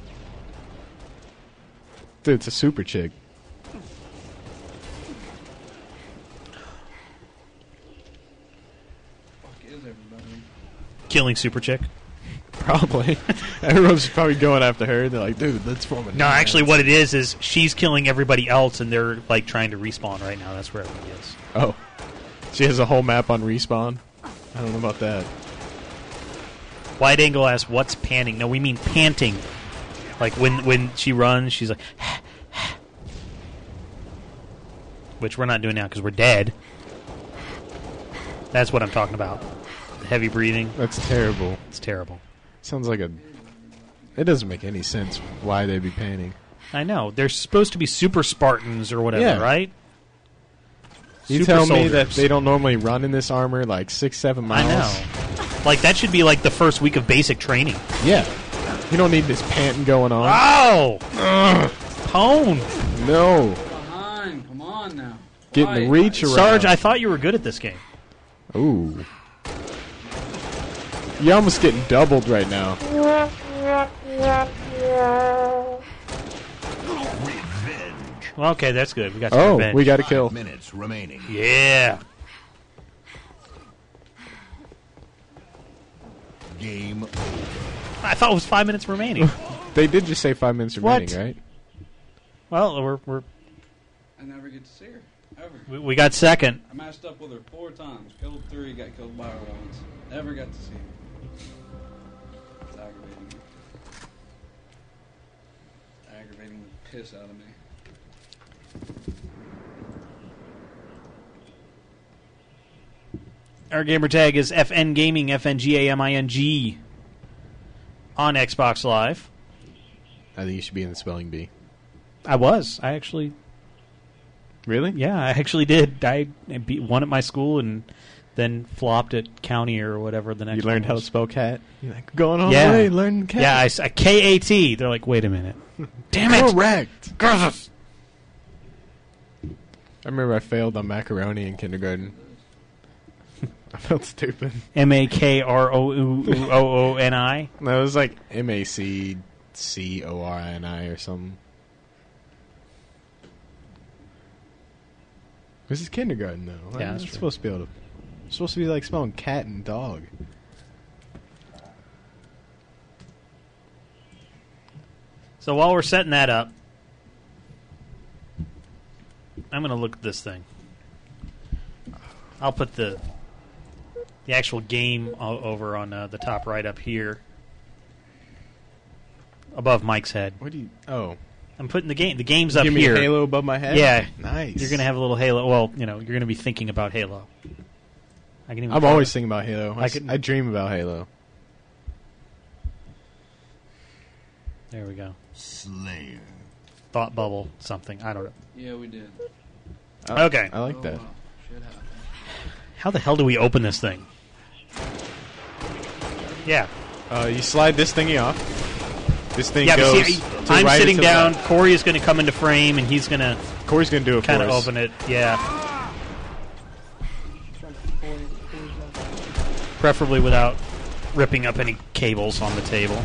S3: Dude, it's a super chick.
S38: Fuck is everybody?
S1: Killing Super Chick.
S3: Probably. Everyone's probably going after her. They're like, dude, let's form a
S1: No, actually, what it is is she's killing everybody else, and they're like trying to respawn right now. That's where everybody is.
S3: Oh. She has a whole map on respawn. I don't know about that.
S1: Wide angle asks, "What's panning?" No, we mean panting. Like when when she runs, she's like, which we're not doing now because we're dead. That's what I'm talking about. The heavy breathing.
S3: That's terrible.
S1: It's terrible.
S3: Sounds like a. It doesn't make any sense why they'd be painting.
S1: I know. They're supposed to be super Spartans or whatever,
S3: Yeah.
S1: right?
S3: You
S1: Super
S3: tell me that
S1: soldiers.
S3: they don't normally run in this armor like six, seven miles.
S1: I know. Like that should be like the first week of basic training.
S3: Yeah. You don't need this panting going on.
S1: Ow! Ugh. Tone.
S3: No.
S38: Behind. Come on now.
S3: Getting the reach around.
S1: Sarge, I thought you were good at this game.
S3: Ooh. You're almost getting doubled right now.
S1: Well, okay, that's good. We got some
S3: Oh,
S1: revenge.
S3: we got a kill.
S43: Minutes remaining.
S1: Yeah.
S43: Game
S1: I thought it was five minutes remaining.
S3: They did just say five minutes remaining,
S1: What?
S3: right?
S1: well, we're, we're
S38: I never get to see her. Ever.
S1: we- we got second.
S38: I matched up with her four times. Killed three, got killed by her once. Never got to see her. It's aggravating me. It's aggravating the piss out of me.
S1: Our gamer tag is FN Gaming, F-N-G-A-M-I-N-G, on Xbox Live.
S3: I think you should be in the spelling bee.
S1: I was. I actually.
S3: Really?
S1: Yeah, I actually did. I beat one at my school and then flopped at county or whatever the next.
S3: You learned
S1: one
S3: how to
S1: was.
S3: spell cat. You're like going all
S1: yeah,
S3: the way, learning cat.
S1: Yeah, I s- I, K A T. They're like, wait a minute. Damn it!
S3: Correct. I remember I failed on macaroni in kindergarten. I felt stupid.
S1: M A K R O O O O N I.
S3: No, it was like M A C C O R I N I or something. This is kindergarten though.
S1: Yeah,
S3: I'm
S1: that's
S3: not
S1: true.
S3: supposed to be able to. it's supposed to be like smelling cat and dog.
S1: So while we're setting that up, I'm going to look at this thing. I'll put the the actual game o- over on uh, the top right up here, above Mike's head.
S3: What do you? Oh,
S1: I'm putting the game. The game's up
S3: give me
S1: here.
S3: a halo above my head.
S1: Yeah,
S3: nice.
S1: You're going to have a little Halo. Well, you know, you're going to be thinking about Halo. I can even
S3: I'm
S1: color-
S3: always thinking about Halo. I,
S1: I
S3: s-
S1: could-
S3: I dream about Halo.
S1: There we go.
S43: Slayer.
S1: Thought bubble. Something. I don't know.
S38: Yeah, we did. Oh,
S3: I-
S1: Okay.
S3: Oh, I like that.
S38: Shit happened.
S1: How the hell do we open this thing? Yeah.
S3: Uh, you slide this thingy off. This thing
S1: yeah,
S3: goes.
S1: but see,
S3: to
S1: I'm
S3: right or
S1: sitting
S3: to
S1: down.
S3: left.
S1: Corey is going to come into frame, and he's going to
S3: Corey's gonna do it.
S1: kind of
S3: for us.
S1: open it. Yeah, preferably without ripping up any cables on the table.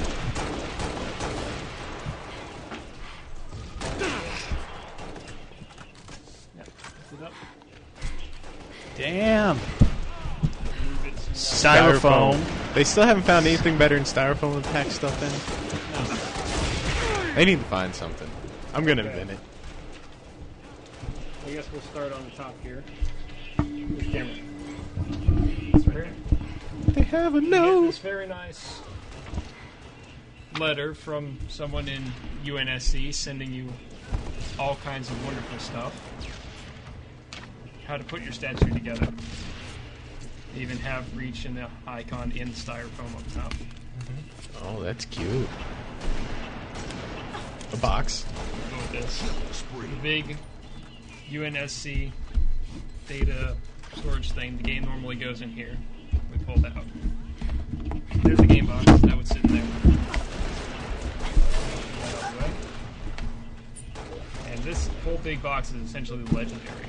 S4: Sit up.
S1: Damn,
S4: Moved it some-
S1: styrofoam.
S3: They still haven't found anything better in styrofoam than pack stuff in. They need to find something. I'm gonna
S4: Okay.
S3: invent it.
S4: I guess we'll start on the top here. This camera. It's right there.
S3: They have a
S4: get
S3: nose.
S4: this very nice letter from someone in UNSC sending you all kinds of wonderful stuff. How to put your statue together. They even have reach in the icon in styrofoam up top.
S3: Oh, that's cute. A box.
S4: Go with this. The big UNSC data storage thing. The game normally goes in here. We pull that out. There's a game box that would sit in there. Pull that out of the way. And this whole big box is essentially legendary.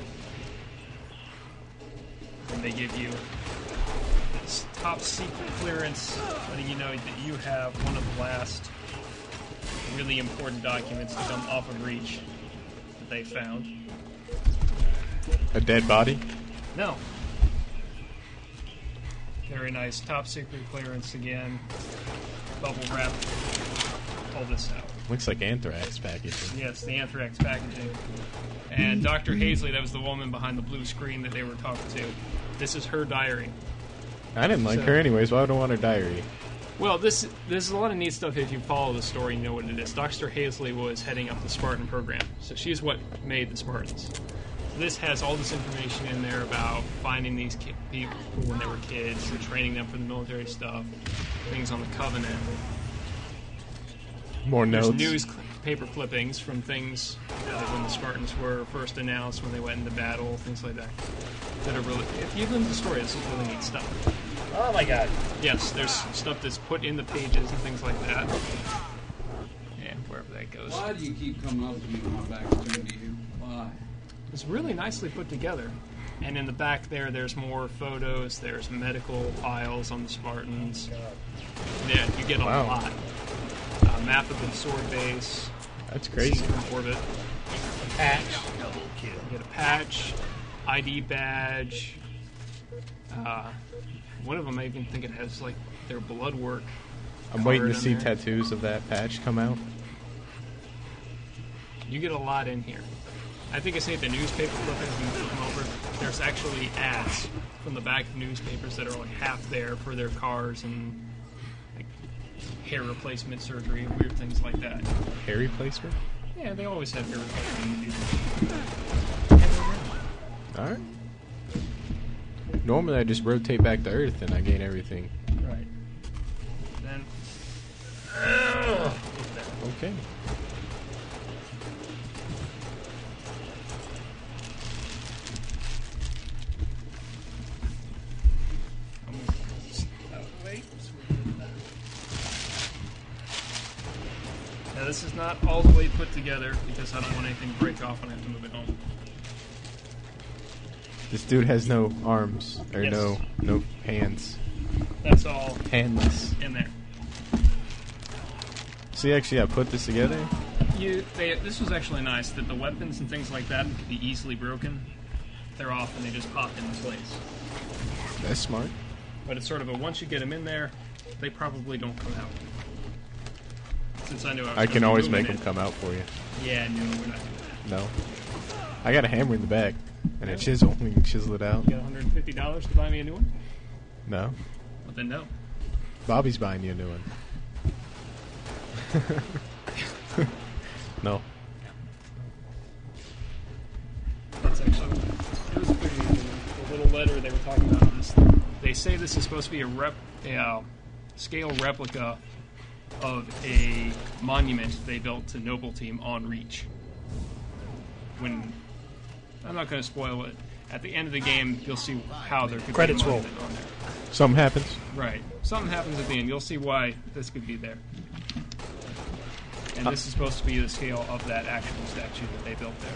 S4: And they give you this top secret clearance, letting you know that you have one of the last really important documents to come off of Reach that they found.
S3: A dead body.
S4: No. Very nice. Top secret clearance again. Bubble wrap. Pull this out.
S3: Looks like anthrax packaging.
S4: Yes, the anthrax packaging. And Dr. Hazley, that was the woman behind the blue screen that they were talking to. This is her diary.
S3: I didn't like
S4: So-
S3: her anyways. Why would I want her diary?
S4: Well, this this is a lot of neat stuff if you follow the story and know what it is. Dr. Hazley was heading up the Spartan program, so she's what made the Spartans. This has all this information in there about finding these ki- people when they were kids, and training them for the military stuff, things on the Covenant.
S3: More
S4: There's
S3: notes.
S4: news cl- paper clippings from things uh, when the Spartans were first announced, when they went into battle, things like that. That are really, if you look at the story, this is really neat stuff.
S1: Oh my god!
S4: Yes, there's stuff that's put in the pages and things like that. wherever that goes.
S40: Why do you keep coming up to me when my back is turned to you? Why?
S4: It's really nicely put together. And in the back there, there's more photos. There's medical files on the
S40: Oh
S4: Spartans. Yeah, you get a
S3: Wow.
S4: lot. Uh, map of the sword base.
S3: That's crazy.
S4: Secret orbit. Patch. Double kill. You get a patch, ID badge. Uh, one of them, I even think it has like their blood work.
S3: I'm waiting
S4: card
S3: to
S4: on
S3: see
S4: there.
S3: tattoos of that patch come out.
S4: You get a lot in here. I think I saved the newspaper clippings when you come over. There's actually ads from the back of newspapers that are like half there for their cars and like hair replacement surgery and weird things like that.
S3: Hair replacement?
S4: Yeah, they always have hair replacement.
S3: Alright. Normally I just rotate back to Earth and I gain everything.
S4: Right. Then. Ugh, look at that.
S3: Okay.
S4: I'm gonna step out of the way so we can get that. Now this is not all the way put together because I don't want anything to break off when I have to move it home.
S3: This dude has no arms or
S4: Yes.
S3: no no hands.
S4: That's all
S3: Handless.
S4: in there.
S3: See, actually, I put this together.
S4: You, they, this was actually nice that the weapons and things like that could be easily broken. They're off and they just pop into place.
S3: That's smart.
S4: But it's sort of a once you get them in there, they probably don't come out. Since I knew I was
S3: I can
S4: gonna
S3: always
S4: ruin
S3: make them
S4: it-
S3: come out for you.
S4: Yeah, no, we're not doing that.
S3: No, I got a hammer in the back and a chisel. We can chisel it out.
S4: You got $150 to buy me a new one?
S3: No,
S4: Well, then no.
S3: Bobby's buying you a new one. no,
S4: That's actually it was pretty. The little letter they were talking about. This, they say this is supposed to be a rep, a uh, scale replica of a monument they built to Noble Team on Reach. When I'm not going to spoil it. At the end of the game, you'll see how there could be a
S3: Credits roll.
S4: monument on there.
S3: something happens.
S4: Right. Something happens at the end. You'll see why this could be there. And this is supposed to be the scale of that actual statue that they built there.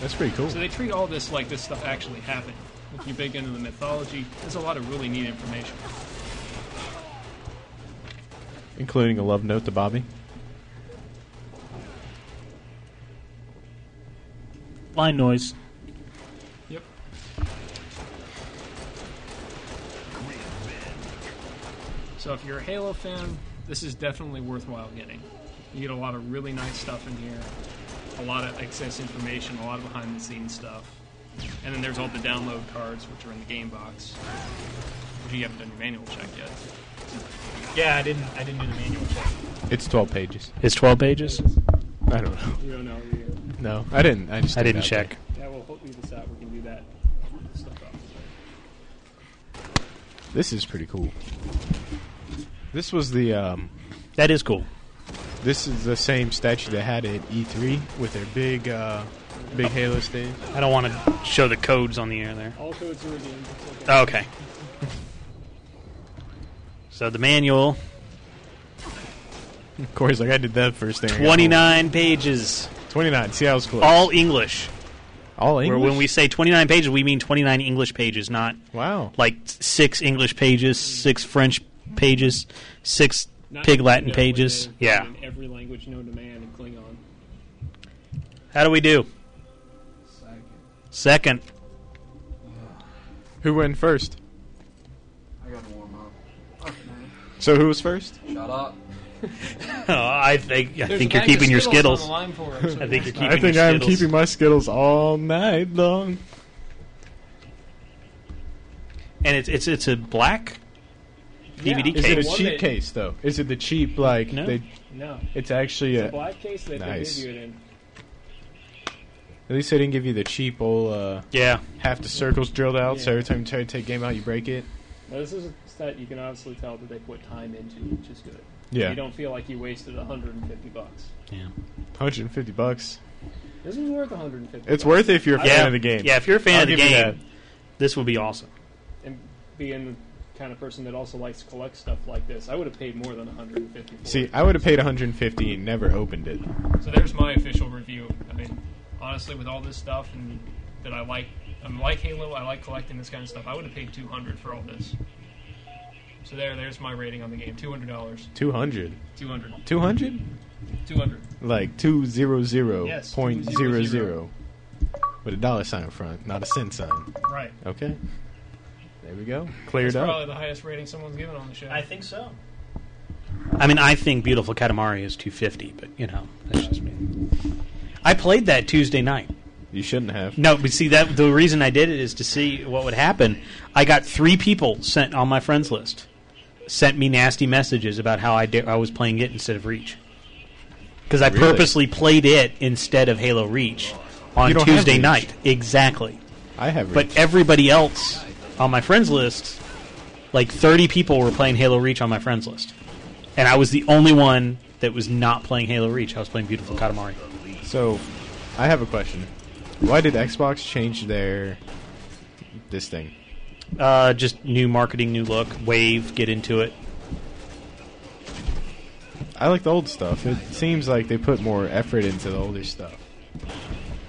S3: That's pretty cool.
S4: So they treat all this like this stuff actually happened. If you're big into the mythology, there's a lot of really neat information.
S3: Including a love note to Bobby.
S39: Line noise.
S4: Yep. So if you're a Halo fan, this is definitely worthwhile getting. You get a lot of really nice stuff in here, a lot of excess information, a lot of behind the scenes stuff. And then there's all the download cards, which are in the game box. Which you haven't done your manual check yet. Yeah, I didn't. I didn't do the manual check.
S3: It's twelve pages.
S39: It's 12 pages?
S3: I don't know.
S4: You don't know. You,
S3: No, I didn't. I just
S39: I
S3: did
S39: didn't
S3: that.
S39: check.
S4: yeah, we'll hope leave this out. We can do that. Stuff up.
S3: This is pretty cool. This was the um,
S39: That is cool.
S3: This is the same statue they had at E3 with their big, uh, big Halo stage.
S39: I don't want to show the codes on the air there.
S4: All codes are redeemed.
S1: Oh,
S39: Okay. So the manual,
S3: Of course, like I did that first thing. I got home.
S39: 29 pages,
S3: 29. See, I was close.
S39: all English.
S3: all
S39: Where
S3: English.
S39: when we say 29 pages, we mean 29 English pages, not
S3: wow,
S39: like six English pages, six French pages, six
S4: Not
S39: Pig
S4: in
S39: Latin
S4: Klingon, where
S39: pages.
S4: they're
S39: Yeah.
S4: In every language known to man in Klingon.
S39: How do we do?
S40: Second.
S39: Second.
S3: who went first?
S40: I gotta warm up. Fuck, man.
S3: So who was first?
S40: Shut up.
S39: Oh, I think I
S4: There's
S39: think
S4: a
S39: you're
S4: bag of
S39: keeping your
S4: Skittles
S39: skittles.
S4: on the line for us.
S39: I think you're keeping.
S3: I think
S39: your
S3: I'm
S39: Skittles.
S3: keeping my Skittles all night long.
S39: And it's it's it's a black DVD
S4: E
S3: Is it a
S39: case.
S4: one
S3: cheap
S4: that-
S3: case though? Is it the cheap like?
S39: No.
S3: They,
S4: No.
S3: it's actually
S4: It's a
S3: a.
S4: black case that
S3: Nice.
S4: they give you it in.
S3: At least they didn't give you the cheap old. Uh,
S39: Yeah.
S3: Half the circles drilled out, so
S4: Yeah.
S3: every time you try to take game out, you break it.
S4: Now, this is a set you can obviously tell that they put time into, which is good.
S3: Yeah.
S4: You don't feel like you wasted 150 bucks.
S3: 150 bucks.
S4: This is worth 150.
S3: It's worth it if you're a
S39: yeah,
S3: fan of the game.
S39: Yeah, if you're a fan
S3: I'll
S39: of the
S3: give you
S39: game, this will be awesome.
S4: And being kind of person that also likes to collect stuff like this, I would have paid more than 150. for
S3: See,
S4: it.
S3: I would have paid 150 and never opened it.
S4: So there's my official review. I mean, honestly, with all this stuff and that I like, I'm like Halo. I like collecting this kind of stuff. I would have paid 200 for all this. So there, there's my rating on the game. Two hundred dollars.
S3: 200.
S4: 200.
S3: 200?
S4: Two hundred.
S3: Like 200.00
S4: Yes,
S3: point
S4: 200.
S3: zero zero. with a dollar sign in front, not a cent sign.
S4: Right.
S3: Okay. There we go. Cleared
S4: That's
S3: up.
S4: probably the highest rating someone's given on the show. I
S44: think so.
S1: I mean, I think Beautiful Katamari is 250, but you know, that's just me. I played that Tuesday night.
S3: You shouldn't have.
S1: No, but see that the reason I did it is to see what would happen. I got three people sent on my friends list sent me nasty messages about how I da- I was playing it instead of Reach because I
S3: Really?
S1: purposely played it instead of Halo Reach on
S3: You don't have
S1: Tuesday
S3: Reach.
S1: night. Exactly.
S3: I have
S1: But everybody else on my friends list, like 30 people were playing Halo Reach on my friends list. And I was the only one that was not playing Halo Reach. I was playing Beautiful Katamari.
S3: So, I have a question. Why did Xbox change their this thing?
S1: Uh, just new marketing, new look, wave, get into it.
S3: I like the old stuff. It seems like they put more effort into the older stuff.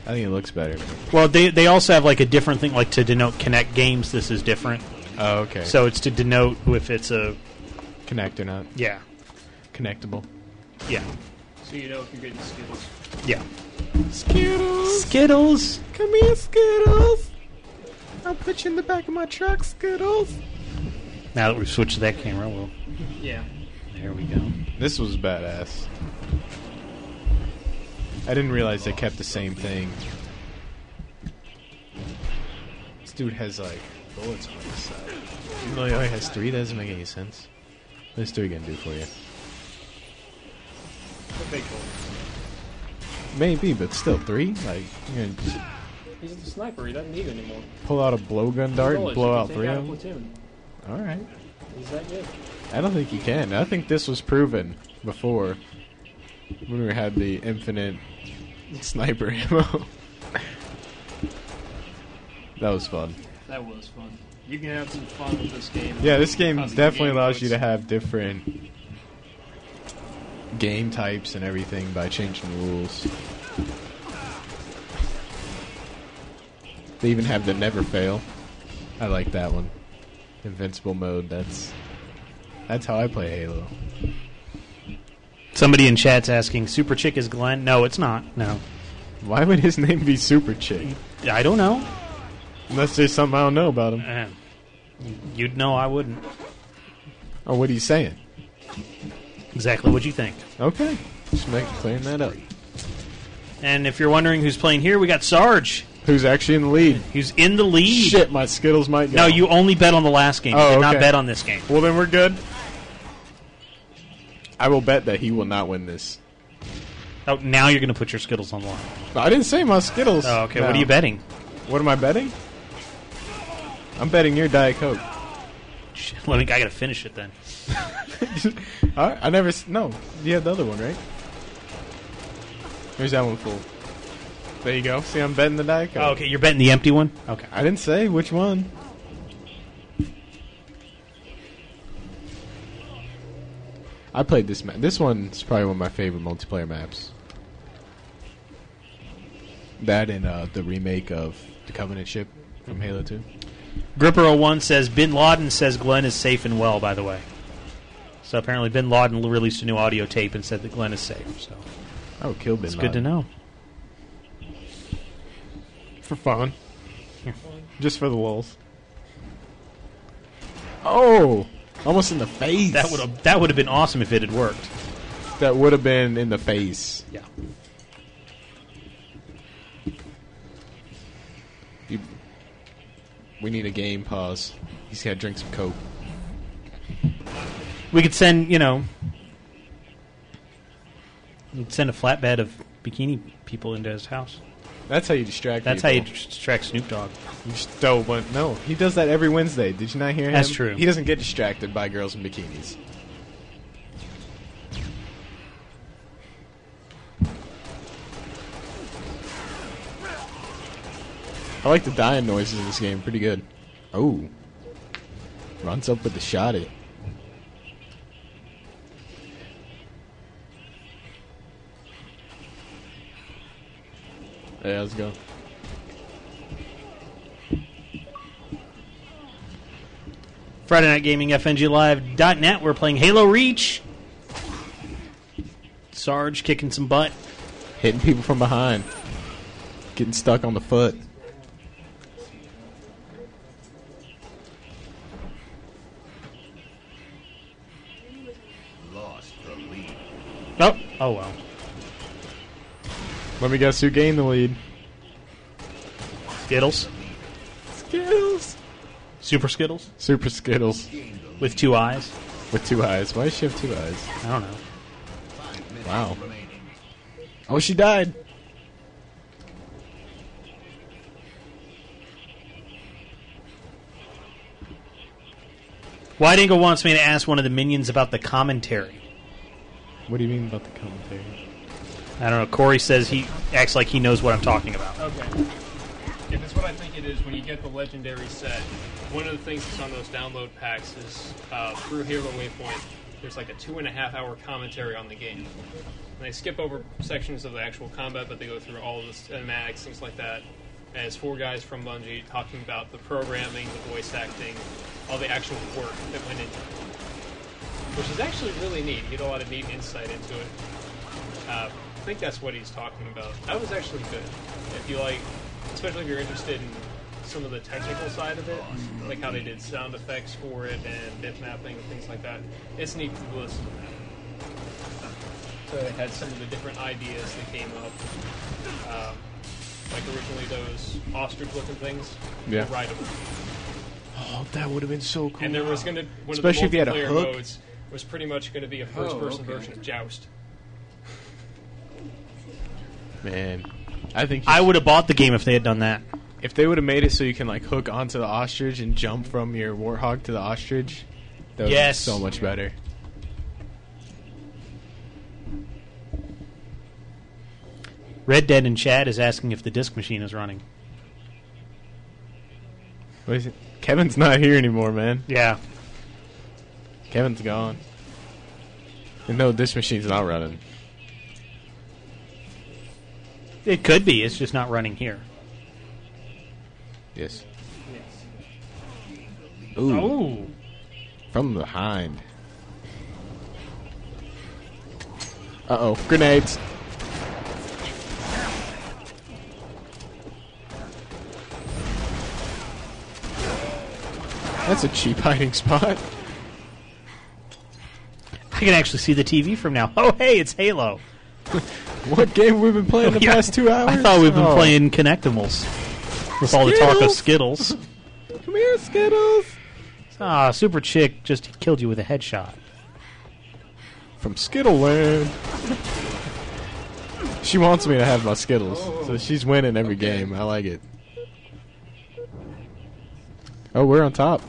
S3: I think it looks better.
S1: Well, they, they also have like a different thing, like to denote Connect games, this is different.
S3: Oh, okay.
S1: So it's to denote if it's a.
S3: Connect or not?
S1: Yeah.
S3: Connectable.
S1: Yeah.
S4: So you know if you're getting Skittles.
S1: Yeah.
S3: Skittles.
S1: Skittles.
S3: Come here, Skittles. I'll put you in the back of my truck, Skittles.
S1: Now that we've switched to that camera, we'll.
S4: Yeah.
S1: There we go.
S3: This was badass. I didn't realize they kept the same thing. This dude has like bullets on his side. Even
S1: Oh,
S3: though Oh, he only has three, that doesn't make any sense. What's three gonna do for you?
S4: Okay, cool.
S3: Maybe, but still three? Like you're gonna just
S4: He's a sniper. He doesn't need anymore.
S3: pull out a blowgun
S4: Bullets,
S3: dart and
S4: you
S3: blow
S4: can
S3: out
S4: take
S3: three
S4: out a
S3: of them?
S4: platoon.
S3: Alright.
S4: He's that good.
S3: I don't think you can. I think this was proven before when we had the infinite sniper ammo. that was fun.
S4: That was fun. You can have some fun with this game.
S3: Yeah, this game
S4: How's the
S3: definitely
S4: game
S3: allows you to
S4: modes?
S3: have different game types and everything by changing the rules. They even have the never fail. I like that one. Invincible mode, that's that's how I play Halo.
S1: Somebody in chat's asking, Super Chick is Glenn? No, it's not. No.
S3: Why would his name be Super Chick?
S1: I don't know.
S3: Unless there's something I don't know about him.
S1: Eh, You'd know I wouldn't.
S3: Or Oh, what are you saying?
S1: Exactly what you think.
S3: Okay. Just make clearing that up.
S1: And if you're wondering who's playing here, we got Sarge.
S3: Who's actually in the lead?
S1: Who's in the lead?
S3: Shit, my Skittles might go.
S1: No, you only bet on the last game. You
S3: Oh,
S1: did not
S3: okay.
S1: bet on this game.
S3: Well, then we're good. I will bet that he will not win this.
S1: Oh, now you're going to put your Skittles on the line.
S3: I didn't say my Skittles.
S1: Oh, okay.
S3: No.
S1: What are you betting?
S3: What am I betting? I'm betting your Diet Coke.
S1: Shit, well, I think I got to finish it then.
S3: I, I never. s- No, you had the other one, right? Where's that one full? There you go. See, I'm betting the Diet Coke.
S1: Oh, okay, you're betting the empty one? Okay.
S3: I didn't say which one. I played this map. This one's probably one of my favorite multiplayer maps. That and uh, the remake of the Covenant ship from
S1: Mm-hmm.
S3: Halo 2.
S1: Gripper01 says Bin Laden says Glenn is safe and well, by the way. So apparently Bin Laden released a new audio tape and said that Glenn is safe. So
S3: I would kill Bin
S1: it's good to
S3: Laden.
S1: know.
S3: For fun. Just for the lulz. Oh! Almost in the face.
S1: That would have that would have been awesome if it had worked.
S3: That would have been in the face.
S1: Yeah.
S3: You, we need a game pause. He's got to drink some Coke.
S1: We could send, you know, we could send a flatbed of bikini people into his house.
S3: That's how you distract
S1: That's how
S3: people.
S1: you distract Snoop Dogg.
S3: You just throw one. No, he does that every Wednesday. Did you not hear him?
S1: That's true.
S3: He doesn't get distracted by girls in bikinis. I like the dying noises in this game. Pretty good. Oh. Runs up with the shotty. Hey, how's it going?
S1: Friday Night Gaming, FNGLive.net. We're playing Halo Reach. Sarge kicking some butt.
S3: Hitting people from behind. Getting stuck on the foot.
S43: Lost the lead.
S1: Oh, oh well.
S3: Let me guess who gained the lead.
S1: Skittles.
S3: Skittles.
S1: Super Skittles.
S3: Super Skittles.
S1: With two eyes.
S3: With two eyes. Why does she have two eyes?
S1: I don't know.
S3: Wow. Oh, she died.
S1: White Eagle wants me to ask one of the minions about the commentary.
S3: What do you mean about the commentary?
S1: I don't know. Corey says he acts like he knows what I'm talking about.
S4: Okay. If it's what I think it is, when you get the legendary set, one of the things that's on those download packs is uh, through Halo Waypoint. There's like a two and a half hour commentary on the game. And they skip over sections of the actual combat, but they go through all of the cinematics, things like that. And it's four guys from Bungie talking about the programming, the voice acting, all the actual work that went into it, which is actually really neat. You get a lot of neat insight into it. Uh, I think that's what he's talking about. That was actually good. If you like, especially if you're interested in some of the technical side of it, like how they did sound effects for it and bit mapping and things like that, it's neat to listen to that. So they had some of the different ideas that came up. Um, like originally those ostrich looking things
S3: Yeah.
S4: were rideable.
S3: Oh, that would have been so cool.
S4: And there was going to one
S3: Especially
S4: of
S3: if
S4: the
S3: you had a
S4: multiplayer
S3: hook.
S4: modes was pretty much going to be a
S3: Oh,
S4: first-person
S3: okay.
S4: version of Joust.
S3: Man, I think
S1: I would have bought the game if they had done that.
S3: if they would have made it so you can like hook onto the ostrich and jump from your warthog to the ostrich, that would
S1: Yes.
S3: so much better.
S1: Red Dead in chat is asking if the disc machine is running.
S3: What is it? Kevin's not here anymore, man.
S1: Yeah.
S3: Kevin's gone. And no, this machine's not running.
S1: It could be. It's just not running here.
S3: Yes. Ooh.
S1: Oh.
S3: From behind. Uh oh. Grenades. That's a cheap hiding spot.
S1: I can actually see the TV from now. Oh, hey, it's Halo.
S3: What game we've been playing the
S1: Yeah,
S3: past two hours?
S1: I thought we've been
S3: Oh.
S1: playing Connectimals with all the talk of Skittles.
S3: Come here, Skittles.
S1: Ah, Super Chick just killed you with a headshot.
S3: From Skittleland. She wants me to have my Skittles, so she's winning every game. I like it. Oh, we're on top.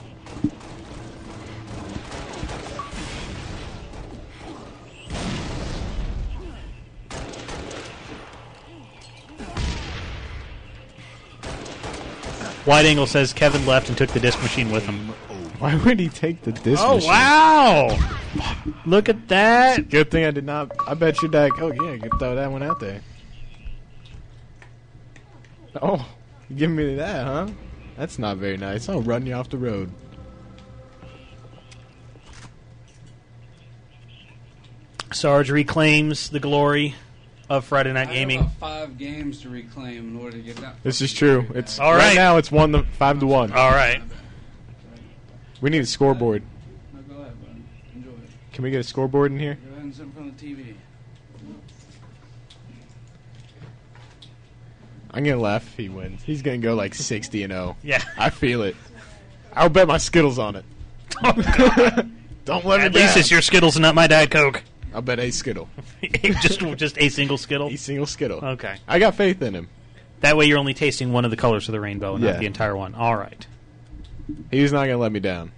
S1: Wide Angle says Kevin left and took the disc machine with him.
S3: Why would he take the disc
S1: oh,
S3: machine?
S1: wow! Look at that!
S3: Good thing I did not. I bet your dad. Oh yeah, you could throw that one out there. Oh, you giving me that, huh? That's not very nice. I'll run you off the road.
S1: Sarge reclaims the glory of Friday Night
S38: I
S1: Gaming.
S38: have about five games to reclaim in order to get that.
S3: This is true. It's
S1: All
S3: right
S1: right.
S3: now. It's one to five to one.
S1: All right.
S3: We need a scoreboard.
S38: No, go ahead, bud. Enjoy it.
S3: Can we get a scoreboard in here?
S38: Go ahead and sit in front of the TV.
S3: I'm gonna laugh if he wins. He's gonna go like 60 and 0.
S1: Yeah.
S3: I feel it. I'll bet my Skittles on it. Don't let
S1: At
S3: me
S1: least
S3: down.
S1: it's your Skittles and not my Diet Coke.
S3: I'll bet a Skittle.
S1: just, just a single Skittle?
S3: A single Skittle.
S1: Okay.
S3: I got faith in him.
S1: That way you're only tasting one of the colors of the rainbow and
S3: Yeah.
S1: not the entire one. All right.
S3: He's not gonna let me down.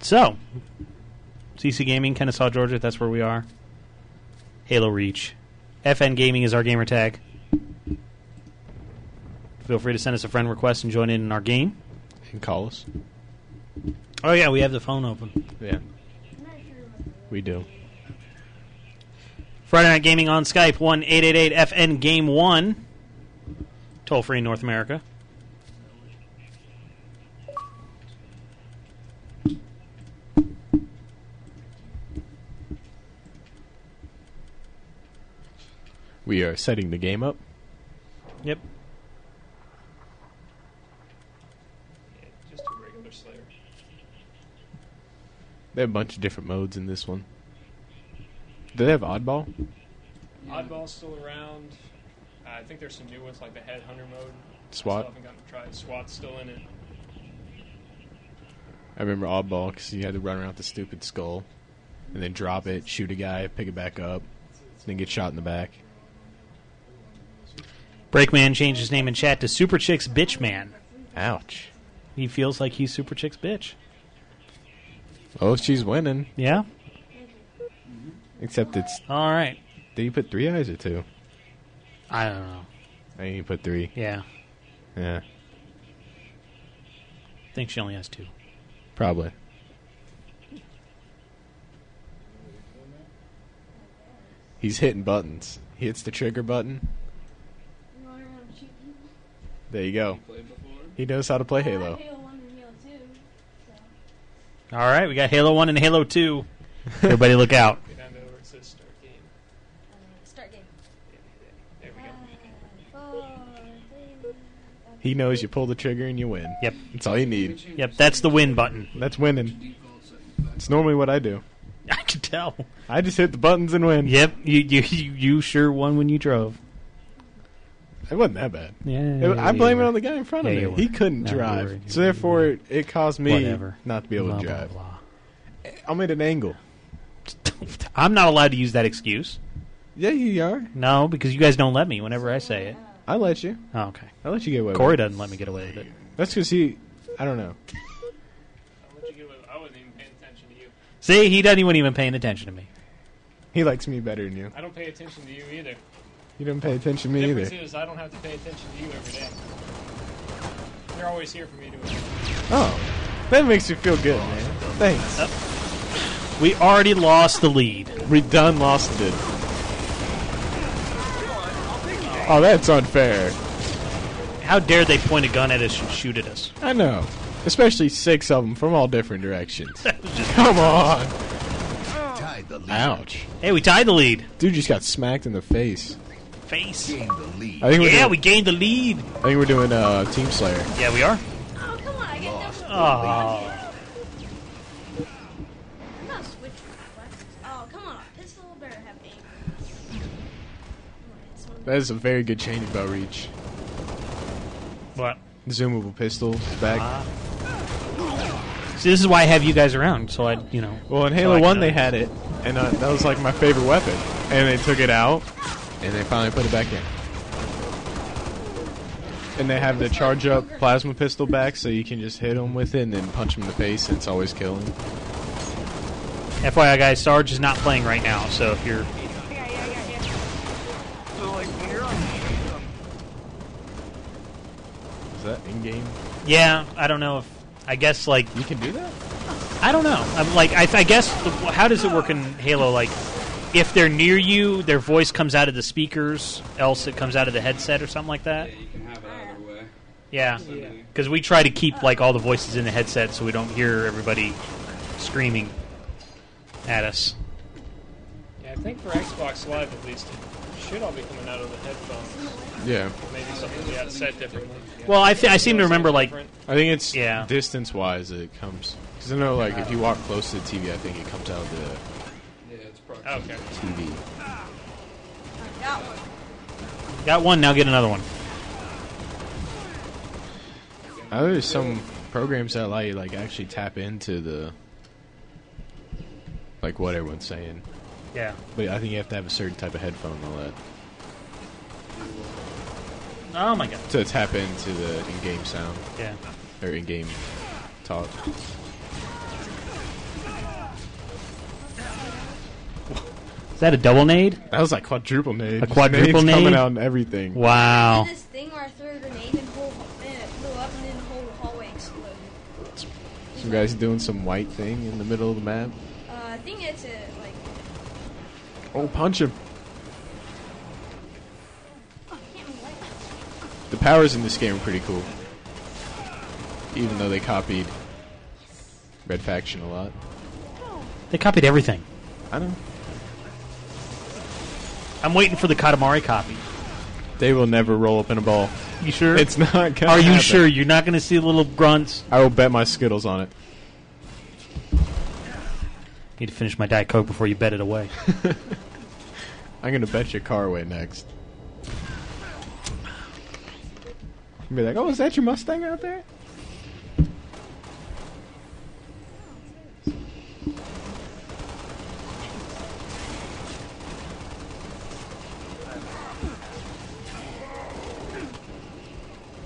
S1: So, CC Gaming, Kennesaw, Georgia, that's where we are. Halo Reach. FN Gaming is our gamer tag. Feel free to send us a friend request and join in, in our game.
S3: And call us.
S1: Oh, yeah, we have the phone open.
S3: Yeah. We do.
S1: Friday Night Gaming on Skype, 1 888 FN Game 1. Toll free in North America.
S3: We are setting the game up.
S1: Yep.
S4: Just a regular Slayer.
S3: They have a bunch of different modes in this one. Do they have oddball?
S4: Oddball's still around. Uh, I think there's some new ones like the Headhunter mode.
S3: SWAT.
S4: I still haven't gotten to try it. SWAT's still in it.
S3: I remember oddball because you had to run around with the stupid skull, and then drop it, shoot a guy, pick it back up, then get shot in the back.
S1: Breakman changed his name in chat to Super Chicks Bitch Man.
S3: Ouch.
S1: He feels like he's Super Chicks Bitch.
S3: Oh, she's winning.
S1: Yeah?
S3: Except it's.
S1: All right.
S3: Did you put three eyes or two?
S1: I don't know.
S3: I think you put three.
S1: Yeah.
S3: Yeah,
S1: I think she only has two.
S3: probably. He's hitting buttons. He hits the trigger button. There you go. He knows how to play Halo.
S1: All right, we got Halo 1 and Halo 2. Everybody look out.
S4: Go down to where it says start game.
S44: Start game.
S4: There we go.
S3: He knows you pull the trigger and you win.
S1: Yep.
S3: That's all you need.
S1: Yep, that's the win button.
S3: That's winning. It's normally what I do.
S1: I can tell.
S3: I just hit the buttons and win.
S1: Yep, you you you sure won when you drove.
S3: It wasn't that bad.
S1: Yeah,
S3: I blame it
S1: you were.
S3: on the guy in front of
S1: Yeah, you
S3: me.
S1: were.
S3: He couldn't
S1: No, you
S3: drive.
S1: were. You
S3: so therefore, it, it caused me
S1: Whatever.
S3: not to be able
S1: Blah,
S3: to
S1: blah,
S3: drive.
S1: blah.
S3: I'm at an angle.
S1: I'm not allowed to use that excuse.
S3: Yeah, you are.
S1: No, because you guys don't let me whenever I say it.
S3: I let you.
S1: Oh, okay.
S3: I let you get away.
S1: Corey
S3: with it.
S1: doesn't let me get away with it.
S3: That's because he. I don't know.
S4: I'll let you get away with I wasn't even paying attention to you.
S1: See, he doesn't even paying attention to me.
S3: He likes me better than you.
S4: I don't pay attention to you either.
S3: You didn't pay attention to me
S4: difference
S3: either.
S4: is I don't have to pay attention to you every day. You're always here for me to.
S3: Oh, that makes me feel good, man. Thanks.
S1: We already lost the lead.
S3: We done lost it. Oh, that's unfair.
S1: How dare they point a gun at us and shoot at us?
S3: I know. Especially six of them from all different directions. Come on.
S43: Tied the lead.
S3: Ouch.
S1: Hey, we tied the lead.
S3: Dude just got smacked in the face.
S1: Face.
S43: Gained the lead.
S3: I think we're
S1: yeah,
S3: doing,
S1: we gained the lead.
S3: I think we're doing uh, Team Slayer.
S1: Yeah, we are.
S44: Oh, come on. I get
S43: Lost.
S44: that.
S1: Oh,
S44: I'm not switching. What? Oh, come on. Pistol better have aim.
S3: That is a very good chain about reach.
S1: what?
S3: Zoomable pistols back.
S1: Ah. uh, See, this is why I have you guys around, so I, you know.
S3: well, in
S1: so
S3: Halo
S1: I can
S3: 1, they
S1: know.
S3: had it, and uh, that was like my favorite weapon. And they took it out, and they finally put it back in. And they have the charge up plasma pistol back, so you can just hit them with it and then punch them in the face, and it's always killing.
S1: FYI, guys, Sarge is not playing right now, so if you're.
S3: Is that in game?
S1: Yeah, I don't know if. I guess, like.
S3: You can do that?
S1: I don't know. I'm like, I, I guess, the, how does it work in Halo? Like, if they're near you, their voice comes out of the speakers, else it comes out of the headset or something like that?
S40: You can have it either way.
S1: Yeah. Because we try to keep, like, all the voices in the headset so we don't hear everybody screaming at us.
S4: Yeah, I think for Xbox Live at least, it should all be coming out of the headphones.
S3: Yeah.
S4: Maybe something we had set differently.
S1: Well, I, th- I seem to remember, like,
S3: I think it's
S1: Yeah.
S3: distance wise it comes. Because I know, like, if you walk close to the TV, I think it comes out of
S40: Yeah, it's probably.
S4: Okay.
S3: the TV.
S1: got one, now get another one.
S3: I know there's some programs that allow you, like, actually tap into the. Like, what everyone's saying.
S1: Yeah.
S3: But I think you have to have a certain type of headphone and all that.
S1: Oh, my God.
S3: To tap into the in game sound.
S1: Yeah.
S3: Or in game talk.
S1: Is that a double nade?
S3: That was like quadruple nade.
S1: A quadruple
S3: Nades coming
S1: nade?
S3: out in everything.
S1: Wow.
S44: This thing where I threw a grenade and, whole, and it blew up and then the whole hallway exploded.
S3: Some guys doing some white thing in the middle of the map.
S44: Uh, I think it's a, like,
S3: Oh, punch him. The powers in this game are pretty cool. Even though they copied Red Faction a lot.
S1: They copied everything.
S3: I don't
S1: I'm waiting for the Katamari copy.
S3: They will never roll up in a ball.
S1: You sure?
S3: It's not gonna
S1: Are you
S3: happen.
S1: sure you're not going to see little grunts?
S3: I will bet my Skittles on it.
S1: Need to finish my Diet Coke before you bet it away.
S3: I'm gonna bet your car away next. You'll be like, oh, is that your Mustang out there?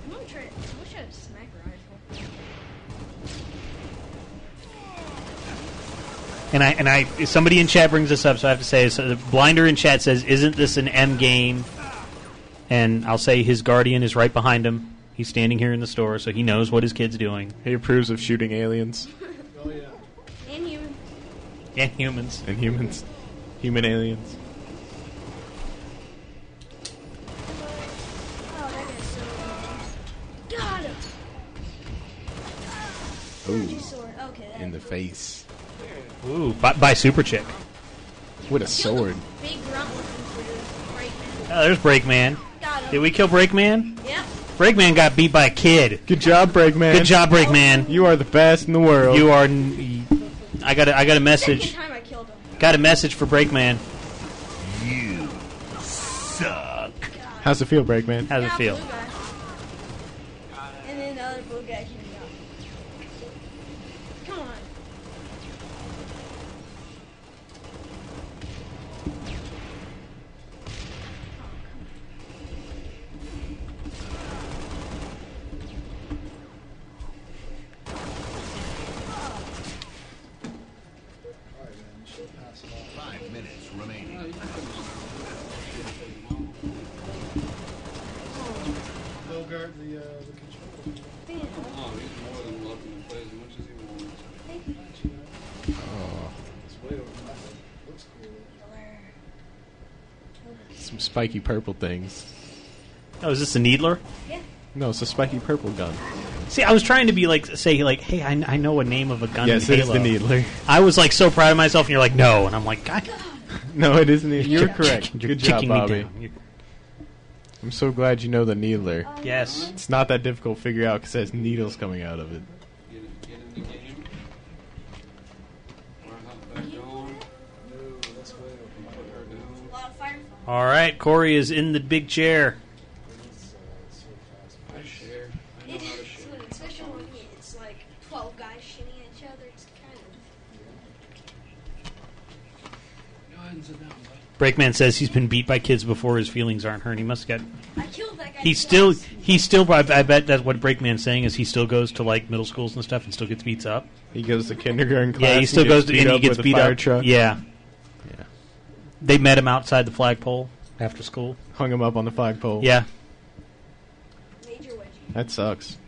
S44: I'm gonna try to, I wish I had a sniper rifle.
S1: And I and I somebody in chat brings this up, so I have to say. So the blinder in chat says, "Isn't this an M game?" And I'll say his guardian is right behind him. He's standing here in the store, so he knows what his kid's doing.
S3: He approves of shooting aliens
S44: And human.
S1: and humans
S3: and humans, human aliens.
S44: Oh, that guy's so annoying. Got him!
S3: Ooh,
S44: Sword. Okay, that
S3: in the face
S1: Ooh, by, by super chick.
S3: with a sword.
S44: big grunt looking for right
S1: Oh, there's Breakman.
S44: Got him.
S1: Did we kill Breakman?
S44: Yep.
S1: Breakman got beat by a kid.
S3: Good job, Breakman.
S1: Good job, Breakman.
S3: You are the best in the world.
S1: You are. N- I got. A, I got a message.
S44: Second time I killed him.
S1: Got a message for Breakman.
S43: You suck.
S3: How's it feel, Breakman?
S1: How's it
S44: Now
S1: feel?
S44: Blue guy. And then the other blue guy came down. Come on.
S43: Five minutes remaining.
S40: Bill guard the, uh, the control. Oh, he's more than welcome to play as much as he wants.
S3: Oh,
S40: It's way over my head. Looks cool.
S3: some spiky purple things.
S1: Oh, is this a needler?
S3: No, it's a spiky purple gun.
S1: See, I was trying to be like, say, like, hey, I, I know a name of a gun.
S3: yes,
S1: in
S3: it
S1: Halo.
S3: is the needler.
S1: I was like so proud of myself, and you're like, no, and I'm like, God, Oh,
S3: No, it is the needler. You're
S1: You're
S3: correct.
S1: kicking- you're
S3: Good job,
S1: kicking me
S3: Bobby.
S1: down. You're-
S3: I'm so glad you know the needler.
S1: yes.
S3: It's not that difficult to figure out because it has needles coming out of it.
S40: Get in, get in the game. Or hop back on. No, that's way over my head.
S44: A lot of fire.
S1: All right, Corey is in the big chair.
S40: I share. I know
S44: It,
S40: how to
S44: it's
S40: share.
S44: when, especially when it's like 12 guys shooting at each other. It's kind of.
S40: Guns and ammo.
S1: Breakman says he's been beat by kids before. His feelings aren't hurt. He must get.
S44: I killed that guy.
S1: He still. He still. I, I bet that's what Breakman's saying is he still goes to like middle schools and stuff and still gets beats up.
S3: He goes to kindergarten class.
S1: yeah, he
S3: and
S1: still
S3: gets
S1: goes to
S3: beat
S1: and he
S3: up
S1: gets
S3: with
S1: beat
S3: a fire
S1: up.
S3: Truck,
S1: Yeah.
S3: Yeah.
S1: They met him outside the flagpole after school.
S3: hung him up on the flagpole.
S1: Yeah.
S44: Major wedgie.
S3: that sucks.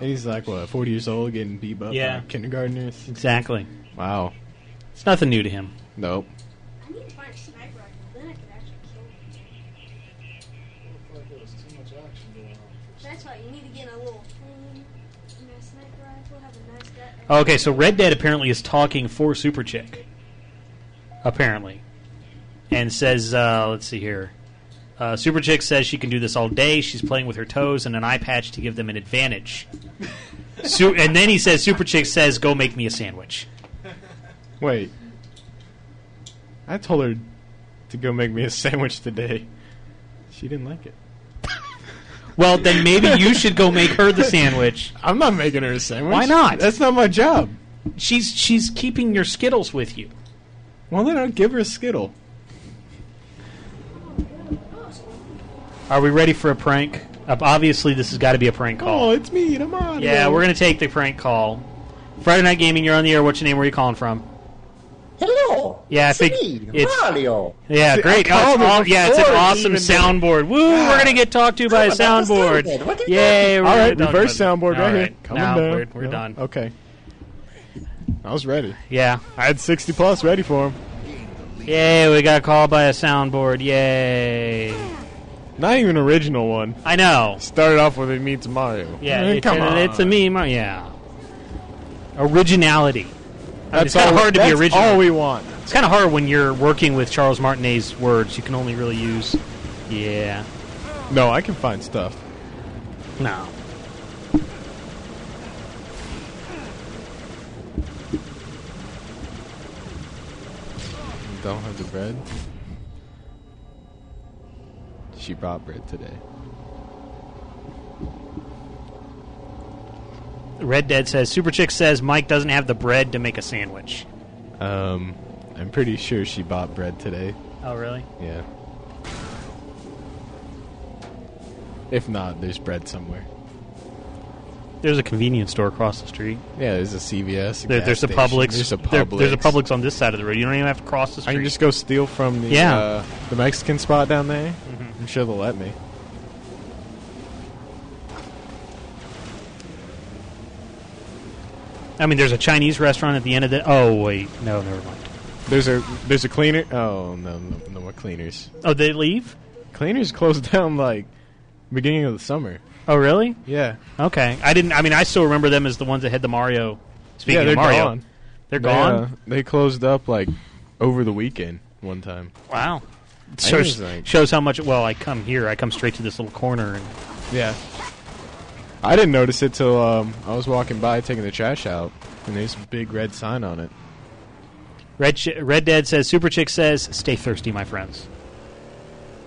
S3: And he's like what, 40 years old, getting beat up
S1: Yeah.
S3: by kindergartners.
S1: Exactly.
S3: Wow.
S1: It's nothing new to him.
S3: Nope.
S44: I need to find a sniper rifle. Then I could actually kill him.
S40: I feel like there was too much action going on.
S44: That's why you need to get a little thing. You know, sniper rifle. Have a nice guy.
S1: Okay, so Red Dead apparently is talking for Super Chick. Apparently. And says, uh, let's see here. Uh, Super Chick says she can do this all day. She's playing with her toes and an eye patch to give them an advantage. Su- and then he says, Super Chick says, go make me a sandwich.
S3: Wait. I told her to go make me a sandwich today. She didn't like it.
S1: Well, then maybe you should go make her the sandwich.
S3: I'm not making her a sandwich.
S1: Why not?
S3: That's not my job.
S1: She's she's keeping your Skittles with you.
S3: Well, then I'll give her a Skittle.
S1: Are we ready for a prank? Uh, obviously, this has got to be a prank call.
S3: Oh, it's me. I'm on.
S1: Yeah, we're gonna take the prank call. Friday Night Gaming, you're on the air. What's your name? Where are you calling from?
S10: Hello.
S1: Yeah, I think
S10: Speed,
S1: it's
S10: Mario.
S1: Yeah,
S10: See,
S1: great.
S10: I
S1: Oh,
S10: called it
S1: oh, yeah, it's an
S10: before it
S1: awesome
S10: even did it.
S1: soundboard. Woo, we're gonna get talked to by a
S10: Come on, that was
S1: soundboard.
S10: stupid. What are you
S1: Yay!
S10: doing?
S1: we're
S3: All right,
S1: done with
S3: reverse
S1: it.
S3: soundboard right
S1: All
S3: here.
S1: right,
S3: Coming
S1: now
S3: down.
S1: We're, we're
S3: Yeah,
S1: done.
S3: Okay. I was ready.
S1: Yeah.
S3: I had 60 plus ready for him.
S1: Yay! We got called by a soundboard. Yay!
S3: Not even an original one.
S1: I know.
S3: Started off with it meets Mario.
S1: Yeah,
S3: I mean,
S1: it's,
S3: come
S1: a,
S3: on.
S1: it's a meme. uh, Yeah. Originality. I mean,
S3: That's
S1: it's kind
S3: all-
S1: of hard to be
S3: that's
S1: original.
S3: all we want.
S1: It's kind of hard when you're working with Charles Martinet's words. You can only really use. Yeah.
S3: No, I can find stuff.
S1: No.
S3: Don't have the bread. She brought bread today.
S1: Red Dead says Super Chick says Mike doesn't have the bread to make a sandwich.
S3: Um, I'm pretty sure she bought bread today.
S1: Oh, really?
S3: Yeah. If not, there's bread somewhere.
S1: There's a convenience store across the street.
S3: Yeah, there's a CVS. A
S1: There,
S3: gas
S1: there's a
S3: station,
S1: Publix.
S3: There's a
S1: There-
S3: Publix.
S1: there's a Publix on this side of the road. You don't even have to cross the
S3: I
S1: street.
S3: can just go steal from the
S1: Yeah. Mm-hmm.
S3: uh, the Mexican spot down there. I'm sure they'll let me.
S1: I mean, there's a Chinese restaurant at the end of the. Oh wait, no, never mind.
S3: There's a there's a cleaner. Oh no, no, no more cleaners.
S1: Oh, they leave.
S3: Cleaners closed down like beginning of the summer.
S1: Oh, really?
S3: Yeah.
S1: Okay. I didn't. I mean, I still remember them as the ones that had the Mario. Speaking
S3: yeah, they're
S1: of Mario,
S3: gone.
S1: they're
S3: They,
S1: gone.
S3: uh, they closed up like over the weekend one time.
S1: wow. It
S3: I
S1: shows,
S3: was like-
S1: shows how much. Well, I come here. I come straight to this little corner, and
S3: Yeah. I didn't notice it till um, I was walking by taking the trash out, and there's a big red sign on it.
S1: Red Ch- Red Dead says Super Chick says stay thirsty, my friends.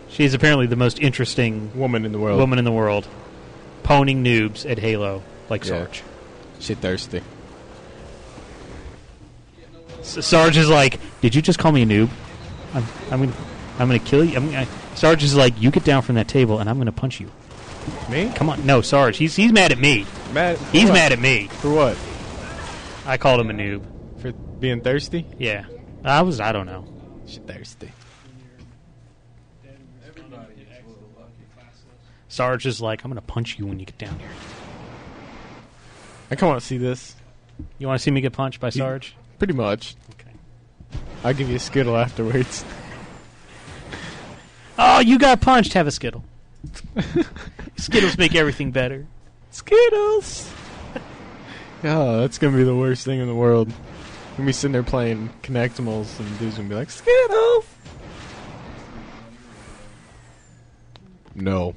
S1: She's apparently the most interesting
S3: woman in the world.
S1: Woman in the world, poning noobs at Halo like
S3: Yeah.
S1: Sarge.
S3: She thirsty.
S1: S- Sarge is like, "Did you just call me a noob? I'm, I'm gonna, I'm gonna kill you." I'm, gonna- Sarge is like, "You get down from that table, and I'm gonna punch you."
S3: Me?
S1: Come on, no, Sarge. He's he's mad at me.
S3: Mad?
S1: He's
S3: what?
S1: mad at me.
S3: For what?
S1: I called him a noob.
S3: For being thirsty?
S1: Yeah, I was. I don't know.
S3: She thirsty.
S1: Sarge is like, "I'm gonna punch you when you get down here."
S3: I kind of want to see this.
S1: You want to see me get punched by Sarge?
S3: Pretty much. Okay. I'll give you a skittle afterwards.
S1: Oh, you got punched. Have a skittle. Skittles make everything better.
S3: Skittles. Oh, that's gonna be the worst thing in the world. I'm gonna be sitting there playing Connectimals, and dude's gonna be like, Skittles. No.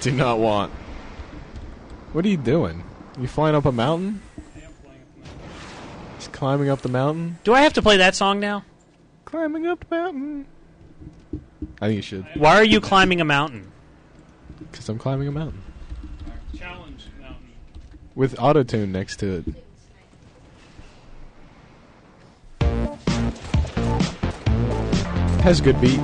S3: Do not want. What are you doing? You flying up a mountain? Just climbing up the mountain?
S1: Do I have to play that song now?
S3: Climbing up the mountain. I think you should,
S1: Why are you climbing a mountain?
S3: because I'm climbing a mountain.
S4: Challenge Mountain.
S3: With autotune next to it. Has a good beat.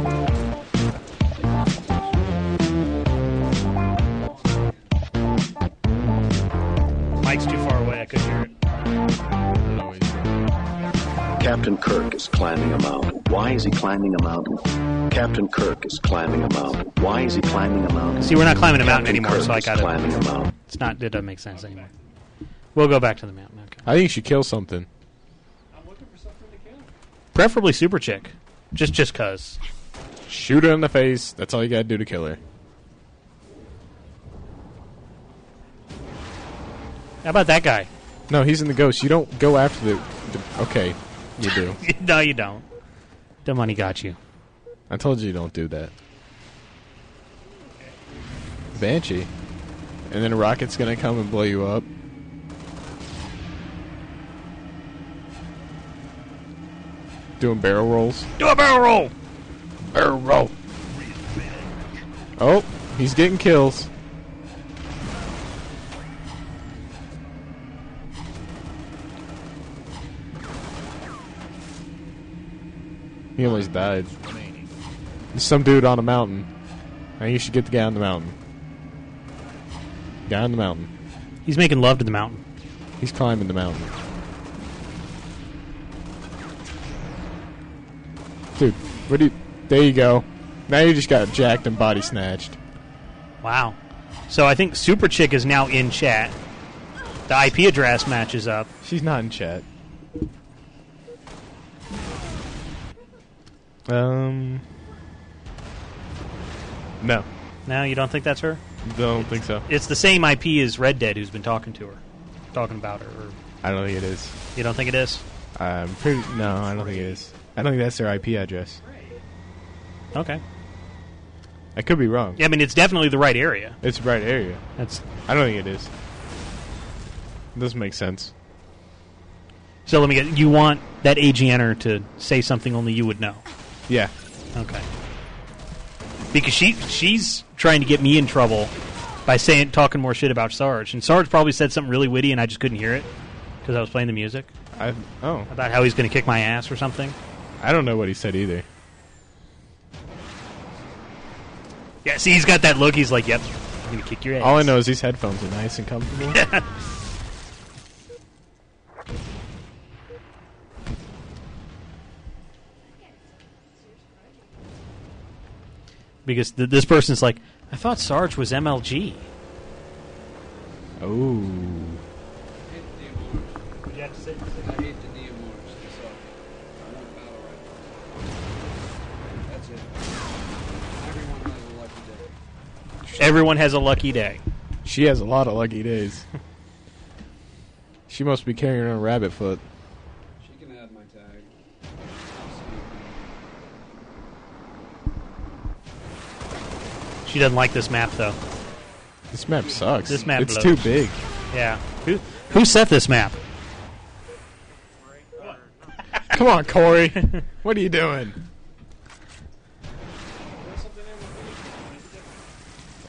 S1: Mike's too far away. I could hear it.
S5: Captain Kirk is climbing a mountain. Why is he climbing a mountain? Captain Kirk is climbing a mountain. Why is he climbing a mountain?
S1: See, we're not climbing a mountain
S5: Captain
S1: anymore,
S5: Kirk
S1: so I
S5: is
S1: got
S5: climbing a mountain.
S1: it. It's not. It doesn't make sense anymore. We'll go back to the mountain. Okay.
S3: I think you should kill something.
S1: Preferably Super Chick, just just cause.
S3: Shoot her in the face. That's all you gotta do to kill her.
S1: How about that guy?
S3: No, he's in the ghost. You don't go after the. the okay, you do.
S1: no, you don't. The money got you.
S3: I told you you don't do that. Banshee. And then a rocket's gonna come and blow you up. Doing barrel rolls.
S1: Do a barrel roll.
S3: Barrel roll. Oh, he's getting kills. He almost died. There's some dude on a mountain. Now you should get the guy on the mountain. Guy on the mountain.
S1: He's making love to the mountain.
S3: He's climbing the mountain. Dude, what do you, there you go. Now you just got jacked and body snatched.
S1: Wow. So I think Super Chick is now in chat. The IP address matches up.
S3: She's not in chat. Um. No.
S1: No, you don't think that's her?
S3: Don't think so.
S1: It's the same IP as Red Dead who's been talking to her. Talking about her. Or
S3: I don't think it is.
S1: you don't think it is?
S3: I'm pretty. No, I don't think it is. I don't think that's their IP address.
S1: Okay.
S3: I could be wrong.
S1: Yeah, I mean, it's definitely the right area.
S3: It's the right area.
S1: That's.
S3: I don't think it is. It doesn't make sense.
S1: So let me get. You want that AGNer to say something only you would know?
S3: Yeah.
S1: Okay. Because she she's trying to get me in trouble by saying talking more shit about Sarge, and Sarge probably said something really witty, and I just couldn't hear it because I was playing the music.
S3: I oh.
S1: About how he's going to kick my ass or something.
S3: I don't know what he said either.
S1: Yeah, see, he's got that look. He's like, "Yep, I'm gonna kick your ass."
S3: All I know is these headphones are nice and comfortable.
S1: because th- this person's like, "I thought Sarge was MLG."
S3: Oh.
S1: Would you have to say? Everyone has a lucky day.
S3: She has a lot of lucky days. she must be carrying a rabbit foot.
S40: She can have my tag.
S1: She doesn't like this map though.
S3: This map sucks.
S1: This map
S3: it's
S1: blows.
S3: too big.
S1: Yeah. Who who set this map?
S3: Come on, Corey. what are you doing?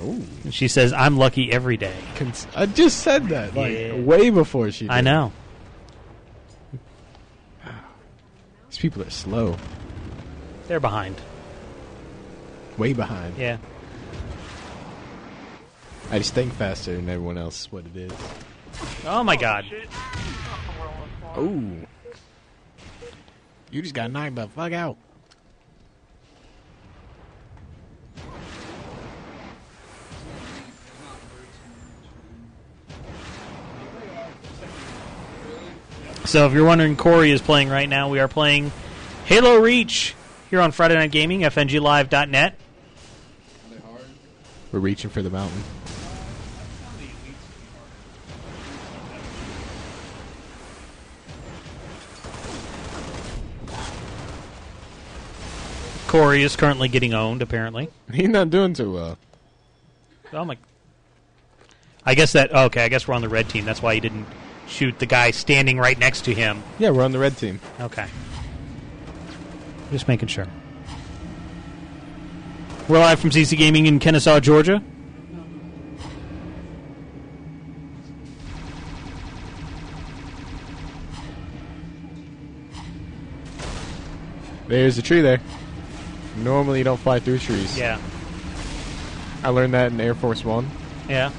S3: Oh.
S1: And she says, "I'm lucky every day."
S3: Cons- I just said that like
S1: Yeah.
S3: way before she. Did.
S1: I know.
S3: These people are slow,
S1: They're behind.
S3: way behind.
S1: Yeah.
S3: I just think faster than everyone else. is What it is.
S1: Oh my god.
S3: Oh. You just got knocked the fuck out.
S1: So if you're wondering, Corey is playing right now. We are playing Halo Reach here on Friday Night Gaming, FNGLive.net.
S3: We're reaching for the mountain.
S1: Corey is currently getting owned, apparently.
S3: He's not doing too well.
S1: Oh my! I guess that okay. I guess we're on the red team. That's why he didn't shoot the guy standing right next to him.
S3: Yeah, we're on the red team.
S1: Okay. Just making sure. We're live from CC Gaming in Kennesaw, Georgia.
S3: There's a tree there. Normally, you don't fly through trees.
S1: Yeah.
S3: I learned that in Air Force One.
S1: Yeah.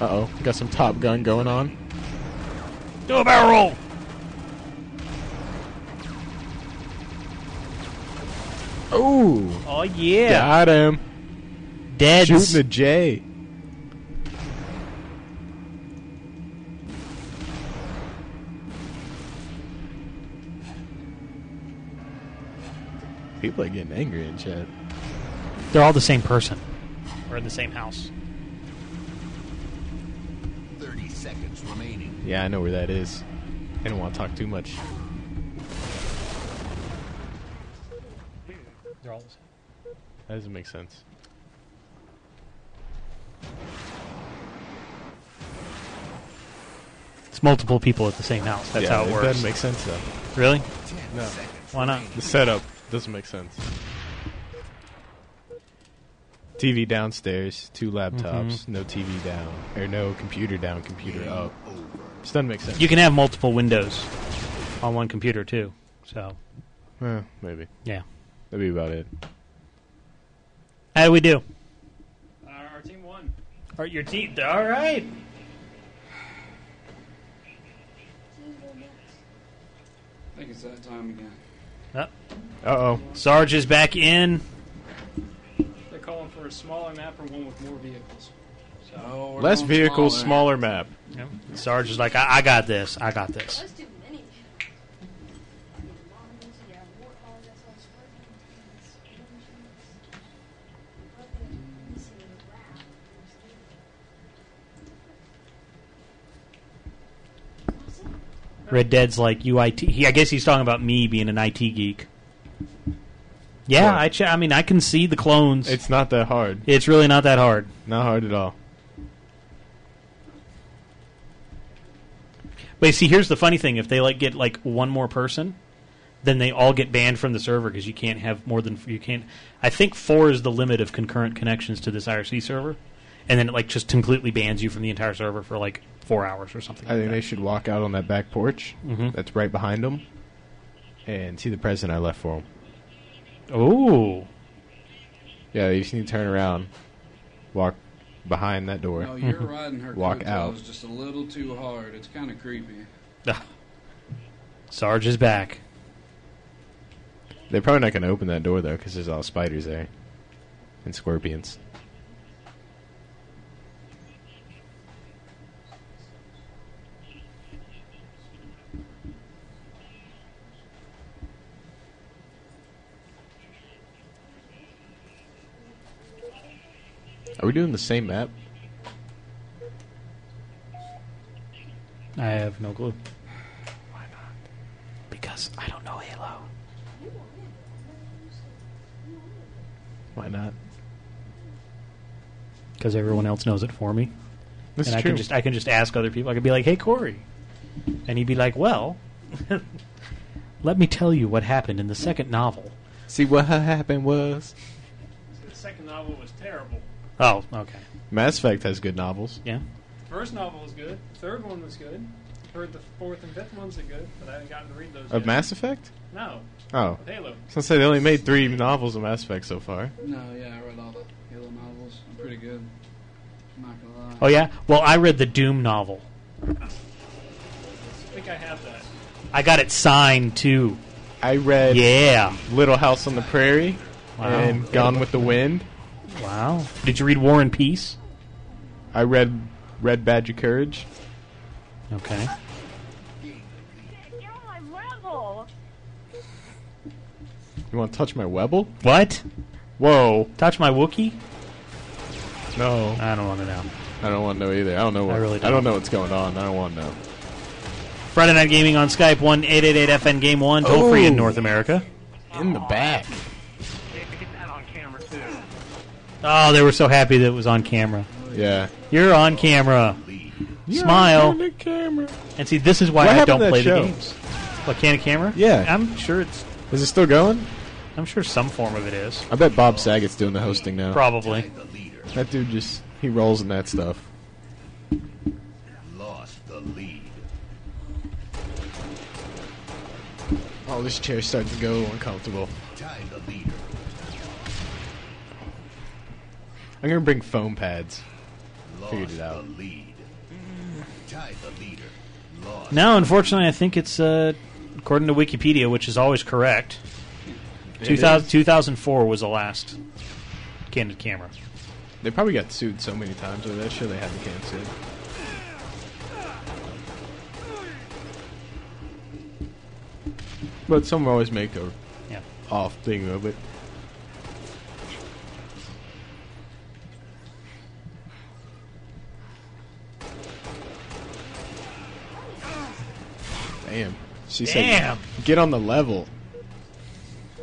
S3: Uh oh, got some Top Gun going on.
S1: Do a barrel roll.
S3: Ooh,
S1: Oh yeah.
S3: got him.
S1: Dead.
S3: Shooting the J. People are getting angry in chat.
S1: They're all the same person. We're in the same house.
S43: 30 seconds remaining.
S3: Yeah, I know where that is. I don't want to talk too much.
S1: They're all the same.
S3: That doesn't make sense.
S1: It's multiple people at the same house. That's
S3: Yeah,
S1: how it, works.
S3: doesn't make sense though.
S1: Really?
S3: No,
S1: Why not?
S3: the setup doesn't make sense. TV downstairs, two laptops,
S1: Mm-hmm.
S3: no TV down, or no computer down, computer up. This doesn't make sense.
S1: You can have multiple windows on one computer too. So
S3: Eh, maybe
S1: yeah.
S3: that'd be about it.
S1: How do we do?
S4: Uh, our team won.
S1: Or your teeth. All right.
S40: I think it's that time again.
S1: Uh oh. Sarge is back in.
S4: They're calling for a smaller map or one with more vehicles. So
S40: No, we're
S39: Less
S40: going
S39: vehicles,
S40: smaller.
S39: smaller map.
S1: Sarge is like, I, I got this. I got this. Red Dead's like UIT. He, I guess he's talking about me being an IT geek. Yeah, I, ch- I mean, I can see the clones.
S39: It's not that hard.
S1: It's really not that hard.
S39: Not hard at all.
S1: But see, here's the funny thing: if they like get like one more person, then they all get banned from the server because you can't have more than you can't. I think four is the limit of concurrent connections to this IRC server, and then it like just completely bans you from the entire server for like four hours or something.
S3: I think they should walk out on that back porch that's right behind them and see the present I left for them.
S1: Oh.
S3: Yeah, they just need to turn around, walk behind that door,
S40: No, you're riding her
S3: walk out.
S40: coattails just a little too hard. It's kind of creepy.
S1: Sarge is back.
S3: They're probably not going to open that door, though, because there's all spiders there and scorpions. Are we doing the same map?
S1: I have no clue. Why not? Because I don't know Halo.
S3: Why not?
S1: Because everyone else knows it for me.
S3: That's
S1: and I
S3: true.
S1: can just I can just ask other people. I could be like, "Hey, Corey," and he'd be like, "Well, let me tell you what happened in the second novel."
S3: See what ha- happened was
S4: The second novel was terrible.
S1: Oh, okay.
S3: Mass Effect has good novels.
S1: Yeah.
S4: The first novel was good. The third one was good. Heard the fourth and fifth ones are good, but I haven't gotten to read those.
S3: Of
S4: yet.
S3: Mass Effect?
S4: No.
S3: Oh.
S4: Of Halo.
S3: So I say they only made three novels of Mass Effect so far.
S40: No, yeah, I read all the Halo novels. I'm pretty good. I'm not gonna lie.
S1: Oh yeah. Well, I read the Doom novel.
S4: I think I have that.
S1: I got it signed too.
S3: I read
S1: Yeah.
S3: Little House on the Prairie
S1: Wow.
S3: and Gone with the Wind.
S1: Wow. Did you read War and Peace?
S3: I read Red Badge of Courage.
S1: Okay.
S3: You want to touch my Webble?
S1: What?
S3: Whoa.
S1: Touch my Wookiee?
S3: No.
S1: I don't want to know.
S3: I don't want to know either. I don't know what
S1: I really
S3: I
S1: don't.
S3: don't know what's going on. I don't want to know.
S1: Friday Night Gaming on Skype one eight eight eight FN Game One toll free in
S3: Oh.
S1: North America.
S3: In the back.
S1: Oh, they were so happy that it was on camera.
S3: Yeah.
S1: You're on camera. Smile.
S3: camera.
S1: And see, this is why
S3: What
S1: I
S3: happened
S1: don't
S3: to that
S1: play
S3: show?
S1: the games. What, can of camera?
S3: Yeah.
S1: I'm sure it's.
S3: Is it still going?
S1: I'm sure some form of it is.
S3: I bet Bob Saget's doing the hosting now.
S1: Probably.
S3: That dude just he rolls in that stuff.
S43: Lost the lead.
S3: Oh, this chair's starting to go uncomfortable.
S43: Tied the leader.
S3: I'm gonna bring foam pads.
S43: Lost
S3: Figured it out.
S43: the lead. Tied the leader. Lost.
S1: No, unfortunately, I think it's uh, according to Wikipedia, which is always correct.
S3: It
S1: 2000,
S3: is.
S1: 2004 was the last candid camera.
S3: They probably got sued so many times over that show they had to cancel it. But some always make a
S1: Yeah.
S3: off thing of it. Damn. She
S1: Damn.
S3: said, "Get on the level."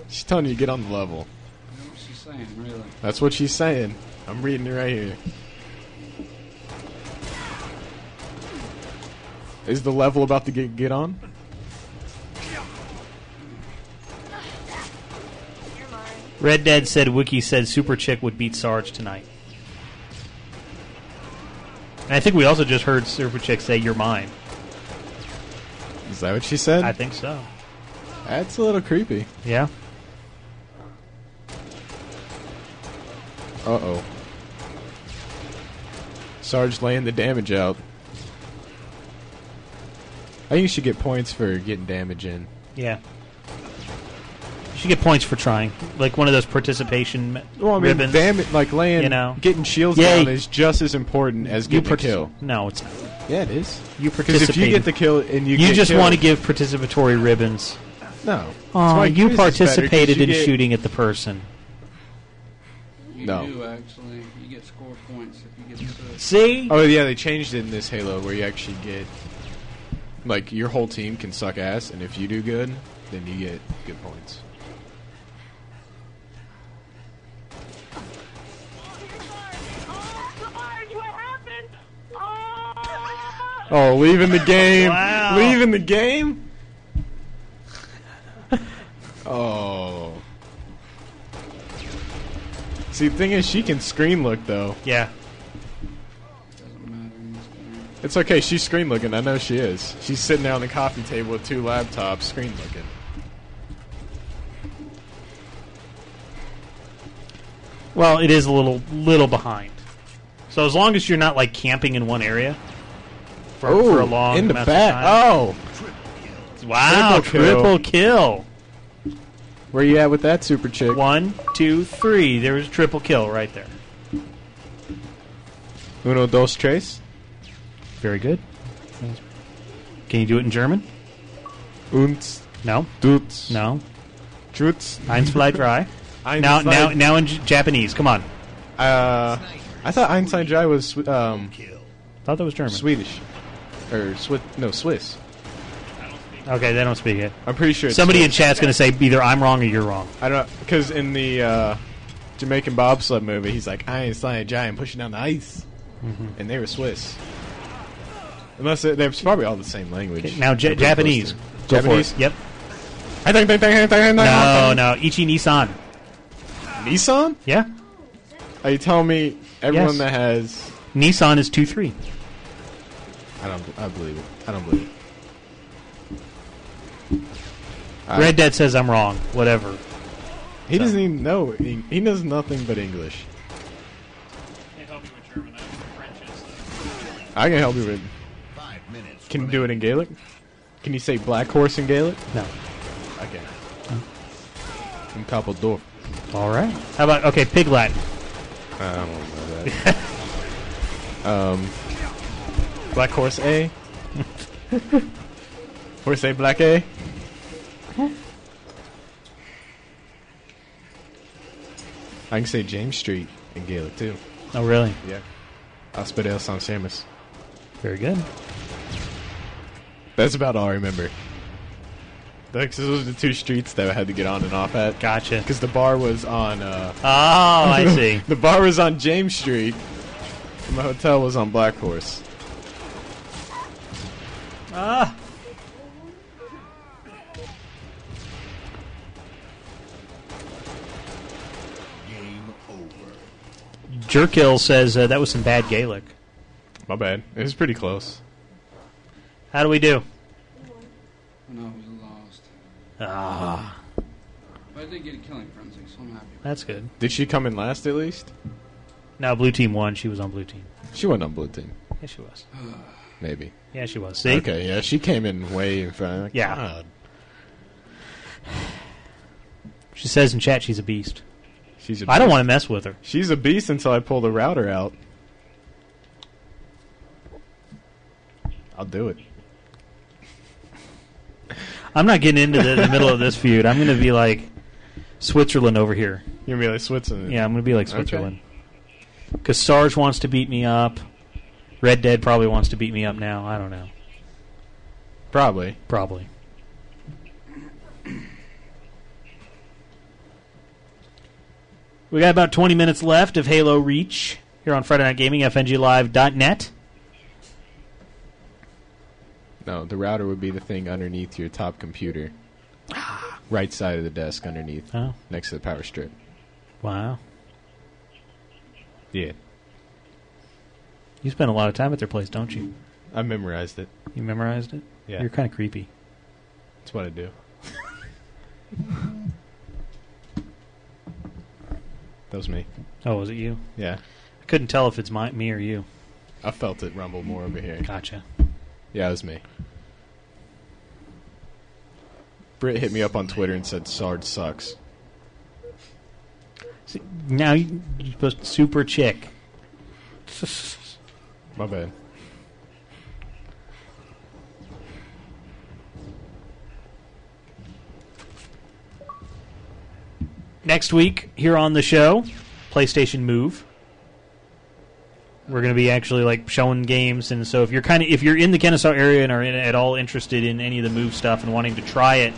S3: She's telling you to get on the level.
S40: What's she saying, really?
S3: That's what she's saying. I'm reading it right here. Is the level about to get get on?
S1: Red Dead said Wiki said Super Chick would beat Sarge tonight. And I think we also just heard Super Chick say, You're mine.
S3: Is that what she said?
S1: I think so.
S3: That's a little creepy.
S1: Yeah?
S3: Uh oh. Sarge laying the damage out. I think you should get points for getting damage in.
S1: Yeah. You should get points for trying, like one of those participation me-
S3: Well, I mean,
S1: ribbons.
S3: damage like laying,
S1: You know.
S3: getting shields
S1: Yay.
S3: down is just as important as
S1: You
S3: getting a
S1: partic-
S3: kill.
S1: No, it's not.
S3: Yeah, it is.
S1: You
S3: Because if you
S1: participated.
S3: get the kill and you get
S1: just
S3: killed-
S1: want to give participatory ribbons.
S3: No. That's
S1: Oh,
S3: why
S1: you
S3: Quiz is better, 'cause
S1: participated
S3: you
S1: in
S3: get-
S1: shooting at the person.
S38: You
S3: No.
S38: do actually. You get score points if you get sick.
S1: See?
S3: Oh yeah, they changed it in this Halo where you actually get like your whole team can suck ass, and if you do good, then you get good points. Oh, leaving the game!
S1: Wow.
S3: Leaving the game! Oh. See, the thing is, she can screen look though.
S1: Yeah.
S3: It's okay. She's screen looking. I know she is. She's sitting down on the coffee table with two laptops, screen looking.
S1: Well, it is a little little behind. So as long as you're not like camping in one area for,
S3: Oh,
S1: for a long
S3: in the
S1: amount
S3: back.
S1: of time.
S3: Oh,
S1: wow,
S3: triple kill.
S1: triple kill.
S3: where you at with that super chick?
S1: One, two, three. There was a triple kill right there.
S3: Uno dos tres.
S1: Very good. Can you do it in German?
S3: Uns
S1: No.
S3: duts
S1: No.
S3: truts.
S1: Eins, zwei, drei.
S3: Eins,
S1: now,
S3: zwei-
S1: now, now in J- Japanese. Come on.
S3: Uh, I thought Einstein Jai was Swi- um,
S1: Thought that was German.
S3: Swedish or Swiss? No, Swiss.
S1: Okay, they don't speak it.
S3: I'm pretty sure. It's
S1: Somebody in
S3: Swiss.
S1: chat's going to say either I'm wrong or you're wrong.
S3: I don't because in the uh, Jamaican bobsled movie, he's like Einstein Jai and pushing down the ice,
S1: Mm-hmm.
S3: and they were Swiss. Unless they- they're probably all the same language.
S1: Okay, now,
S3: They're
S1: Ja
S3: pretty close
S1: Japanese.
S3: to-
S1: Go
S3: Japanese.
S1: For it. Yep.
S3: I think. think- think- think-
S1: No,
S3: think-
S1: no. Ichi Nissan.
S3: Nissan?
S1: Yeah.
S3: Are you telling me everyone
S1: Yes.
S3: that has?
S1: Nissan is two three.
S3: I don't. I believe it. I don't believe it. I-
S1: Red Dead says I'm wrong. Whatever.
S3: He doesn't even know. He, he knows nothing but English.
S4: Can't help you with German. I know French is
S3: I can help you with.
S43: Five minutes.
S3: Can you do it in Gaelic? Can you say black horse in Gaelic?
S1: No.
S3: Okay. In Kapeldorf.
S1: All right. How about okay? Pig Latin.
S3: I don't know that. um, black horse A. horse A, black A. I can say James Street in Gaelic too.
S1: Oh, really?
S3: Yeah. Hospital San Samus.
S1: Very good.
S3: That's about all I remember. Like, so those are the two streets that I had to get on and off at.
S1: Gotcha.
S3: Because the bar was on. Uh,
S1: Oh, I see.
S3: the bar was on James Street. And my hotel was on Black Horse.
S1: Ah.
S43: Game over.
S1: Jerkill says uh, that was some bad Gaelic.
S3: My bad. It was pretty close.
S1: How do we do?
S38: No, we lost.
S1: Ah,
S38: But I did get a killing frenzy, so I'm happy.
S1: that's good.
S3: Did she come in last at least?
S1: Now blue team won. She was on blue team.
S3: She went on blue team,
S1: Yeah, she was.
S3: maybe.
S1: Yeah, she was. See?
S3: Okay, yeah, she came in way in front. Like,
S1: Yeah.
S3: God,
S1: She says in chat she's a beast.
S3: she's. A
S1: I don't want to mess with her.
S3: She's a beast until I pull the router out. I'll do it.
S1: I'm not getting into the, the middle of this feud. I'm going to be like Switzerland over here.
S3: You're gonna be like Switzerland.
S1: Yeah, I'm going to be like
S3: Okay.
S1: Switzerland. Because Sarge wants to beat me up. Red Dead probably wants to beat me up now. I don't know.
S3: Probably.
S1: Probably. We got about 20 minutes left of Halo Reach here on Friday Night Gaming, FNGLive.net.
S3: No, the router would be the thing underneath your top computer. right side of the desk underneath.
S1: Ah. Oh.
S3: Next to the power strip.
S1: Wow.
S3: Yeah.
S1: You spend a lot of time at their place, don't you?
S3: I memorized it.
S1: You memorized it?
S3: Yeah.
S1: You're kind of creepy.
S3: That's what I do. that was me.
S1: Oh, was it you?
S3: Yeah.
S1: Oh, I couldn't tell if it's my, me or you.
S3: I felt it rumble more over here.
S1: Gotcha.
S3: Yeah, it was me. Britt hit me up on Twitter and said Sard sucks.
S1: See, now you- you're supposed to super chick.
S3: My bad.
S1: Next week here on the show, PlayStation Move. We're going to be actually like showing games, and so if you're kind of if you're in the Kennesaw area and are in, at all interested in any of the Move stuff and wanting to try it,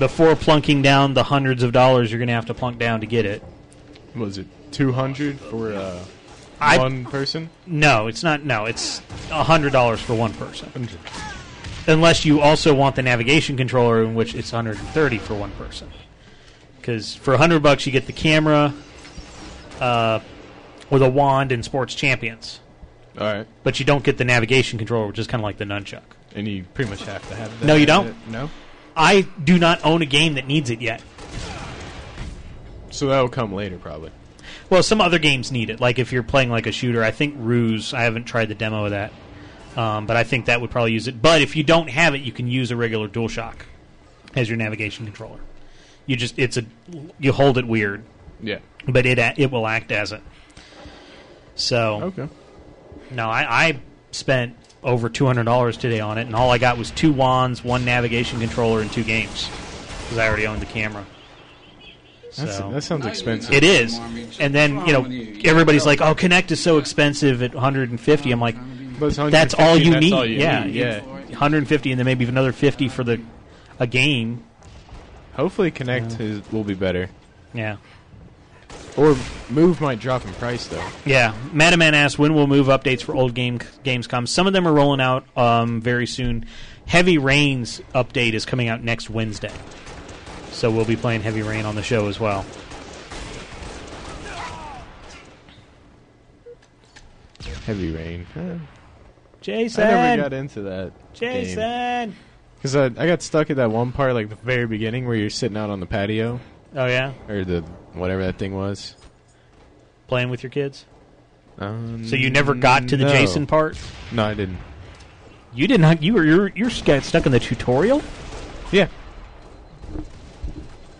S1: before plunking down the hundreds of dollars you're going to have to plunk down to get it.
S3: What is it? Two hundred for uh,
S1: I-
S3: one person?
S1: No, it's not. No, it's hundred dollars for one person. Unless you also want the navigation controller, in which it's hundred and thirty for one person. Because for hundred bucks, you get the camera, uh, with a wand and sports champions.
S3: All right.
S1: But you don't get the navigation controller, which is kind of like the nunchuck.
S3: And you pretty much have to have. That
S1: No, you don't.
S3: No.
S1: I do not own a game that needs it yet.
S3: So that'll come later, probably.
S1: Well, some other games need it. Like if you're playing like a shooter, I think Ruse. I haven't tried the demo of that, um, but I think that would probably use it. But if you don't have it, you can use a regular DualShock as your navigation controller. You just it's a you hold it weird.
S3: Yeah.
S1: But it a- it will act as it. So
S3: okay.
S1: No, I, I spent over two hundred dollars today on it, and all I got was two wands, one navigation controller, and two games because I already owned the camera.
S3: That's- that sounds Not expensive.
S1: It
S3: even
S1: is, and then you know everybody's like, "Oh, Connect is so expensive at 150." I'm like, "That's all you
S3: that's
S1: need."
S3: all you
S1: yeah,
S3: need, yeah.
S1: 150, and then maybe another 50 for the a game.
S3: Hopefully, Connect is, will be better.
S1: Yeah.
S3: Or Move might drop in price though.
S1: Yeah, Madaman asks when will move updates for old game games come. Some of them are rolling out um, very soon. Heavy Rain's update is coming out next Wednesday, so we'll be playing Heavy Rain on the show as well.
S3: Heavy rain. Huh.
S1: Jason,
S3: I never got into that.
S1: Jason.
S3: Because I, I got stuck at that one part, like the very beginning, where you're sitting out on the patio.
S1: Oh yeah,
S3: Or the whatever that thing was.
S1: playing with your kids.
S3: Um,
S1: So you never got to the
S3: no.
S1: Jason part?
S3: No, I didn't.
S1: You did not. You were you're you're got stuck in the tutorial.
S3: Yeah.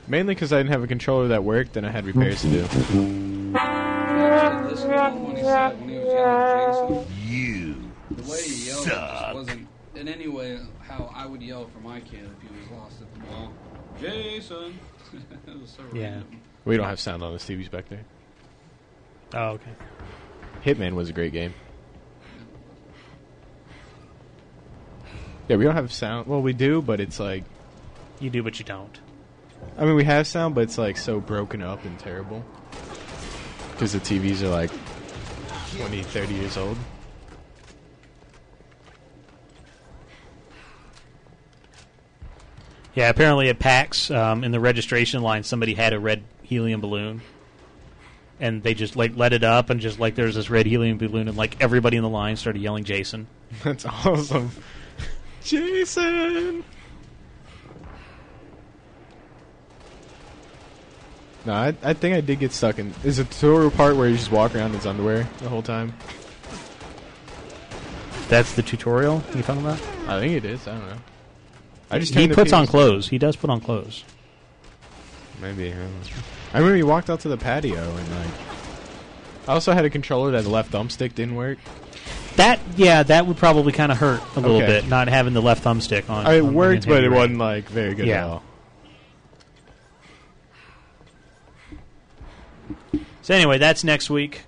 S3: Mainly because I didn't have a controller that worked, and I had repairs to do.
S7: You
S38: The way he yelled just wasn't in any way how I would yell for my kid if he was lost at the mall. Jason. it was so
S1: Yeah.
S3: We don't have sound on the TVs back there.
S1: Oh okay.
S3: Hitman was a great game. Yeah, we don't have sound. Well, we do, but it's like
S1: you do, but you don't.
S3: I mean, we have sound, but it's like so broken up and terrible. Because the TVs are like 20, 30 years old.
S1: Yeah, apparently at PAX um, in the registration line, somebody had a red helium balloon, and they just like let it up, and just like there's this red helium balloon, and like everybody in the line started yelling Jason.
S3: That's awesome. Jason. No, I, I think I did get stuck in. Is a tutorial part where you just walk around in his underwear the whole time?
S1: That's the tutorial you talking about?
S3: I think it is. I don't know. I just
S1: he
S3: turned the
S1: puts on
S3: PS
S1: clothes. He does put on clothes.
S3: Maybe. I, don't know. I remember you walked out to the patio and like. I also had a controller that the left thumbstick didn't work.
S1: That yeah, that would probably kind of hurt a little
S3: Okay.
S1: bit not having the left thumbstick on.
S3: I- it
S1: on the
S3: worked, but
S1: heavy
S3: it
S1: rain.
S3: wasn't like very good
S1: Yeah.
S3: at all.
S1: So anyway, that's next week.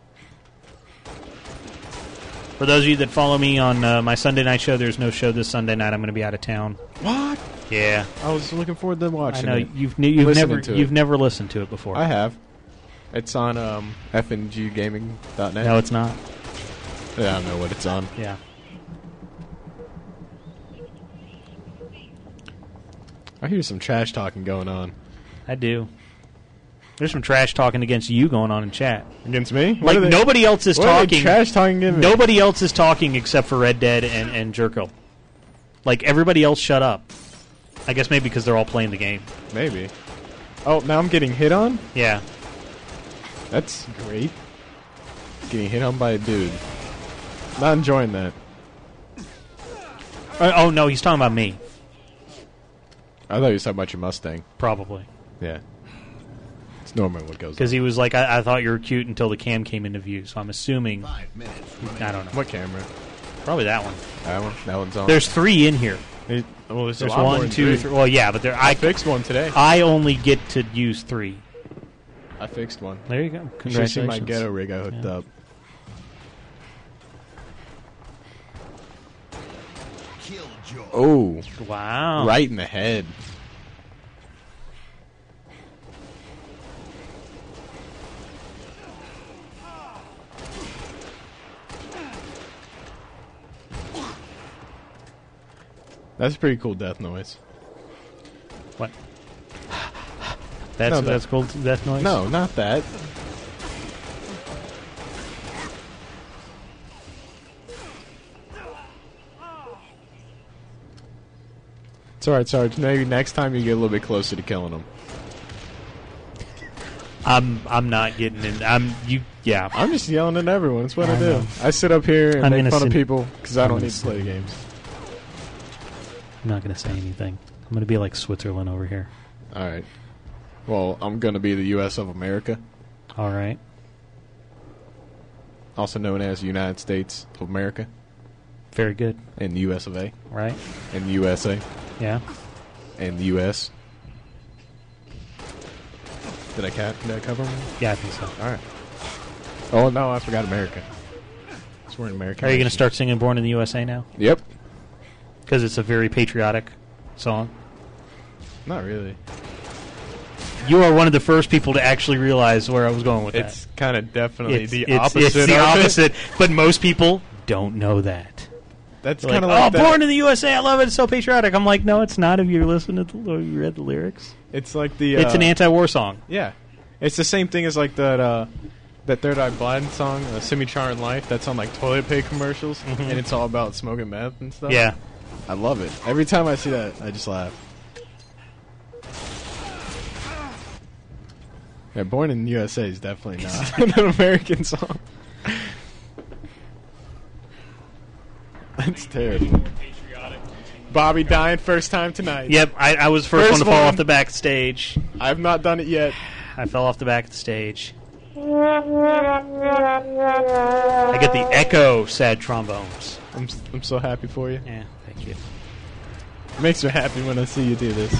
S1: For those of you that follow me on uh, my Sunday night show, there's no show this Sunday night. I'm going to be out of town.
S3: What?
S1: Yeah,
S3: I was looking forward to watching.
S1: I know
S3: it.
S1: you've ne- you've
S3: Listening
S1: never
S3: to it.
S1: you've never listened to it before.
S3: I have. It's on um, fnggaming.net.
S1: No, it's not.
S3: Yeah, I don't know what it's on.
S1: Yeah.
S3: I hear some trash talking going on.
S1: I do. There's some trash talking against you going on in chat
S3: against me. What
S1: Like
S3: are they-
S1: nobody else is
S3: what are they
S1: talking.
S3: trash talking against me?
S1: Nobody else is talking except for Red Dead and and Jerko. Like everybody else, shut up. I guess maybe because they're all playing the game.
S3: Maybe. Oh, now I'm getting hit on?
S1: Yeah.
S3: That's great. Getting hit on by a dude. Not enjoying that.
S1: Uh, oh no, he's talking about me.
S3: I thought you were talking about your Mustang.
S1: Probably
S3: Yeah. It's normally what goes on.
S1: because he was like, I-, "I thought you were cute" until the cam came into view. So I'm assuming. I don't know
S3: What camera?
S1: Probably that one.
S3: That one? That one's on.
S1: There's three in here.
S3: It- well, there's, a
S1: There's
S3: lot more
S1: one,
S3: than
S1: two, three. Well, yeah, but there. I,
S3: I fixed one today.
S1: I only get to use three.
S3: I fixed one.
S1: There you go.
S3: You should see my
S1: Congratulations.
S3: ghetto rig I hooked
S1: Yeah.
S3: up. Oh.
S1: Wow.
S3: Right in the head. That's a pretty cool death noise.
S1: What? That's
S3: No, that-
S1: that's cool. Death noise.
S3: No, not that. It's alright, Sarge. Maybe next time you get a little bit closer to killing him.
S1: I'm I'm not getting in. I'm you. Yeah.
S3: I'm just yelling at everyone. It's what I,
S1: I
S3: do.
S1: know.
S3: I sit up here and
S1: I'm
S3: make
S1: gonna
S3: fun of
S1: sit-
S3: people because I
S1: I'm
S3: don't
S1: gonna
S3: need to
S1: sit-
S3: play the games.
S1: I'm not gonna say anything. I'm gonna be like Switzerland over here.
S3: All right. Well, I'm going to be the U.S. of America,
S1: All right.
S3: also known as the United States of America,
S1: Very good.
S3: and the U.S. of A,
S1: Right.
S3: and the USA,
S1: Yeah.
S3: and the U.S. Did I, ca- did I cover them?
S1: Yeah, I think so.
S3: All right. Oh, no, I forgot America. So we're in America.
S1: Are you gonna start singing "Born in the USA" now?
S3: Yep.
S1: Because it's a very patriotic song.
S3: Not really.
S1: You are one of the first people to actually realize where I was going with
S3: It's
S1: that.
S3: kind of definitely
S1: it's,
S3: the
S1: it's-
S3: opposite.
S1: It's the
S3: of it.
S1: opposite. But most people don't know that.
S3: That's
S1: They're
S3: kind of like
S1: oh,
S3: that-
S1: born in the USA. I love it. It's so patriotic. I'm like, no, it's not. If you listen to the, or you read the lyrics,
S3: It's like the.
S1: it's
S3: uh,
S1: an anti-war song.
S3: Yeah, it's the same thing as like that uh, that Third Eye Blind song, uh, "Semi Charmed Life," that's on like toilet paper commercials, and it's all about smoking meth and stuff.
S1: Mm-hmm. Yeah.
S3: I love it. Every time I see that, I just laugh. Yeah, "Born in the USA" is definitely not an American song. That's terrible. Bobby dying first time tonight.
S1: Yep, I, I was first,
S3: First
S1: one to fall
S3: one.
S1: off the backstage.
S3: I've not done it yet.
S1: I fell off the back of the stage. I
S7: I
S1: get the echo, sad trombones.
S3: I'm s- I'm so happy for you.
S1: Yeah, thank you.
S3: It makes me happy when I see you do this.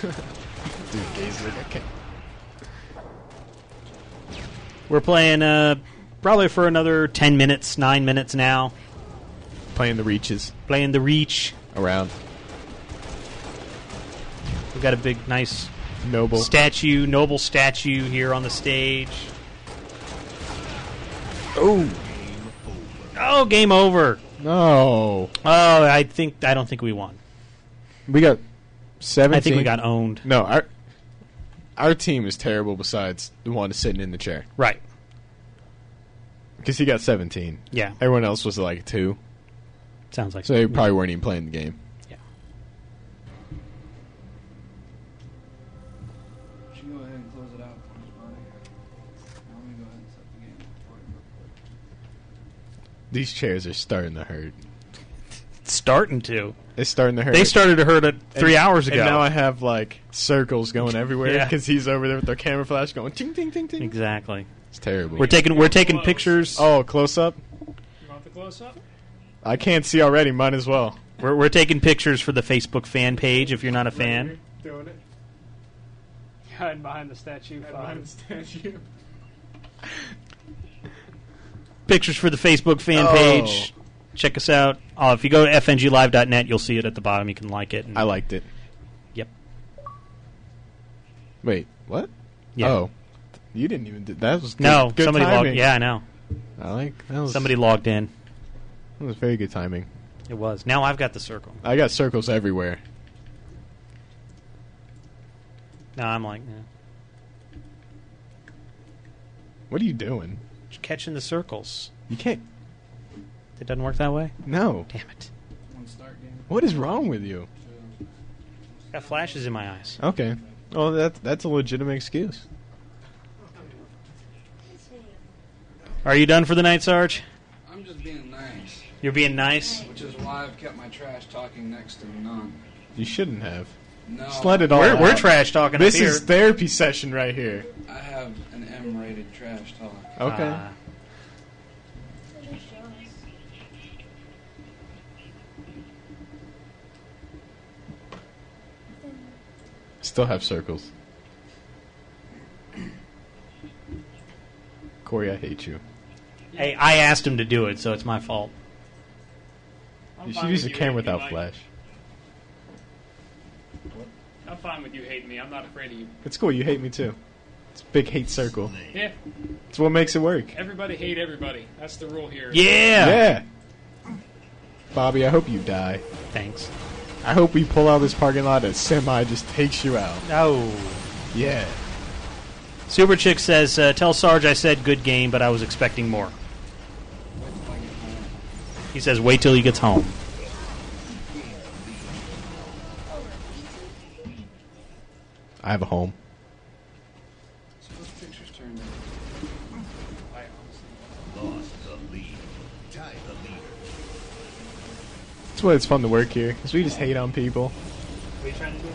S3: Dude, Gaze like, okay.
S1: We're playing uh, probably for another ten minutes, nine minutes now.
S3: Playing the reaches
S1: Playing the Reach.
S3: around.
S1: We've got a big, nice
S3: Noble.
S1: statue, noble statue here on the stage.
S3: Oh.
S1: Oh, game over.
S3: No.
S1: Oh, I think I don't think we won.
S3: We got 17.
S1: I think we got owned.
S3: No, our our team is terrible besides the one sitting in the chair.
S1: Right.
S3: Because he got 17.
S1: Yeah.
S3: Everyone else was like 2.
S1: Sounds like
S3: So they probably weren't even playing the game.
S38: Should go ahead and close it out for his body. I'm gonna go ahead and set the game for him real quick.
S3: These chairs are starting to hurt.
S1: It's starting to.
S3: It's starting to hurt.
S1: They started to hurt it three
S3: And-
S1: hours ago.
S3: And now I have like circles going everywhere
S1: Yeah.
S3: because he's over there with their camera flash going ting ting ting ting.
S1: exactly.
S3: It's terrible.
S1: We're taking we're taking pictures.
S3: oh close up.
S4: You want the close up?
S3: I can't see already. Might as well.
S1: We're, we're taking pictures for the Facebook fan page. If you're not a fan,
S4: Doing it. Hiding behind the statue. behind the statue.
S1: pictures for the Facebook fan
S3: Oh.
S1: page. Check us out. Uh, if you go to fnglive.net, you'll see it at the bottom. You can like it. And,
S3: I liked it.
S1: Yep.
S3: Wait, what?
S1: Yeah.
S3: Oh, you didn't even. Do, that was good,
S1: no,
S3: Good
S1: somebody
S3: timing.
S1: logged. Yeah, I know.
S3: I like that was
S1: Somebody logged in.
S3: That was very good timing.
S1: It was. Now I've got the circle.
S3: I got circles everywhere.
S1: Now I'm like, yeah.
S3: What are you doing?
S1: catching the circles.
S3: You can't.
S1: It doesn't work that way.
S3: No.
S1: Damn it.
S3: What is wrong with you?
S1: Got flashes in my eyes.
S3: Okay. Oh, that that's a legitimate excuse.
S1: Are you done for the night, Sarge?
S40: I'm just being nice.
S1: You're being nice.
S40: Which is why I've kept my trash talking next to none.
S3: You shouldn't have.
S40: No.
S3: Just let it all.
S1: We're-
S3: out.
S1: we're trash talking
S3: This
S1: up
S3: is
S1: here.
S3: therapy session right here.
S40: I have an M-rated trash talk.
S3: Okay. Still have circles. Corey, I hate you.
S1: Hey, I asked him to do it, so it's my fault.
S3: you should use a camera without flash.
S4: I'm fine with you hating me. I'm not afraid of you.
S3: It's cool. You hate me too. It's a big hate circle.
S4: Yeah.
S3: It's what makes it work.
S4: Everybody hate everybody. That's the rule here.
S3: Yeah. Bobby, I hope you die.
S1: Thanks.
S3: I hope we pull out of this parking lot and semi just takes you out.
S1: No.
S3: Yeah.
S1: Super Chick says, uh, "Tell Sarge I said good game, but I was expecting more." He says, "Wait till he gets home."
S3: I have a home.
S40: So those pictures turned out. I
S43: Lost the lead. Tie the leader.
S3: That's why it's fun to work here, because we just hate on people.
S10: What are you trying to do?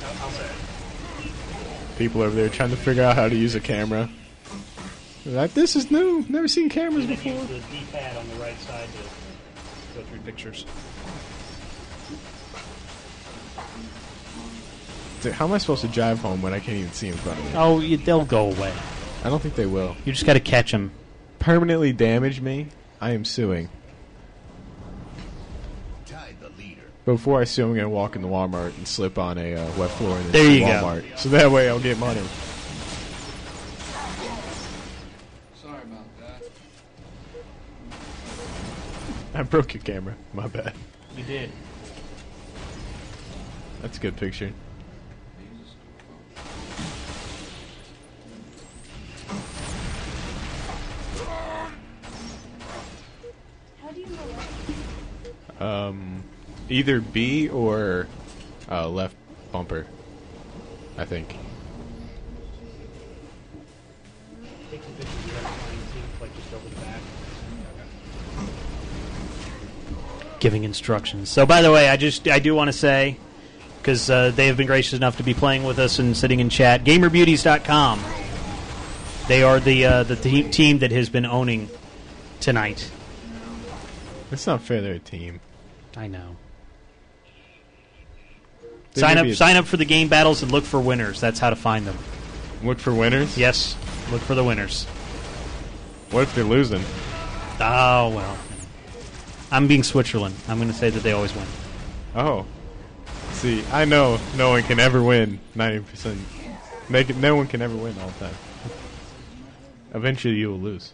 S10: No, I'll say it.
S3: People over there trying to figure out how to use a camera. They're like, this is new. Never seen cameras
S10: And then
S3: before.
S10: use the D-pad on the right side to go through pictures.
S3: Dude, how am I supposed to drive home when I can't even see in front of me?
S1: Oh, you, they'll go away.
S3: I don't think they will.
S1: You just got to catch them.
S3: Permanently damage me? I am suing.
S43: Tie the leader.
S3: Before I sue, I'm going to walk into Walmart and slip on a uh, wet floor and then
S1: There
S3: sue
S1: you go.
S3: Walmart. So that way I'll get money.
S40: Sorry about that.
S3: I broke your camera. My bad.
S1: You did.
S3: That's a good picture.
S44: How do you know that?
S3: Um, either B or uh, left bumper. I think.
S10: Take some pictures of everything, see, like just over the back.
S1: giving instructions. So, by the way, I just I do want to say because uh, they have been gracious enough to be playing with us and sitting in chat. GamerBeauties.com. They are the uh, the te- team that has been owning tonight.
S3: It's not fair. They're a team.
S1: I know.
S3: They
S1: sign
S3: may
S1: up,
S3: be a-
S1: sign up for the game battles and look for winners. That's how to find them.
S3: Look for winners.
S1: Yes, look for the winners.
S3: What if they're losing?
S1: Oh well. I'm being Switzerland. I'm going to say that they always win.
S3: Oh, see, I know no one can ever win ninety percent. Make it, no one can ever win all the time. Eventually, you will lose.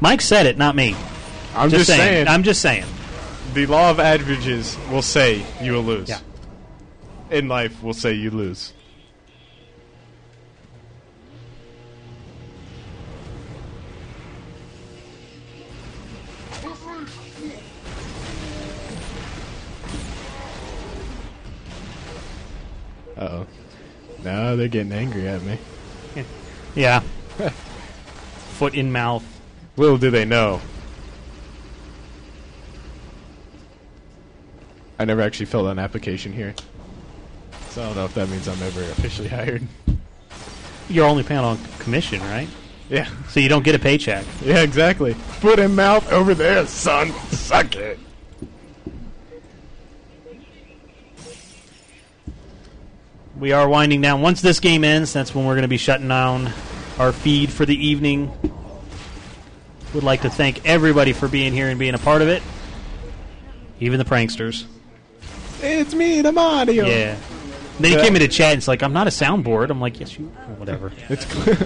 S1: Mike said it, not me.
S3: I'm just saying.
S1: I'm just saying.
S3: The law of averages will say you will lose.
S1: Yeah.
S3: In life, will say you lose. Uh oh. No, they're getting angry at me.
S1: Yeah. Foot in mouth.
S3: Little do they know. I never actually filled out an application here. So I don't know if that means I'm ever officially hired.
S1: You're only paying on commission, right?
S3: Yeah.
S1: So you don't get a paycheck.
S3: Yeah, exactly. Foot and mouth over there, son. Suck it.
S1: We are winding down. Once this game ends, that's when we're going to be shutting down our feed for the evening. Would like to thank everybody for being here and being a part of it, even the pranksters.
S3: It's me, the Mario.
S1: Yeah. They
S3: Yeah.
S1: came into chat and it's like, I'm not a soundboard. I'm like, yes, you. Whatever.
S3: It's clear.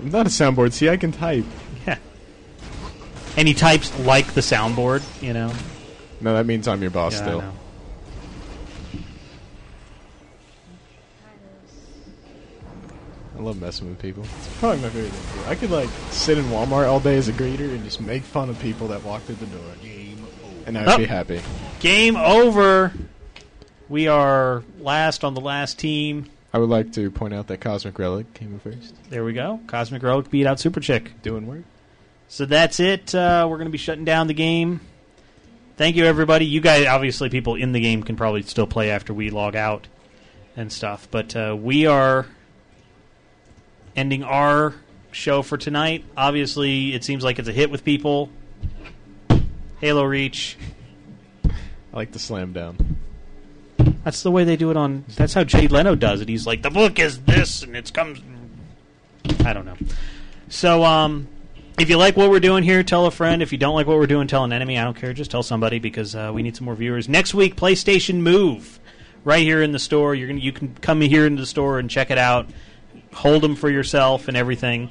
S3: I'm not a soundboard. See, I can type.
S1: Yeah. And he types like the soundboard, you know?
S3: No, that means I'm your boss
S1: Yeah, I
S3: still.
S1: know.
S3: love messing with people. It's probably my favorite thing to do. I could like sit in Walmart all day as a greeter and just make fun of people that walk through the door. And I'd
S1: Oh.
S3: be happy.
S1: Game over. We are last on the last team.
S3: I would like to point out that Cosmic Relic came in first.
S1: There we go. Cosmic Relic beat out Super Chick.
S3: Doing work.
S1: So that's it. Uh, we're going to be shutting down the game. Thank you, everybody. You guys, obviously, people in the game can probably still play after we log out and stuff. But uh, we are ending our show for tonight. Obviously, it seems like it's a hit with people. Halo Reach.
S3: I like the slam down.
S1: That's the way they do it on. That's how Jay Leno does it. He's like, the book is this, and it comes. I don't know. So, um, if you like what we're doing here, tell a friend. If you don't like what we're doing, tell an enemy. I don't care. Just tell somebody because uh, we need some more viewers. Next week, PlayStation Move, right here in the store. You're gonna you can come here into the store and check it out. Hold them for yourself and everything.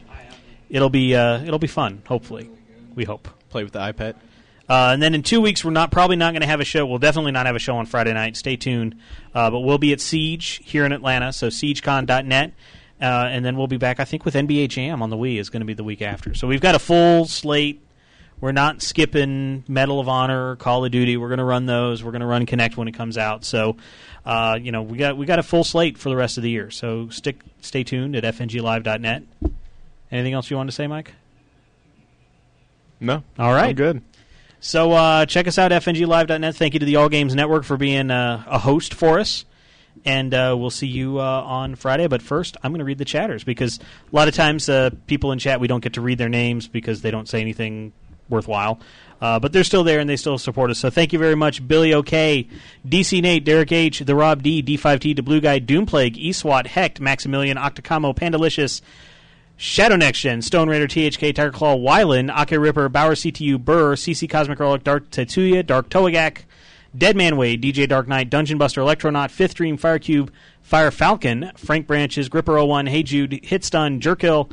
S1: It'll be uh, it'll be fun. Hopefully, we hope.
S3: Play with the iPad.
S1: Uh, and then in two weeks, we're not probably not going to have a show. We'll definitely not have a show on Friday night. Stay tuned. Uh, but we'll be at Siege here in Atlanta, so siegecon.net. Uh, and then we'll be back, I think, with NBA Jam on the Wii is going to be the week after. So we've got a full slate. We're not skipping Medal of Honor, Call of Duty. We're going to run those. We're going to run Connect when it comes out. So, uh, you know, we got we got a full slate for the rest of the year. So stick, stay tuned at fnglive.net. Anything else you want to say, Mike?
S3: No.
S1: All right.
S3: I'm good.
S1: So uh, check us out, fnglive.net. Thank you to the All Games Network for being uh, a host for us. And uh, we'll see you uh, on Friday. But first, I'm going to read the chatters because a lot of times uh, people in chat, we don't get to read their names because they don't say anything worthwhile. Uh, but they're still there and they still support us. So thank you very much, Billy OK, DC Nate, Derek H, The Rob D, D5T, The Blue Guy, Doomplague, ESWAT, Hecht, Maximilian, Octocamo, Pandalicious, Shadow Next Gen, Stone Raider, THK, Tiger Claw, Wylan, Ake Ripper, Bauer CTU, Burr, CC Cosmic Relic, Dark Tetsuya, Dark Toagak, Deadman Wade, DJ Dark Knight, Dungeon Buster, Electronaut, Fifth Dream, Firecube, Fire Falcon, Frank Branches, Gripper01, Hey Jude, Hitstun, Jerkill,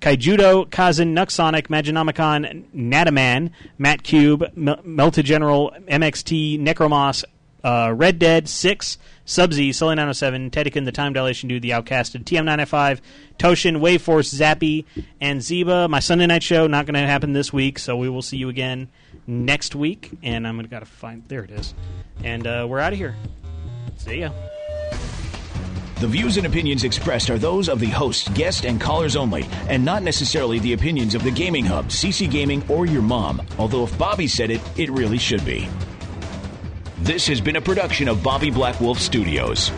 S1: Kaijudo, Kazan, Nuxonic, Maginomicon, Nataman, Matt Cube, Mel- Melted General, MXT, Necromoss, uh, Red Dead, Six, Subz, Sully907, Tedekin, The Time Dilation Dude, The Outcasted, TM995, oh Toshin, Waveforce, Zappy, and Zeba. My Sunday night show, not going to happen this week, so we will see you again next week. And I'm going to got to find, there it is. And uh, we're out of here. See ya.
S2: The views and opinions expressed are those of the host, guest, and callers only, and not necessarily the opinions of the Gaming Hub, CC Gaming, or your mom. Although if Bobby said it, it really should be. This has been a production of Bobby Black Wolf Studios.